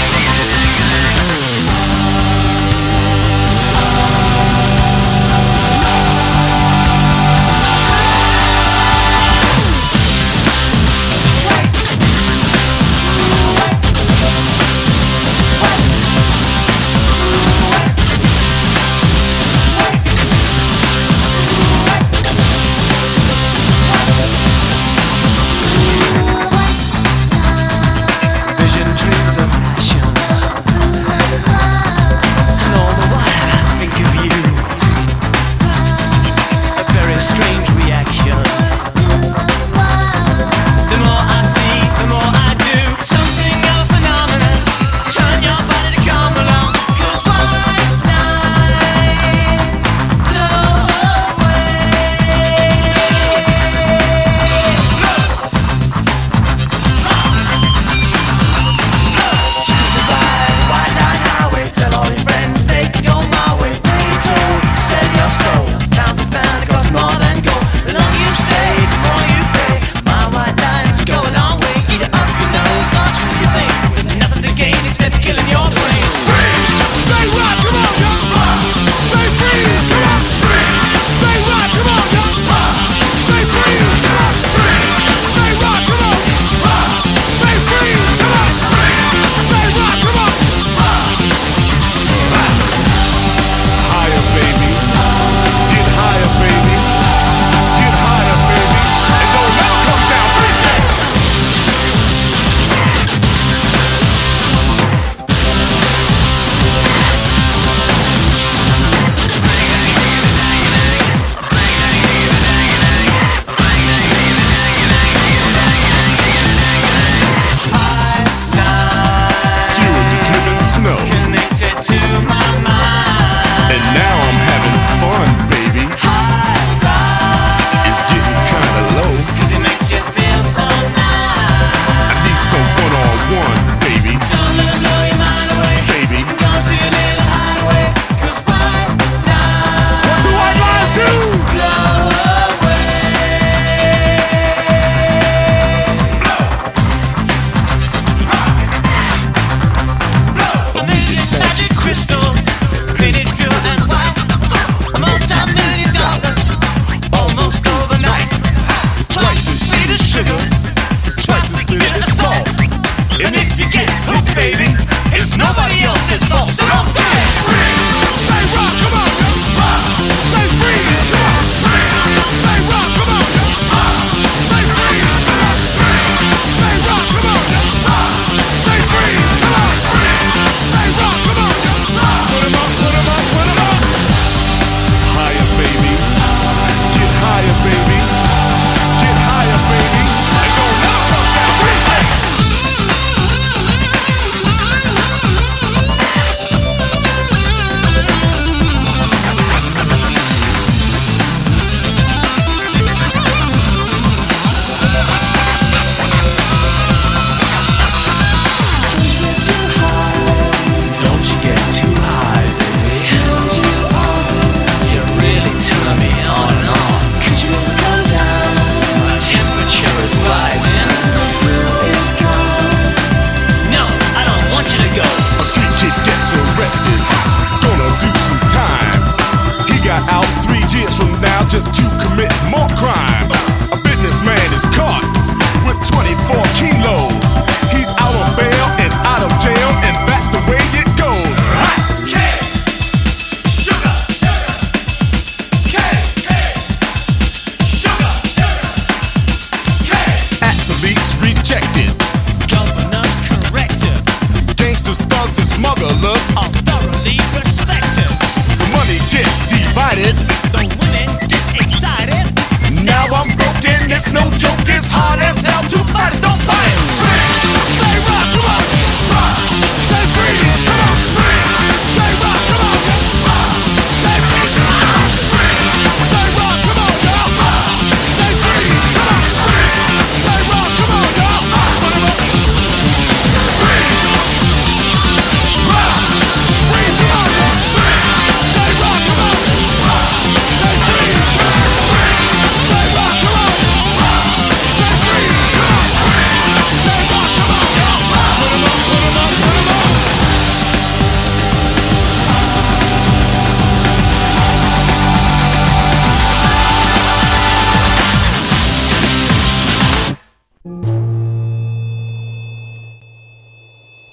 [SPEAKER 5] Thank you.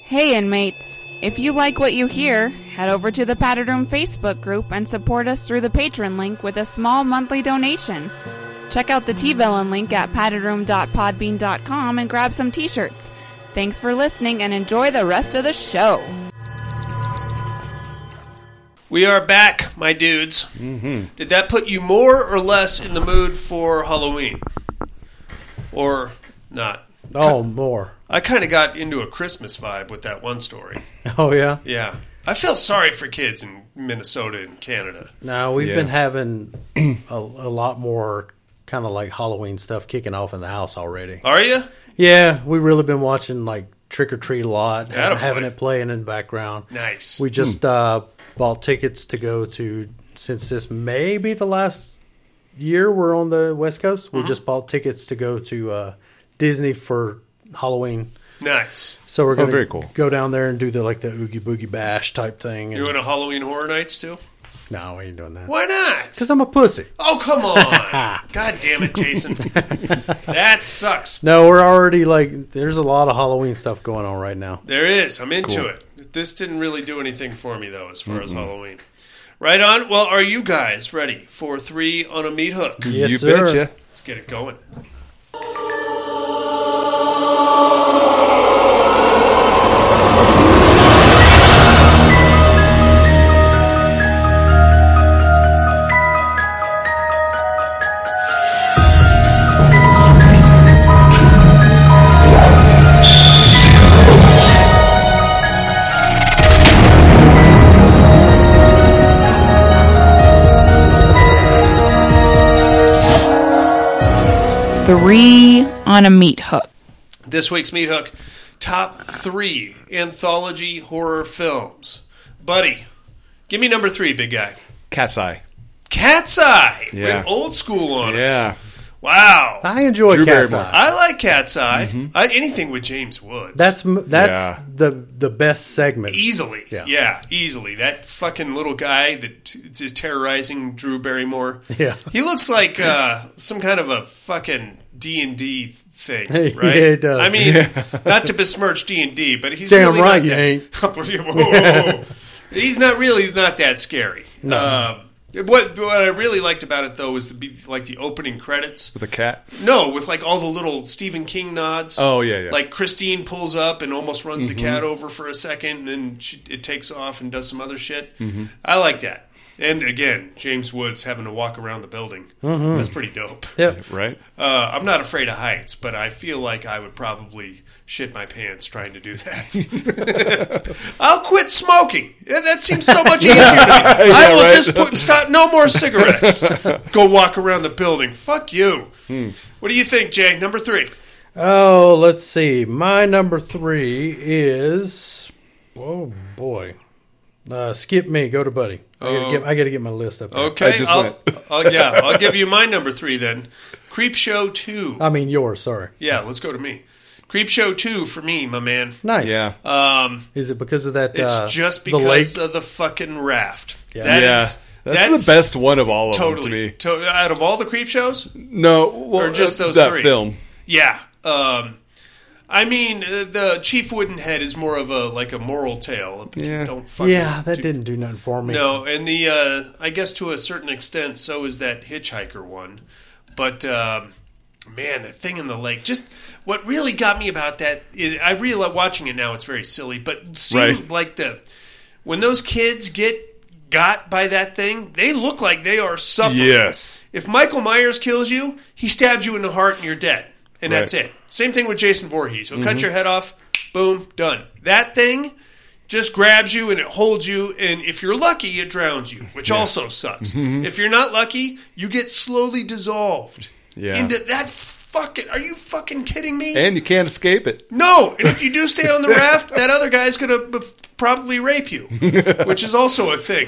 [SPEAKER 5] Hey, inmates. If you like what you hear, head over to the Padded Room Facebook group and support us through the patron link with a small monthly donation. Check out the T-Villain link at paddedroom.podbean.com and grab some t-shirts. Thanks for listening and enjoy the rest of the show.
[SPEAKER 3] We are back, my dudes.
[SPEAKER 1] Mm-hmm.
[SPEAKER 3] Did that put you more or less in the mood for Halloween? Or not?
[SPEAKER 1] Oh, more.
[SPEAKER 3] I kind of got into a Christmas vibe with that one story.
[SPEAKER 1] Oh, yeah.
[SPEAKER 3] Yeah. I feel sorry for kids in Minnesota and Canada.
[SPEAKER 1] No, we've
[SPEAKER 3] Yeah.
[SPEAKER 1] been having a, a lot more kind of like Halloween stuff kicking off in the house already.
[SPEAKER 3] Are you?
[SPEAKER 1] Yeah, we really been watching like Trick or Treat a lot, and
[SPEAKER 3] Attaboy.
[SPEAKER 1] having it playing in the background.
[SPEAKER 3] Nice.
[SPEAKER 1] We just uh, bought tickets to go to since this may be the last year we're on the West Coast. We
[SPEAKER 3] Mhm.
[SPEAKER 1] just bought tickets to go to uh, Disney for Halloween.
[SPEAKER 3] Nice.
[SPEAKER 1] So we're
[SPEAKER 3] Oh,
[SPEAKER 1] gonna
[SPEAKER 3] very cool.
[SPEAKER 1] go down there and do the like the Oogie Boogie Bash type thing.
[SPEAKER 3] You're
[SPEAKER 1] And,
[SPEAKER 3] going to Halloween Horror Nights too?
[SPEAKER 1] no, we ain't doing that.
[SPEAKER 3] Why not?
[SPEAKER 1] Because I'm a pussy.
[SPEAKER 3] Oh, come on. God damn it, Jason. that sucks.
[SPEAKER 1] No, we're already like there's a lot of Halloween stuff going on right now.
[SPEAKER 3] There is. I'm into
[SPEAKER 1] Cool.
[SPEAKER 3] it. This didn't really do anything for me though, as far as
[SPEAKER 1] Mm-mm.
[SPEAKER 3] Halloween. Right on. Well, are you guys ready for three on a meat hook?
[SPEAKER 4] Yes, You sir. betcha.
[SPEAKER 3] Let's get it going.
[SPEAKER 5] Three on a meat hook.
[SPEAKER 3] This week's meat hook: top three anthology horror films. Buddy, give me number three, big guy.
[SPEAKER 4] Cat's Eye.
[SPEAKER 3] Cat's Eye.
[SPEAKER 4] Yeah.
[SPEAKER 3] Went old school on
[SPEAKER 4] Yeah.
[SPEAKER 3] us. Wow.
[SPEAKER 1] I enjoy
[SPEAKER 4] Drew
[SPEAKER 1] Cat's
[SPEAKER 4] Barrymore.
[SPEAKER 1] Eye.
[SPEAKER 3] I like Cat's Eye. I, anything with James Woods.
[SPEAKER 1] That's m- that's
[SPEAKER 3] Yeah.
[SPEAKER 1] the the best segment.
[SPEAKER 3] Easily. Yeah. easily. That fucking little guy that t- is terrorizing Drew Barrymore.
[SPEAKER 1] Yeah.
[SPEAKER 3] He looks like uh, some kind of a fucking D&D thing,
[SPEAKER 1] Yeah,
[SPEAKER 3] right?
[SPEAKER 1] he does.
[SPEAKER 3] I mean,
[SPEAKER 1] Yeah.
[SPEAKER 3] not to besmirch D&D, but he's
[SPEAKER 1] Damn
[SPEAKER 3] really
[SPEAKER 1] right
[SPEAKER 3] not
[SPEAKER 1] you
[SPEAKER 3] that-
[SPEAKER 1] ain't.
[SPEAKER 3] Whoa. He's not really not that scary.
[SPEAKER 4] No.
[SPEAKER 3] Um, what what I really liked about it though was the be- like the opening credits
[SPEAKER 4] With a cat.
[SPEAKER 3] No, with like all the little Stephen King nods.
[SPEAKER 4] Oh, yeah, yeah.
[SPEAKER 3] Like Christine pulls up and almost runs
[SPEAKER 4] Mhm.
[SPEAKER 3] the cat over for a second, and then she, it takes off and does some other shit.
[SPEAKER 4] Mhm.
[SPEAKER 3] I like that. And again, James Woods having to walk around the building.
[SPEAKER 4] Mhm.
[SPEAKER 3] That's pretty dope.
[SPEAKER 1] Yep.
[SPEAKER 4] Right.
[SPEAKER 3] Uh, I'm not afraid of heights, but I feel like I would probably shit my pants trying to do that. I'll quit smoking. Yeah, That seems so much easier to me.
[SPEAKER 4] Yeah,
[SPEAKER 3] I will
[SPEAKER 4] right.
[SPEAKER 3] just put, stop. No more cigarettes. Go walk around the building. Fuck you.
[SPEAKER 4] Hmm.
[SPEAKER 3] What do you think, Jay? Number three.
[SPEAKER 1] Oh, let's see. My number three is oh boy, uh, skip me. Go to buddy. I gotta,
[SPEAKER 3] Oh.
[SPEAKER 1] get, I gotta get my list up. there.
[SPEAKER 3] Okay, I'll, I'll- yeah, I'll give you my number three then. Creep Show Two.
[SPEAKER 1] I mean yours. Sorry.
[SPEAKER 3] Yeah, let's go to me. Creep Show Two for me, my man.
[SPEAKER 1] Nice. Yeah.
[SPEAKER 3] Um,
[SPEAKER 1] Is it because of that?
[SPEAKER 3] it's
[SPEAKER 1] uh,
[SPEAKER 3] just
[SPEAKER 1] the lake.
[SPEAKER 3] because of the fucking raft.
[SPEAKER 1] Yeah.
[SPEAKER 3] That
[SPEAKER 4] Yeah.
[SPEAKER 3] is-
[SPEAKER 4] That's the best one of all of them to
[SPEAKER 3] totally,
[SPEAKER 4] me.
[SPEAKER 3] to- out of all the creep shows,
[SPEAKER 4] No, well,
[SPEAKER 3] or just
[SPEAKER 4] that-
[SPEAKER 3] those
[SPEAKER 4] that
[SPEAKER 3] uh, three.
[SPEAKER 4] film.
[SPEAKER 3] Yeah. Um, I mean, uh, the Chief Wooden Head is more of a like a moral tale.
[SPEAKER 1] Yeah.
[SPEAKER 3] Don't fucking
[SPEAKER 1] yeah, that
[SPEAKER 3] do-
[SPEAKER 1] didn't do nothing for me.
[SPEAKER 3] No, and the uh, I guess to a certain extent, so is that hitchhiker one. But um, man, that thing in the lake. Just what really got me about that is I realize watching it now. It's very silly, but seemed
[SPEAKER 4] Right.
[SPEAKER 3] like the when those kids get got by that thing, they look like they are suffering.
[SPEAKER 4] Yes.
[SPEAKER 3] If Michael Myers kills you, he stabs you in the heart and you're dead, and that's
[SPEAKER 4] Right.
[SPEAKER 3] it. Same thing with Jason Voorhees. He'll cut
[SPEAKER 4] Mhm.
[SPEAKER 3] your head off. Boom, done. That thing just grabs you and it holds you, and if you're lucky, it drowns you, which
[SPEAKER 4] Yeah.
[SPEAKER 3] also sucks.
[SPEAKER 4] Mhm.
[SPEAKER 3] If you're not lucky, you get slowly dissolved
[SPEAKER 4] Yeah.
[SPEAKER 3] into that fucking. Are you fucking kidding me?
[SPEAKER 4] and you can't escape it.
[SPEAKER 3] no, and if you do stay on the raft, that other guy's gonna b- probably rape you, which is also a thing.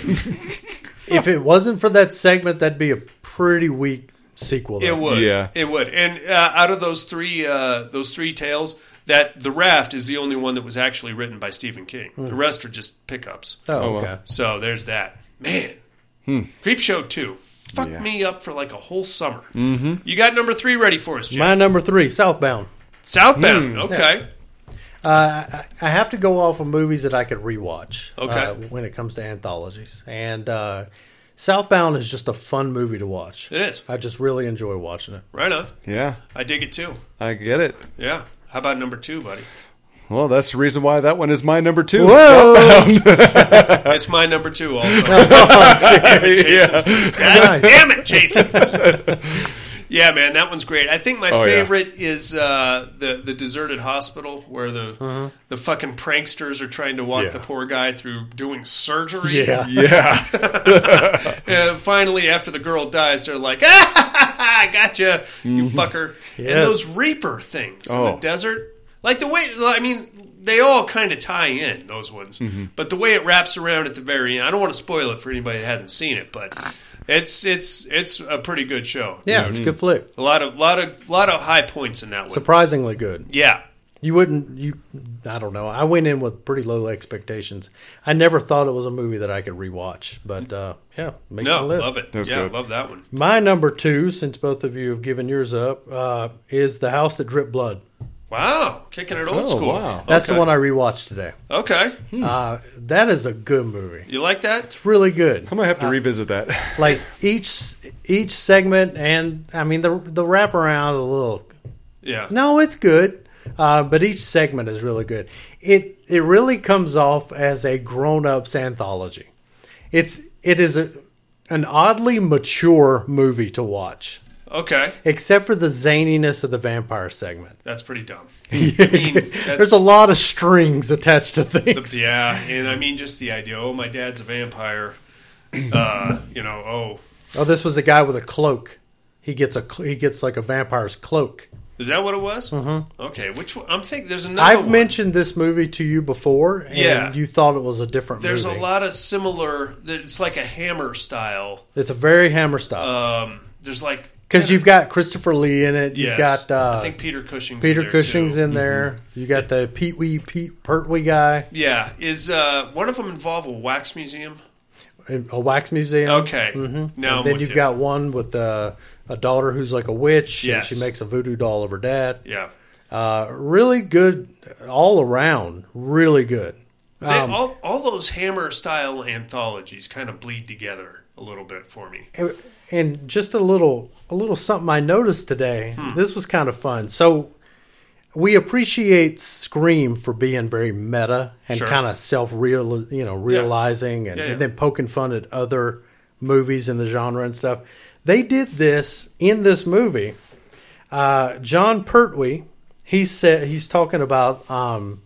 [SPEAKER 1] If it wasn't for that segment, that'd be a pretty weak sequel. though.
[SPEAKER 3] It would. It would. And uh, out of those three, uh, those three tales, that the raft is the only one that was actually written by Stephen King.
[SPEAKER 1] Hmm.
[SPEAKER 3] The rest are just pickups.
[SPEAKER 1] Oh, Oh, okay. wow.
[SPEAKER 3] So there's that. Man,
[SPEAKER 4] Hmm.
[SPEAKER 3] Creep Show Two fucked me up for like a whole summer.
[SPEAKER 1] Mm-hmm.
[SPEAKER 3] You got number three ready for us, Jim?
[SPEAKER 1] My number three, Southbound.
[SPEAKER 3] Southbound.
[SPEAKER 1] Hmm.
[SPEAKER 3] Okay.
[SPEAKER 1] Uh, I, I have to go off of movies that I could rewatch.
[SPEAKER 3] Okay.
[SPEAKER 1] uh, when it comes to anthologies, and uh, Southbound is just a fun movie to watch.
[SPEAKER 3] It is.
[SPEAKER 1] I just really enjoy watching it.
[SPEAKER 3] Right on.
[SPEAKER 4] Yeah,
[SPEAKER 3] I dig it too.
[SPEAKER 4] I get it.
[SPEAKER 3] Yeah. How about number two, buddy?
[SPEAKER 4] Well, that's the reason why that one is my number two.
[SPEAKER 3] Whoa!
[SPEAKER 4] Southbound.
[SPEAKER 3] it's my number two also. Damn it, Jason.
[SPEAKER 4] Oh, Yeah.
[SPEAKER 3] God damn it, Jason. yeah, man, that one's great. I think my
[SPEAKER 4] Oh, yeah.
[SPEAKER 3] favorite is uh, the the deserted hospital where the
[SPEAKER 4] Uh-huh.
[SPEAKER 1] Mhm.
[SPEAKER 3] the fucking pranksters are trying to walk
[SPEAKER 1] Yeah.
[SPEAKER 3] the poor guy through doing surgery.
[SPEAKER 1] Yeah.
[SPEAKER 4] Yeah.
[SPEAKER 3] and finally, after the girl dies, they're like, ah, ha, ha, ha, I gotcha, you
[SPEAKER 4] Mhm.
[SPEAKER 3] fucker.
[SPEAKER 4] Yeah.
[SPEAKER 3] And those Reaper things in
[SPEAKER 4] Oh.
[SPEAKER 3] the desert. Like the way, I mean, they all kind of tie in, those ones.
[SPEAKER 4] Mhm.
[SPEAKER 3] But the way it wraps around at the very end, I don't want to spoil it for anybody that hasn't seen it, but it's it's it's a pretty good show.
[SPEAKER 1] Yeah, it's a good flick.
[SPEAKER 3] A lot of lot of lot of high points in that one.
[SPEAKER 1] Surprisingly good.
[SPEAKER 3] Yeah.
[SPEAKER 1] You wouldn't you I don't know. I went in with pretty low expectations. I never thought it was a movie that I could rewatch, but uh yeah, makes
[SPEAKER 3] no,
[SPEAKER 1] my list.
[SPEAKER 3] love it. yeah, love that one.
[SPEAKER 1] My number 2 since both of you have given yours up uh is The House That Dripped Blood.
[SPEAKER 3] Wow, kicking it old
[SPEAKER 1] Oh,
[SPEAKER 3] school.
[SPEAKER 1] That's
[SPEAKER 3] Okay.
[SPEAKER 1] the one I rewatched today.
[SPEAKER 3] Okay.
[SPEAKER 1] Uh that is a good movie.
[SPEAKER 3] You like that?
[SPEAKER 1] It's really good.
[SPEAKER 4] I'm gonna have to revisit that.
[SPEAKER 1] Like each each segment and I mean the the wraparound a little
[SPEAKER 3] Yeah.
[SPEAKER 1] No, it's good, uh, but each segment is really good. It it really comes off as a grown ups anthology. It's it is a, an oddly mature movie to watch,
[SPEAKER 3] Okay.
[SPEAKER 1] except for the zaniness of the vampire segment.
[SPEAKER 3] That's pretty dumb.
[SPEAKER 1] There's a lot of strings attached to things.
[SPEAKER 3] The- yeah, and I mean just the idea. Oh, my dad's a vampire. Uh, you know. Oh,
[SPEAKER 1] Oh, this was a guy with a cloak. He gets a cl- he gets like a vampire's cloak.
[SPEAKER 3] is that what it was?
[SPEAKER 1] Mhm.
[SPEAKER 3] Okay, which one? I'm thinking there's another.
[SPEAKER 1] I've
[SPEAKER 3] one.
[SPEAKER 1] mentioned this movie to you before, and
[SPEAKER 3] Yeah.
[SPEAKER 1] you thought it was a different
[SPEAKER 3] There's
[SPEAKER 1] movie.
[SPEAKER 3] a lot of similar. It's like a hammer style.
[SPEAKER 1] it's a very Hammer style.
[SPEAKER 3] Um, there's like
[SPEAKER 1] Because you've got Christopher Lee in it. You've
[SPEAKER 3] Yes.
[SPEAKER 1] got uh,
[SPEAKER 3] I think Peter Cushing's
[SPEAKER 1] Peter
[SPEAKER 3] in there,
[SPEAKER 1] Cushing's
[SPEAKER 3] too. Mm-hmm.
[SPEAKER 1] in there. You got the Pete Wee Pete Pertwee guy
[SPEAKER 3] yeah. Is uh, one of them involve a wax museum?
[SPEAKER 1] in a wax museum.
[SPEAKER 3] Okay.
[SPEAKER 1] hmm
[SPEAKER 3] Now I'm
[SPEAKER 1] and then
[SPEAKER 3] with
[SPEAKER 1] you've
[SPEAKER 3] you.
[SPEAKER 1] got one with uh, a daughter who's like a witch.
[SPEAKER 3] Yes.
[SPEAKER 1] And she makes a voodoo doll of her dad.
[SPEAKER 3] Yeah.
[SPEAKER 1] Uh, really good all around. Really good.
[SPEAKER 3] They,
[SPEAKER 1] Um,
[SPEAKER 3] all all those hammer style anthologies kind of bleed together a little bit for me.
[SPEAKER 1] And- and just a little a little something I noticed today.
[SPEAKER 3] Hmm.
[SPEAKER 1] This was kind of fun. So we appreciate Scream for being very meta and
[SPEAKER 3] Sure.
[SPEAKER 1] kind of self real you know realizing and,
[SPEAKER 3] Yeah, yeah.
[SPEAKER 1] and then poking fun at other movies in the genre and stuff. They did this in this movie. Uh, John Pertwee, he said he's talking about um,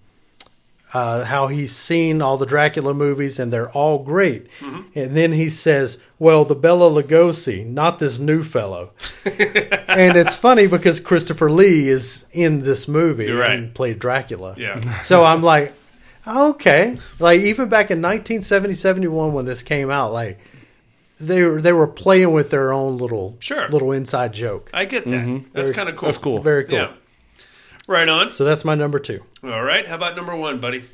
[SPEAKER 1] uh, how he's seen all the Dracula movies and they're all great.
[SPEAKER 3] Mm-hmm.
[SPEAKER 1] And then he says, "Well, the Bella Lugosi, not this new fellow." and it's funny because Christopher Lee is in this movie
[SPEAKER 3] You're right.
[SPEAKER 1] and played Dracula.
[SPEAKER 3] Yeah.
[SPEAKER 1] So I'm like, okay, like even back in 1970, 71 when this came out, like they were they were playing with their own little
[SPEAKER 3] Sure.
[SPEAKER 1] little inside joke.
[SPEAKER 3] I get that. That's
[SPEAKER 1] Mm-hmm. Very-
[SPEAKER 3] kind of cool.
[SPEAKER 1] Very cool.
[SPEAKER 3] Yeah. Right on.
[SPEAKER 1] So that's my number two.
[SPEAKER 3] All right. How about number one, buddy?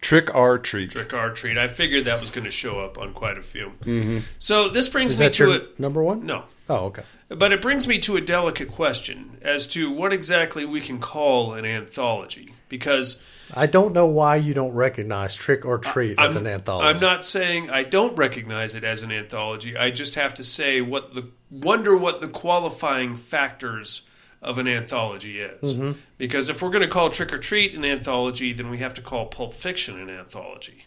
[SPEAKER 4] Trick or treat.
[SPEAKER 3] Trick or treat. I figured that was going to show up on quite a few.
[SPEAKER 4] Mhm.
[SPEAKER 3] So this brings
[SPEAKER 1] Mm-hmm. Is
[SPEAKER 3] me
[SPEAKER 1] that
[SPEAKER 3] to
[SPEAKER 1] your
[SPEAKER 3] it.
[SPEAKER 1] number one?
[SPEAKER 3] No.
[SPEAKER 1] Oh, okay.
[SPEAKER 3] But it brings me to a delicate question as to what exactly we can call an anthology. Because
[SPEAKER 1] I don't know why you don't recognize Trick or Treat as an anthology.
[SPEAKER 3] I'm not saying I don't recognize it as an anthology. I just have to say what the wonder what the qualifying factors of an anthology is.
[SPEAKER 1] Mhm.
[SPEAKER 3] Because if we're going to call Trick or Treat an anthology, then we have to call Pulp Fiction an anthology.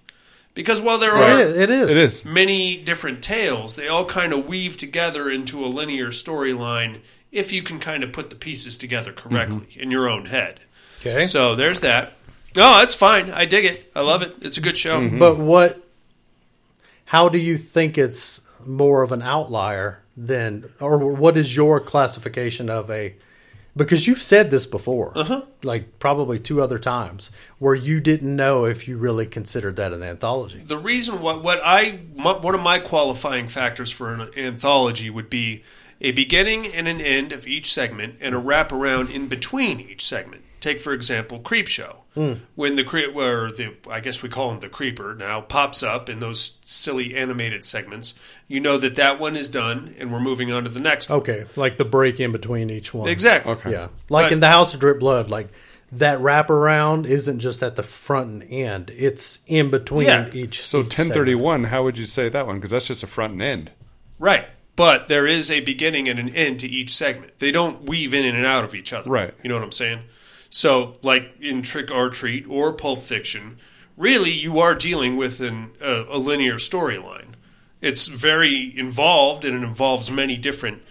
[SPEAKER 3] Because while there
[SPEAKER 1] It
[SPEAKER 3] are
[SPEAKER 1] is- it is. It is.
[SPEAKER 3] many different tales, they all kind of weave together into a linear storyline if you can kind of put the pieces together correctly in your own head.
[SPEAKER 1] Okay.
[SPEAKER 3] So there's that. No, that's fine. I dig it. I love it. It's a good show.
[SPEAKER 1] But what? How do you think it's more of an outlier than, or what is your classification of a? Because you've said this before,
[SPEAKER 3] Uh-huh.
[SPEAKER 1] like probably two other times, where you didn't know if you really considered that an anthology.
[SPEAKER 3] the reason what what I my, one of my qualifying factors for an anthology would be a beginning and an end of each segment and a wraparound in between each segment. Take for example, Creepshow.
[SPEAKER 1] Mm.
[SPEAKER 3] When the cre- where the I guess we call him the creeper now pops up in those silly animated segments, you know that that one is done and we're moving on to the next. one.
[SPEAKER 1] Oh. Okay, like the break in between each one.
[SPEAKER 3] Exactly. Okay.
[SPEAKER 1] Yeah, like in the House of Drip Blood, like that wraparound isn't just at the front and end; it's in between each.
[SPEAKER 4] So
[SPEAKER 1] each
[SPEAKER 4] ten thirty one. How would you say that one? Because that's just a front and end.
[SPEAKER 3] Right. But there is a beginning and an end to each segment. They don't weave in and out of each other.
[SPEAKER 4] Right.
[SPEAKER 3] You know what I'm saying? So, like in Trick or Treat or Pulp Fiction, really you are dealing with an, a, a linear storyline. It's very involved and it involves many different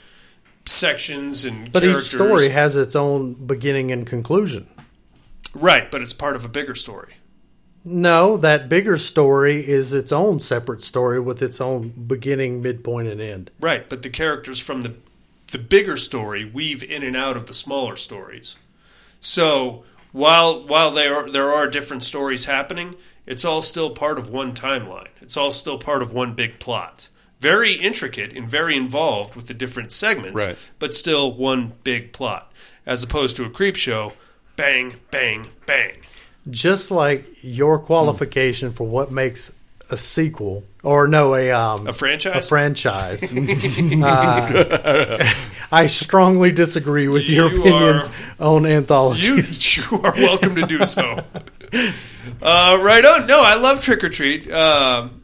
[SPEAKER 3] sections and
[SPEAKER 1] But each
[SPEAKER 3] characters.
[SPEAKER 1] story has its own beginning and conclusion.
[SPEAKER 3] Right, but it's part of a bigger story.
[SPEAKER 1] No, that bigger story is its own separate story with its own beginning, midpoint, and end.
[SPEAKER 3] Right, but the characters from the the bigger story weave in and out of the smaller stories. So while while there are, there are different stories happening, it's all still part of one timeline. It's all still part of one big plot. Very intricate and very involved with the different segments,
[SPEAKER 4] Right.
[SPEAKER 3] but still one big plot. As opposed to a creep show, bang, bang, bang.
[SPEAKER 1] Just like your qualification for what makes a sequel or no a um,
[SPEAKER 3] A franchise?
[SPEAKER 1] a franchise. Uh, I strongly disagree with your
[SPEAKER 3] You
[SPEAKER 1] opinions on
[SPEAKER 3] You,
[SPEAKER 1] anthologies.
[SPEAKER 3] you are welcome to do so. Uh, right on. No, I love Trick or Treat. Um,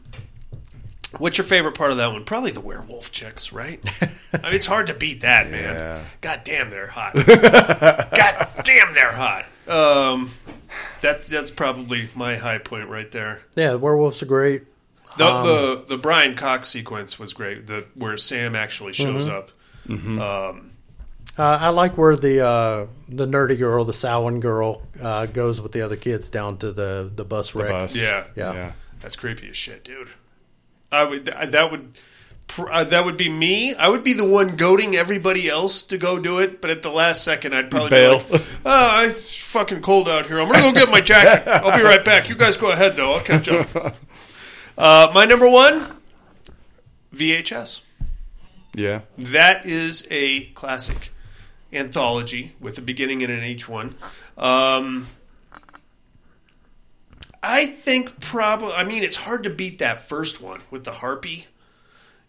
[SPEAKER 3] what's your favorite part of that one? Probably the werewolf chicks, right? I mean, it's hard to beat that, man. God damn, they're hot. God damn, they're hot. Um, that's that's probably my high point right there.
[SPEAKER 1] yeah, the werewolves are great.
[SPEAKER 3] The
[SPEAKER 1] Um,
[SPEAKER 3] the, the Brian Cox sequence was great. The where Sam actually shows
[SPEAKER 1] Mhm.
[SPEAKER 3] up.
[SPEAKER 1] Mhm.
[SPEAKER 3] Um,
[SPEAKER 1] Uh, I like where the uh, the nerdy girl, the Samhain girl, uh, goes with the other kids down to the the bus wreck.
[SPEAKER 3] Yeah,
[SPEAKER 1] yeah.
[SPEAKER 3] That's creepy as shit, dude. I would th- that would pr- uh, that would be me. I would be the one goading everybody else to go do it, but at the last second, I'd probably
[SPEAKER 4] Bail.
[SPEAKER 3] be like, "Oh, it's fucking cold out here. I'm gonna go get my jacket. I'll be right back. You guys go ahead though. I'll catch up." Uh, my number one, VHS.
[SPEAKER 4] Yeah.
[SPEAKER 3] That is a classic anthology with a beginning and an H one. Um, I think probably. I mean, it's hard to beat that first one with the harpy.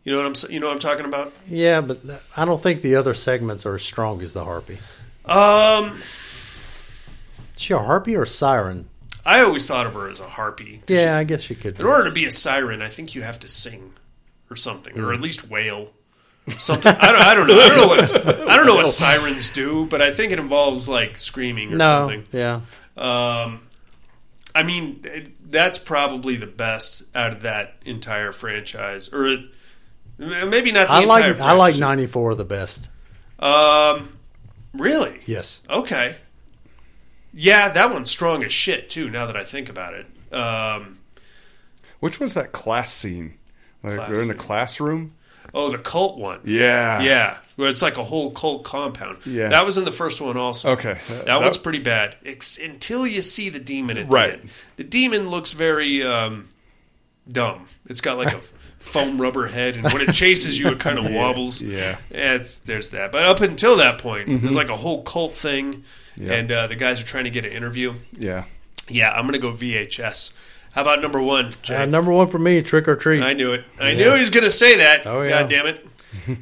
[SPEAKER 3] You know what I'm. s- You know what I'm talking about.
[SPEAKER 1] Yeah, but th- I don't think the other segments are as strong as the harpy.
[SPEAKER 3] Um,
[SPEAKER 1] Is she a harpy or a siren?
[SPEAKER 3] I always thought of her as a harpy.
[SPEAKER 1] Yeah, I guess she could.
[SPEAKER 3] In order to be a siren, I think you have to sing or something, or at least wail. Something I don't, I don't know. I don't know what I don't know what sirens do, but I think it involves like screaming or
[SPEAKER 1] No,
[SPEAKER 3] something.
[SPEAKER 1] yeah.
[SPEAKER 3] Um, I mean, it- that's probably the best out of that entire franchise, or it- maybe not the
[SPEAKER 1] I
[SPEAKER 3] entire.
[SPEAKER 1] like I like
[SPEAKER 3] franchise.
[SPEAKER 1] ninety four the best.
[SPEAKER 3] Um, really?
[SPEAKER 1] Yes.
[SPEAKER 3] Okay. Yeah, that one's strong as shit too. Now that I think about it, um,
[SPEAKER 4] Which was that class scene? Like
[SPEAKER 3] Class
[SPEAKER 4] they're in the
[SPEAKER 3] scene.
[SPEAKER 4] classroom.
[SPEAKER 3] oh, the cult one.
[SPEAKER 4] Yeah.
[SPEAKER 3] yeah, where it's like a whole cult compound.
[SPEAKER 4] Yeah.
[SPEAKER 3] that was in the first one also.
[SPEAKER 4] Okay.
[SPEAKER 3] that,
[SPEAKER 4] That-
[SPEAKER 3] one's pretty bad. Ex- until you see the demon at
[SPEAKER 4] Right.
[SPEAKER 3] the end. The demon looks very um, dumb. It's got like a foam rubber head, and when it chases you, it kind of
[SPEAKER 4] Yeah,
[SPEAKER 3] wobbles.
[SPEAKER 4] yeah.
[SPEAKER 3] it's there's that. But up until that point,
[SPEAKER 4] Mhm.
[SPEAKER 3] there's like a whole cult thing,
[SPEAKER 4] Yeah.
[SPEAKER 3] and uh, the guys are trying to get an interview.
[SPEAKER 4] Yeah.
[SPEAKER 3] Yeah, I'm gonna go VHS. How about number one, Jay?
[SPEAKER 1] Uh, number one for me, Trick or Treat.
[SPEAKER 3] I knew it. I
[SPEAKER 1] Yeah.
[SPEAKER 3] knew he was gonna say that.
[SPEAKER 1] Oh, yeah.
[SPEAKER 3] God damn it.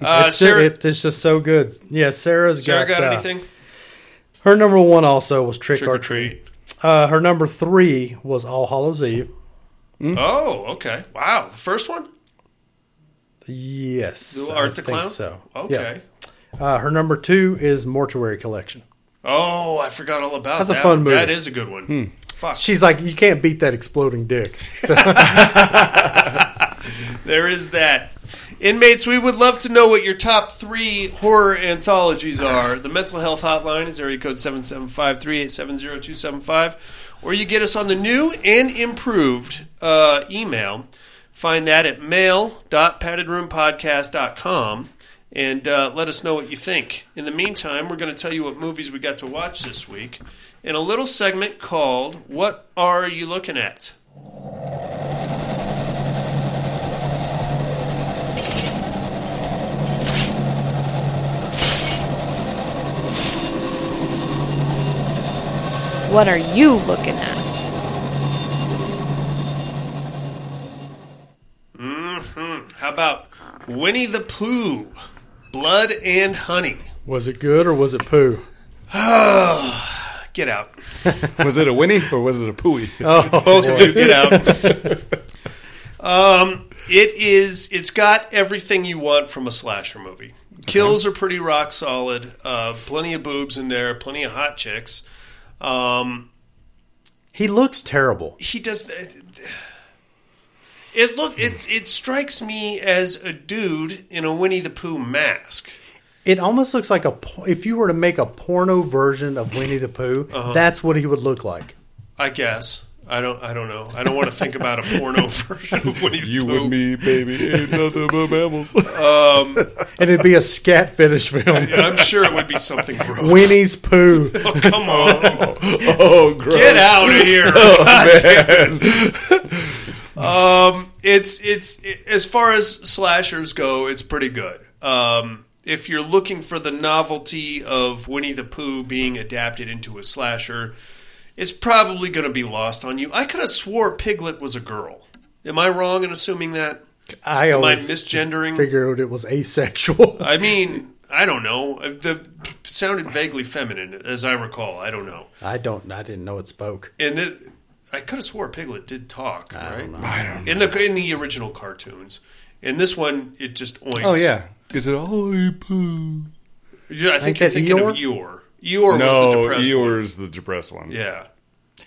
[SPEAKER 3] Uh,
[SPEAKER 1] it's, ju-
[SPEAKER 3] Sarah,
[SPEAKER 1] it- it's just so good. Yeah, Sarah's
[SPEAKER 3] Sarah
[SPEAKER 1] got,
[SPEAKER 3] got
[SPEAKER 1] uh,
[SPEAKER 3] anything?
[SPEAKER 1] Her number one also was Trick,
[SPEAKER 3] Trick
[SPEAKER 1] or
[SPEAKER 3] or
[SPEAKER 1] Treat. Uh, her number three was All Hallows Eve.
[SPEAKER 3] Oh, okay. Wow. The first one?
[SPEAKER 1] Yes,
[SPEAKER 3] The
[SPEAKER 1] I
[SPEAKER 3] Art the
[SPEAKER 1] think
[SPEAKER 3] Clown?
[SPEAKER 1] So
[SPEAKER 3] Okay.
[SPEAKER 1] Yeah. Uh, her number two is Mortuary Collection.
[SPEAKER 3] Oh, I forgot all about
[SPEAKER 1] That's a
[SPEAKER 3] that.
[SPEAKER 1] fun movie. Hmm.
[SPEAKER 3] That is a good one. Fuck.
[SPEAKER 1] She's like, you can't beat that exploding dick. So-
[SPEAKER 3] There is that. Inmates, we would love to know what your top three horror anthologies are. The mental health hotline is area code 775 387 0275. Or you get us on the new and improved uh, email. Find that at mail.paddedroompodcast.com and uh, let us know what you think. In the meantime, we're going to tell you what movies we got to watch this week in a little segment called What Are You Looking At?
[SPEAKER 5] What are you looking at?
[SPEAKER 3] hmm How about Winnie the Pooh, Blood and Honey?
[SPEAKER 1] was it good or was it poo?
[SPEAKER 3] Get out.
[SPEAKER 4] was it a Winnie or was it a Pooey?
[SPEAKER 3] Oh, Both of boy. you, get out. um, it is. It's got everything you want from a slasher movie. Kills are pretty rock solid. Uh, plenty of boobs in there. Plenty of hot chicks. Um,
[SPEAKER 1] he looks terrible.
[SPEAKER 3] He does. uh, It look it it strikes me as a dude in a Winnie the Pooh mask.
[SPEAKER 1] It almost looks like a por- if you were to make a porno version of Winnie the Pooh,
[SPEAKER 3] Uh-huh.
[SPEAKER 1] that's what he would look like.
[SPEAKER 3] I guess. I don't. I don't know. I don't want to think about a porno version of Winnie the
[SPEAKER 4] You
[SPEAKER 3] Pooh.
[SPEAKER 4] and me, baby, ain't nothing but mammals.
[SPEAKER 3] Um,
[SPEAKER 1] And it'd be a scat fetish film.
[SPEAKER 3] I'm sure it would be something gross.
[SPEAKER 1] Winnie's Pooh.
[SPEAKER 3] Oh, come on.
[SPEAKER 4] oh, gross.
[SPEAKER 3] Get out of here.
[SPEAKER 4] Oh,
[SPEAKER 3] God damn
[SPEAKER 4] man.
[SPEAKER 3] it. um, it's it's it- as far as slashers go, it's pretty good. Um, if you're looking for the novelty of Winnie the Pooh being adapted into a slasher, it's probably going to be lost on you. I could have swore Piglet was a girl. Am I wrong in assuming that?
[SPEAKER 1] I
[SPEAKER 3] Am I
[SPEAKER 1] always
[SPEAKER 3] misgendering?
[SPEAKER 1] figured it was asexual.
[SPEAKER 3] I mean, I don't know. The sounded vaguely feminine, as I recall. I don't know.
[SPEAKER 1] I don't. I didn't know it spoke.
[SPEAKER 3] And the, I could have swore Piglet did talk, right? In the in the original cartoons, in this one, it just oinks.
[SPEAKER 4] Oh yeah, is it oh poo?
[SPEAKER 3] Yeah, I think
[SPEAKER 1] Ain't that
[SPEAKER 3] you're thinking of Eeyore.
[SPEAKER 1] Eeyore?
[SPEAKER 3] Eeyore was
[SPEAKER 4] no,
[SPEAKER 3] the depressed one.
[SPEAKER 4] Eeyore's the depressed one.
[SPEAKER 3] Yeah,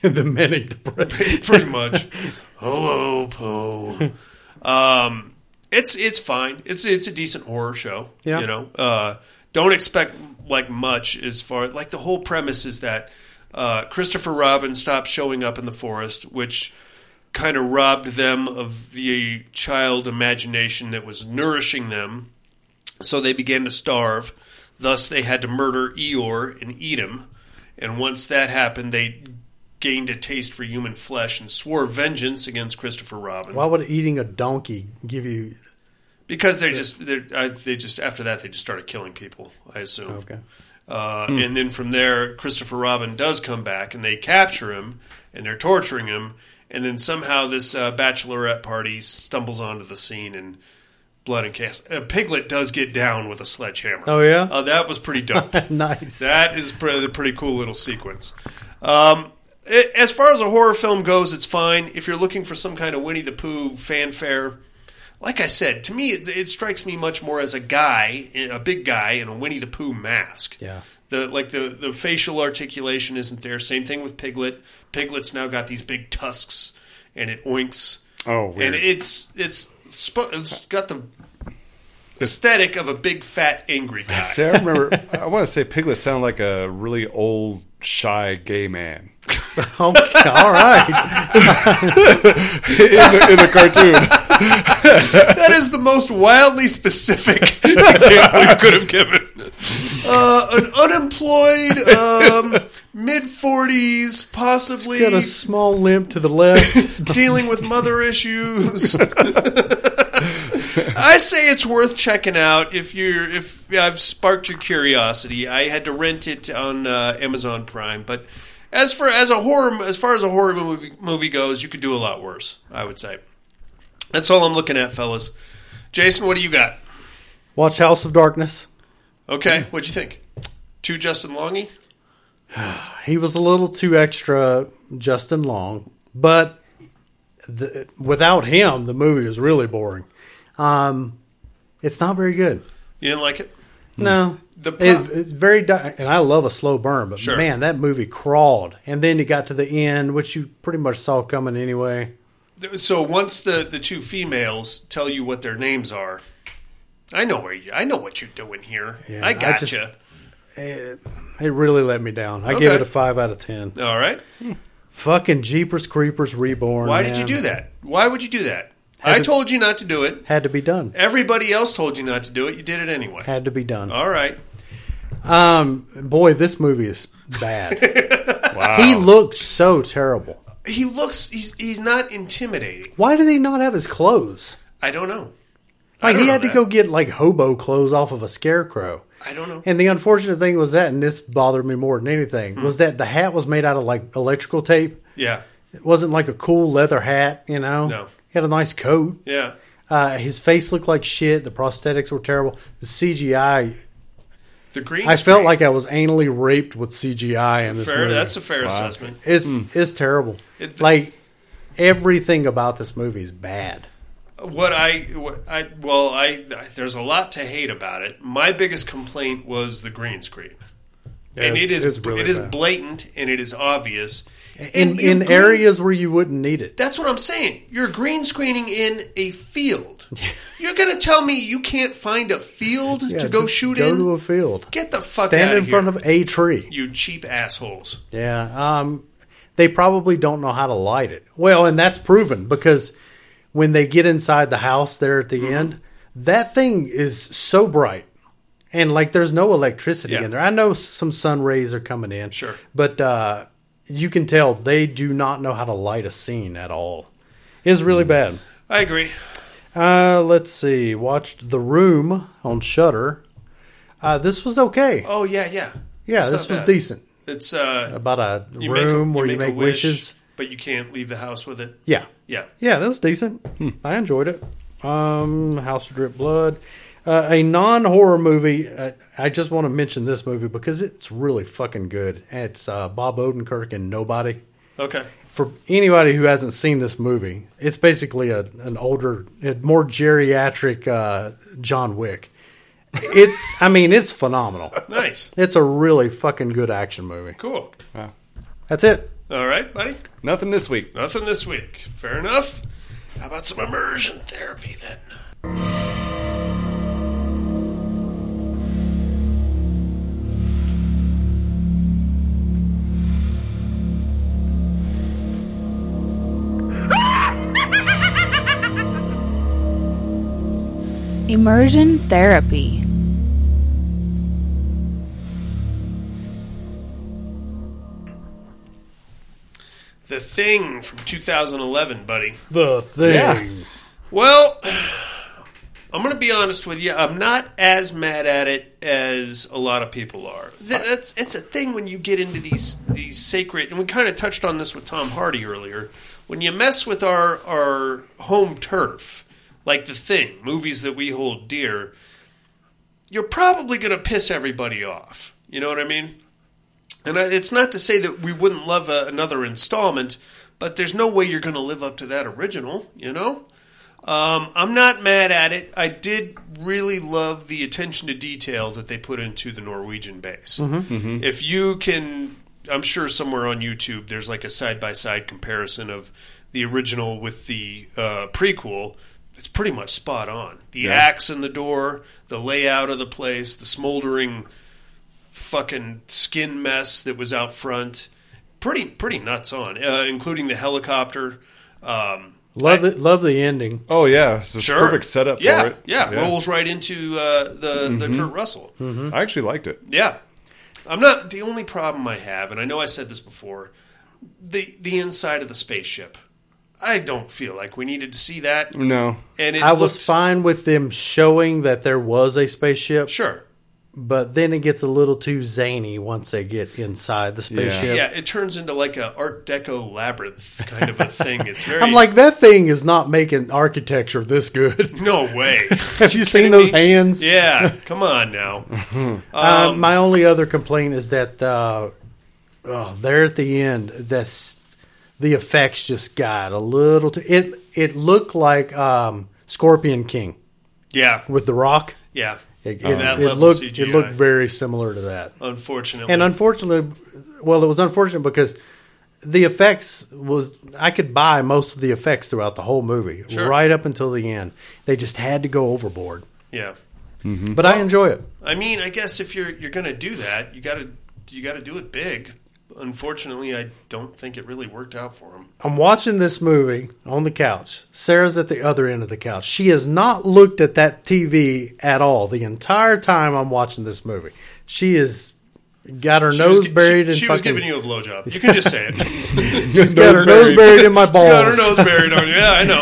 [SPEAKER 1] the manic depression.
[SPEAKER 3] pretty much. Hello, Poe. Um, it's it's fine. It's it's a decent horror show.
[SPEAKER 1] Yeah.
[SPEAKER 3] You know, uh, don't expect like much as far like the whole premise is that uh, Christopher Robin stopped showing up in the forest, which kind of robbed them of the child imagination that was nourishing them. So they began to starve. Thus, they had to murder Eeyore and eat him. And once that happened, they gained a taste for human flesh and swore vengeance against Christopher Robin.
[SPEAKER 1] Why would eating a donkey give you?
[SPEAKER 3] Because they just they I- they just after that they just started killing people. I assume.
[SPEAKER 1] Okay.
[SPEAKER 3] Uh,
[SPEAKER 1] Hmm.
[SPEAKER 3] And then from there, Christopher Robin does come back, and they capture him, and they're torturing him, and then somehow this uh, bachelorette party stumbles onto the scene, and blood and chaos. Uh, Piglet does get down with a sledgehammer.
[SPEAKER 1] Oh, yeah?
[SPEAKER 3] uh, that was pretty dope.
[SPEAKER 1] Nice.
[SPEAKER 3] That is pretty, pretty cool little sequence. Um, a- as far as a horror film goes, it's fine. If you're looking for some kind of Winnie the Pooh fanfare, like I said, to me, it, it strikes me much more as a guy, a big guy in a Winnie the Pooh mask.
[SPEAKER 1] Yeah.
[SPEAKER 3] The like the the facial articulation isn't there. Same thing with Piglet. Piglet's now got these big tusks, and it oinks.
[SPEAKER 4] Oh,
[SPEAKER 3] and
[SPEAKER 4] weird.
[SPEAKER 3] it's it's, sp- it's got the aesthetic of a big fat angry guy.
[SPEAKER 4] See, I remember. I want to say Piglet sounded like a really old, shy gay man.
[SPEAKER 1] Okay, all right.
[SPEAKER 4] in, the, in the cartoon.
[SPEAKER 3] that is the most wildly specific example you could have given. Uh, an unemployed, um, mid 40s, possibly
[SPEAKER 1] Got a small limp to the left.
[SPEAKER 3] dealing with mother issues. I say it's worth checking out if you're if I've sparked your curiosity. I had to rent it on uh, Amazon Prime, but as for as a horror as far as a horror movie movie goes, you could do a lot worse. I would say. That's all I'm looking at, fellas. Jason, what do you got?
[SPEAKER 1] Watch House of Darkness.
[SPEAKER 3] Okay, what'd you think? Two Justin Longy?
[SPEAKER 1] He was a little too extra, Justin Long, but the, without him, the movie was really boring. Um, it's not very good.
[SPEAKER 3] You didn't like it?
[SPEAKER 1] No,
[SPEAKER 3] Hmm. The
[SPEAKER 1] It- it's very di- and I love a slow burn, but
[SPEAKER 3] Sure.
[SPEAKER 1] man, that movie crawled, and then it got to the end, which you pretty much saw coming anyway.
[SPEAKER 3] So once the the two females tell you what their names are, I know where you. I know what you're doing here.
[SPEAKER 1] Yeah,
[SPEAKER 3] I
[SPEAKER 1] I
[SPEAKER 3] gotcha.
[SPEAKER 1] just- It, it really let me down. I gave
[SPEAKER 3] Okay.
[SPEAKER 1] it a five out of ten.
[SPEAKER 3] All right.
[SPEAKER 1] Fucking Jeepers Creepers Reborn.
[SPEAKER 3] Why did you
[SPEAKER 1] man.
[SPEAKER 3] do that? Why would you do that?
[SPEAKER 1] Had
[SPEAKER 3] I
[SPEAKER 1] to-
[SPEAKER 3] told you not to do it.
[SPEAKER 1] Had to be done.
[SPEAKER 3] Everybody else told you not to do it. You did it anyway.
[SPEAKER 1] Had to be done.
[SPEAKER 3] All right.
[SPEAKER 1] Um, boy, this movie is bad. He looks so terrible.
[SPEAKER 3] He looks. He's he's not intimidating.
[SPEAKER 1] Why do they not have his clothes?
[SPEAKER 3] I don't know. I
[SPEAKER 1] Like
[SPEAKER 3] don't
[SPEAKER 1] he
[SPEAKER 3] know
[SPEAKER 1] had to
[SPEAKER 3] that.
[SPEAKER 1] go get like hobo clothes off of a scarecrow.
[SPEAKER 3] I don't know.
[SPEAKER 1] And the unfortunate thing was that, and this bothered me more than anything,
[SPEAKER 3] Hmm.
[SPEAKER 1] was that the hat was made out of like electrical tape.
[SPEAKER 3] Yeah.
[SPEAKER 1] It wasn't like a cool leather hat, you know.
[SPEAKER 3] No.
[SPEAKER 1] He had a nice coat.
[SPEAKER 3] Yeah.
[SPEAKER 1] Uh, his face looked like shit. The prosthetics were terrible. The CGI
[SPEAKER 3] The green
[SPEAKER 1] I
[SPEAKER 3] screen.
[SPEAKER 1] felt like I was anally raped with CGI in this
[SPEAKER 3] Fair-
[SPEAKER 1] movie.
[SPEAKER 3] that's a fair Wow. assessment.
[SPEAKER 1] It's it's terrible. like everything about this movie is bad.
[SPEAKER 3] What I, what I well, I, I there's a lot to hate about it. My biggest complaint was the green screen,
[SPEAKER 1] Yeah,
[SPEAKER 3] and
[SPEAKER 1] it's-
[SPEAKER 3] it is
[SPEAKER 1] it's really
[SPEAKER 3] it is
[SPEAKER 1] bad.
[SPEAKER 3] blatant and it is obvious.
[SPEAKER 1] In
[SPEAKER 3] you've
[SPEAKER 1] in
[SPEAKER 3] green-
[SPEAKER 1] areas where you wouldn't need it.
[SPEAKER 3] that's what I'm saying. You're green screening in a field. You're gonna tell me you can't find a field
[SPEAKER 1] Yeah,
[SPEAKER 3] to go
[SPEAKER 1] just
[SPEAKER 3] shoot
[SPEAKER 1] go
[SPEAKER 3] in?
[SPEAKER 1] to a field.
[SPEAKER 3] Get the fuck
[SPEAKER 1] Stand
[SPEAKER 3] outta
[SPEAKER 1] in front
[SPEAKER 3] here.
[SPEAKER 1] of a tree.
[SPEAKER 3] you cheap assholes.
[SPEAKER 1] Yeah. Um, they probably don't know how to light it. Well, and that's proven because when they get inside the house there at the
[SPEAKER 3] Mm-hmm.
[SPEAKER 1] end, that thing is so bright. And like there's no electricity in there. I know some sun rays are coming in. Sure. But uh, you can tell they do not know how to light a scene at all. It's really
[SPEAKER 3] Mm.
[SPEAKER 1] bad.
[SPEAKER 3] I agree.
[SPEAKER 1] Uh, let's see. Watched The Room on Shutter. Uh, this was okay.
[SPEAKER 3] Oh yeah, yeah.
[SPEAKER 1] Yeah,
[SPEAKER 3] It's
[SPEAKER 1] this
[SPEAKER 3] not
[SPEAKER 1] was
[SPEAKER 3] bad.
[SPEAKER 1] decent.
[SPEAKER 3] It's uh,
[SPEAKER 1] About a
[SPEAKER 3] you
[SPEAKER 1] room
[SPEAKER 3] make
[SPEAKER 1] where you make
[SPEAKER 3] a wish,
[SPEAKER 1] wishes.
[SPEAKER 3] but you can't leave the house with it.
[SPEAKER 1] Yeah.
[SPEAKER 3] yeah.
[SPEAKER 1] Yeah, that was decent. I enjoyed it. Um, House of Drip Blood. Uh, a non horror movie. Uh, I just want to mention this movie because it's really fucking good. It's uh, Bob Odenkirk and Nobody.
[SPEAKER 3] Okay.
[SPEAKER 1] For anybody who hasn't seen this movie, it's basically a, an older, a more geriatric uh, John Wick. It's, I mean, it's phenomenal.
[SPEAKER 3] Nice.
[SPEAKER 1] It's a really fucking good action movie.
[SPEAKER 3] Cool.
[SPEAKER 1] That's it.
[SPEAKER 3] All right, buddy.
[SPEAKER 4] Nothing this week.
[SPEAKER 3] Nothing this week. Fair enough. How about some immersion therapy then?
[SPEAKER 5] Immersion therapy.
[SPEAKER 3] The Thing from 2011, buddy.
[SPEAKER 1] The
[SPEAKER 3] Thing. Yeah. Well, I'm going to be honest with you. I'm not as mad at it as a lot of people are. Th- That's it's a thing when you get into these these sacred, and we kind of touched on this with Tom Hardy earlier. When you mess with our our home turf, like the thing, movies that we hold dear, you're probably going to piss everybody off. You know what I mean? And I, it's not to say that we wouldn't love a, another installment, but there's no way you're going to live up to that original, you know? Um, I'm not mad at it. I did really love the attention to detail that they put into the Norwegian base.
[SPEAKER 13] Mhm. Mhm.
[SPEAKER 3] If you can, I'm sure somewhere on YouTube there's like a side by side comparison of the original with the uh, prequel. It's pretty much spot on. The
[SPEAKER 13] Yeah.
[SPEAKER 3] axe in the door, the layout of the place, the smoldering fucking skin mess that was out front. Pretty pretty nuts on, uh, including the helicopter. Um,
[SPEAKER 1] Love the, love the ending.
[SPEAKER 4] Oh yeah, it's a
[SPEAKER 3] Sure.
[SPEAKER 4] perfect setup
[SPEAKER 3] yeah,
[SPEAKER 4] for it.
[SPEAKER 3] Yeah, rolls right into uh, the the Kurt Russell.
[SPEAKER 4] Mhm. I actually liked it.
[SPEAKER 3] Yeah, I'm not the only problem I have, and I know I said this before. The the inside of the spaceship, I don't feel like we needed to see that.
[SPEAKER 4] No.
[SPEAKER 3] and it
[SPEAKER 1] I was
[SPEAKER 3] looked-
[SPEAKER 1] fine with them showing that there was a spaceship.
[SPEAKER 3] Sure.
[SPEAKER 1] But then it gets a little too zany once they get inside the spaceship.
[SPEAKER 3] Yeah, it turns into like a Art Deco labyrinth kind of a thing. It's very.
[SPEAKER 1] I'm like, that thing is not making architecture this good.
[SPEAKER 3] no way.
[SPEAKER 1] Have you seen those hands?
[SPEAKER 3] Yeah, come on now.
[SPEAKER 1] Mhm. Uh,
[SPEAKER 3] Um,
[SPEAKER 1] my only other complaint is that uh, oh, there at the end, that's the effects just got a little too. It it looked like um, Scorpion King.
[SPEAKER 3] Yeah.
[SPEAKER 1] with the Rock.
[SPEAKER 3] Yeah.
[SPEAKER 1] it,
[SPEAKER 3] That
[SPEAKER 1] it- it
[SPEAKER 3] level
[SPEAKER 1] looked it
[SPEAKER 3] CGI.
[SPEAKER 1] looked very similar to that.
[SPEAKER 3] Unfortunately.
[SPEAKER 1] and uh, unfortunately, well, it was unfortunate because the effects was I could buy most of the effects throughout the whole movie,
[SPEAKER 3] Sure.
[SPEAKER 1] right up until the end. They just had to go overboard.
[SPEAKER 3] yeah.
[SPEAKER 1] But I enjoy it.
[SPEAKER 3] I mean, I guess if you're you're gonna do that, you gotta you gotta do it big. Unfortunately, I don't think it really worked out for him.
[SPEAKER 1] I'm watching this movie on the couch. Sarah's at the other end of the couch. She has not looked at that TV at all the entire time I'm watching this movie. She is got her
[SPEAKER 3] She was
[SPEAKER 1] nose
[SPEAKER 3] gi- she-
[SPEAKER 1] buried in
[SPEAKER 3] she was
[SPEAKER 1] fucking-
[SPEAKER 3] giving you a blowjob. You can just say it.
[SPEAKER 1] She's got her nose buried in my
[SPEAKER 3] She's got her
[SPEAKER 1] balls.
[SPEAKER 3] nose buried on you. Yeah, I know.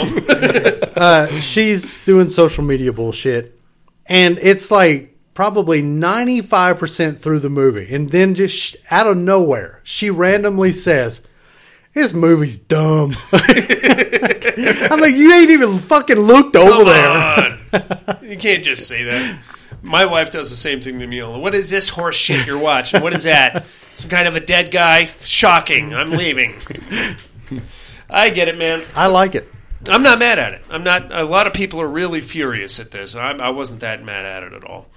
[SPEAKER 1] uh, she's doing social media bullshit, and it's like probably ninety five percent through the movie, and then just sh- out of nowhere, she randomly says, "This movie's dumb." I'm like, you ain't even fucking looked over
[SPEAKER 3] Come
[SPEAKER 1] there.
[SPEAKER 3] on. You can't just say that. My wife does the same thing to me. All the, What is this horse shit you're watching? What is that? Some kind of a dead guy? Shocking. I'm leaving. I get it, man.
[SPEAKER 1] I like it.
[SPEAKER 3] I'm not mad at it. I'm not. A lot of people are really furious at this. I, I wasn't that mad at it at all.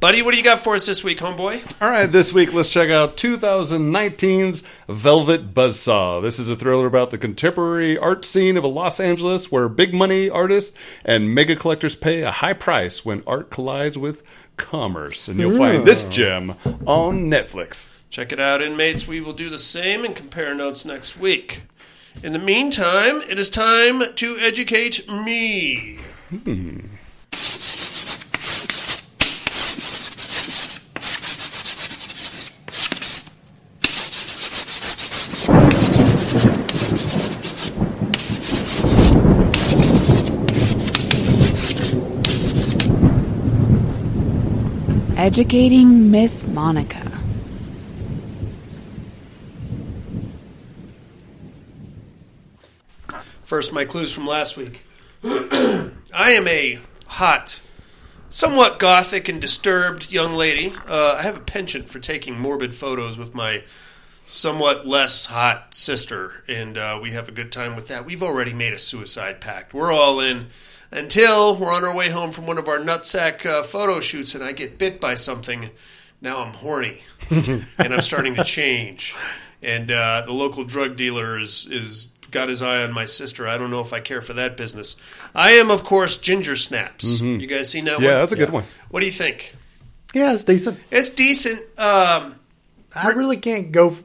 [SPEAKER 3] Buddy, what do you got for us this week, homeboy?
[SPEAKER 4] All right, this week let's check out 2019's Velvet Buzzsaw. This is a thriller about the contemporary art scene of Los Angeles where big money artists and mega collectors pay a high price when art collides with commerce. And you'll find this gem on Netflix.
[SPEAKER 3] Check it out, inmates. We will do the same and compare notes next week. In the meantime, it is time to educate me.
[SPEAKER 4] Hmm.
[SPEAKER 5] Educating Miss Monica.
[SPEAKER 3] First, my clues from last week. I am a hot, somewhat gothic and disturbed young lady. Uh, I have a penchant for taking morbid photos with my somewhat less hot sister, and uh, we have a good time with that. We've already made a suicide pact. We're all in until we're on our way home from one of our nutsack uh, photo shoots, and I get bit by something. Now I'm horny, and I'm starting to change. And uh, the local drug dealer is is got his eye on my sister. I don't know if I care for that business. I am, of course, Ginger Snaps.
[SPEAKER 4] Mhm.
[SPEAKER 3] You guys seen that one?
[SPEAKER 4] Yeah, that's a good one.
[SPEAKER 3] What do you think?
[SPEAKER 1] Yeah, it's decent.
[SPEAKER 3] It's decent. Um,
[SPEAKER 1] I really can't go f-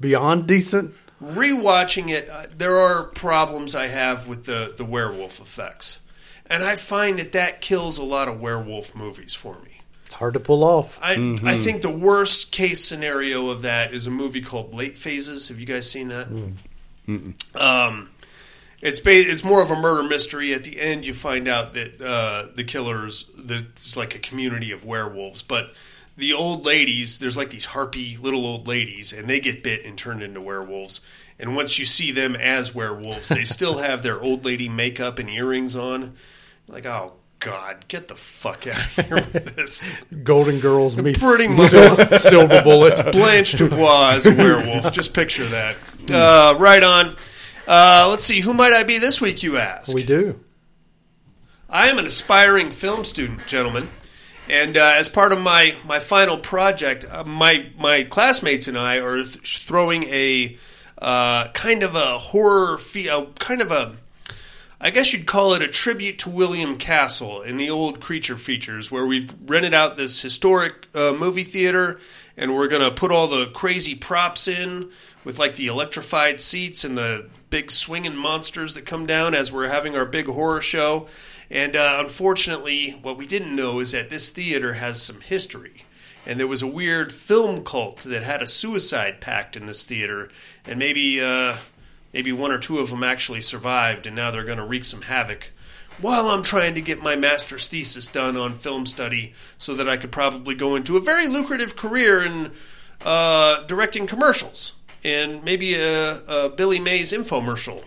[SPEAKER 1] beyond decent.
[SPEAKER 3] rewatching it, uh, there are problems I have with the, the werewolf effects. And I find that that kills a lot of werewolf movies for me.
[SPEAKER 1] It's hard to pull off.
[SPEAKER 3] I, I think the worst case scenario of that is a movie called Late Phases. Have you guys seen that? Um, it's ba- it's more of a murder mystery. At the end, you find out that uh, the killers there's like a community of werewolves, but the old ladies there's like these harpy little old ladies, and they get bit and turned into werewolves. And once you see them as werewolves, they still have their old lady makeup and earrings on. Like, oh god, get the fuck out of here with this.
[SPEAKER 1] Golden Girls meets
[SPEAKER 3] Pretty much
[SPEAKER 1] Sil- Silver Bullet.
[SPEAKER 3] Blanche Dubois is a werewolf. Just picture that. Uh, right on. Uh, let's see. Who might I be this week? You ask.
[SPEAKER 1] We do.
[SPEAKER 3] I am an aspiring film student, gentlemen, and uh, as part of my, my final project, uh, my my classmates and I are th- throwing a uh, kind of a horror, fe- a kind of a, I guess you'd call it a tribute to William Castle and the old creature features, where we've rented out this historic uh, movie theater, and we're gonna put all the crazy props in with like the electrified seats and the big swinging monsters that come down as we're having our big horror show. And uh, unfortunately, what we didn't know is that this theater has some history. And there was a weird film cult that had a suicide pact in this theater, and maybe uh, maybe one or two of them actually survived, and now they're going to wreak some havoc. While I'm trying to get my master's thesis done on film study, so that I could probably go into a very lucrative career in uh, directing commercials and maybe a, a Billy Mays infomercial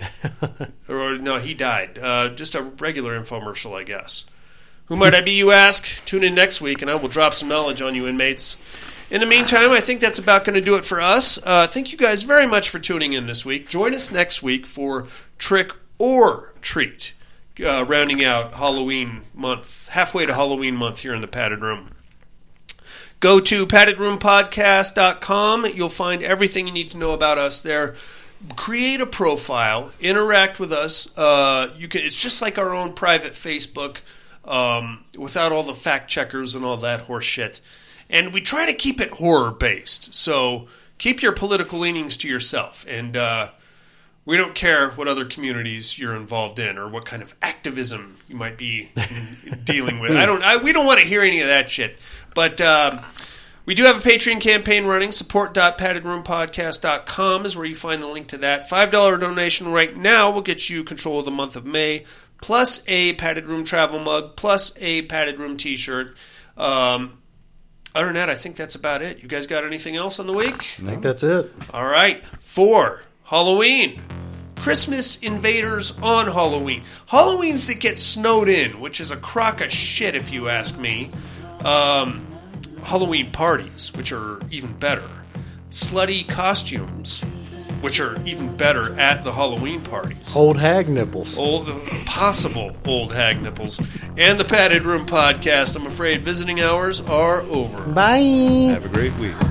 [SPEAKER 3] or no, he died. Uh, just a regular infomercial, I guess. Who might I be, you ask? Tune in next week, and I will drop some knowledge on you, inmates. In the meantime, I think that's about going to do it for us. Uh, thank you guys very much for tuning in this week. Join us next week for Trick or Treat, uh, rounding out Halloween month, halfway to Halloween month here in the padded room. Go to paddedroompodcast.com. You'll find everything you need to know about us there. Create a profile, interact with us. Uh, you can. It's just like our own private Facebook, um, without all the fact checkers and all that horse shit. And we try to keep it horror based, so keep your political leanings to yourself. And uh, we don't care what other communities you're involved in or what kind of activism you might be dealing with. I don't. I, we don't want to hear any of that shit. But um, we do have a Patreon campaign running. Support.paddedroompodcast.com is where you find the link to that. Five dollar donation right now will get you control of the month of May, plus a padded room travel mug, plus a padded room T-shirt. Um, other than that, I think that's about it. You guys got anything else on the week?
[SPEAKER 1] I think that's it.
[SPEAKER 3] All right. Four, Halloween. Christmas invaders on Halloween. Halloween's that get snowed in, which is a crock of shit if you ask me. um, Halloween parties, which are even better, slutty costumes, which are even better at the Halloween parties.
[SPEAKER 1] Old hag nipples.
[SPEAKER 3] Old, possible old hag nipples. And the Padded Room podcast. I'm afraid visiting hours are over.
[SPEAKER 1] Bye.
[SPEAKER 4] Have a great week.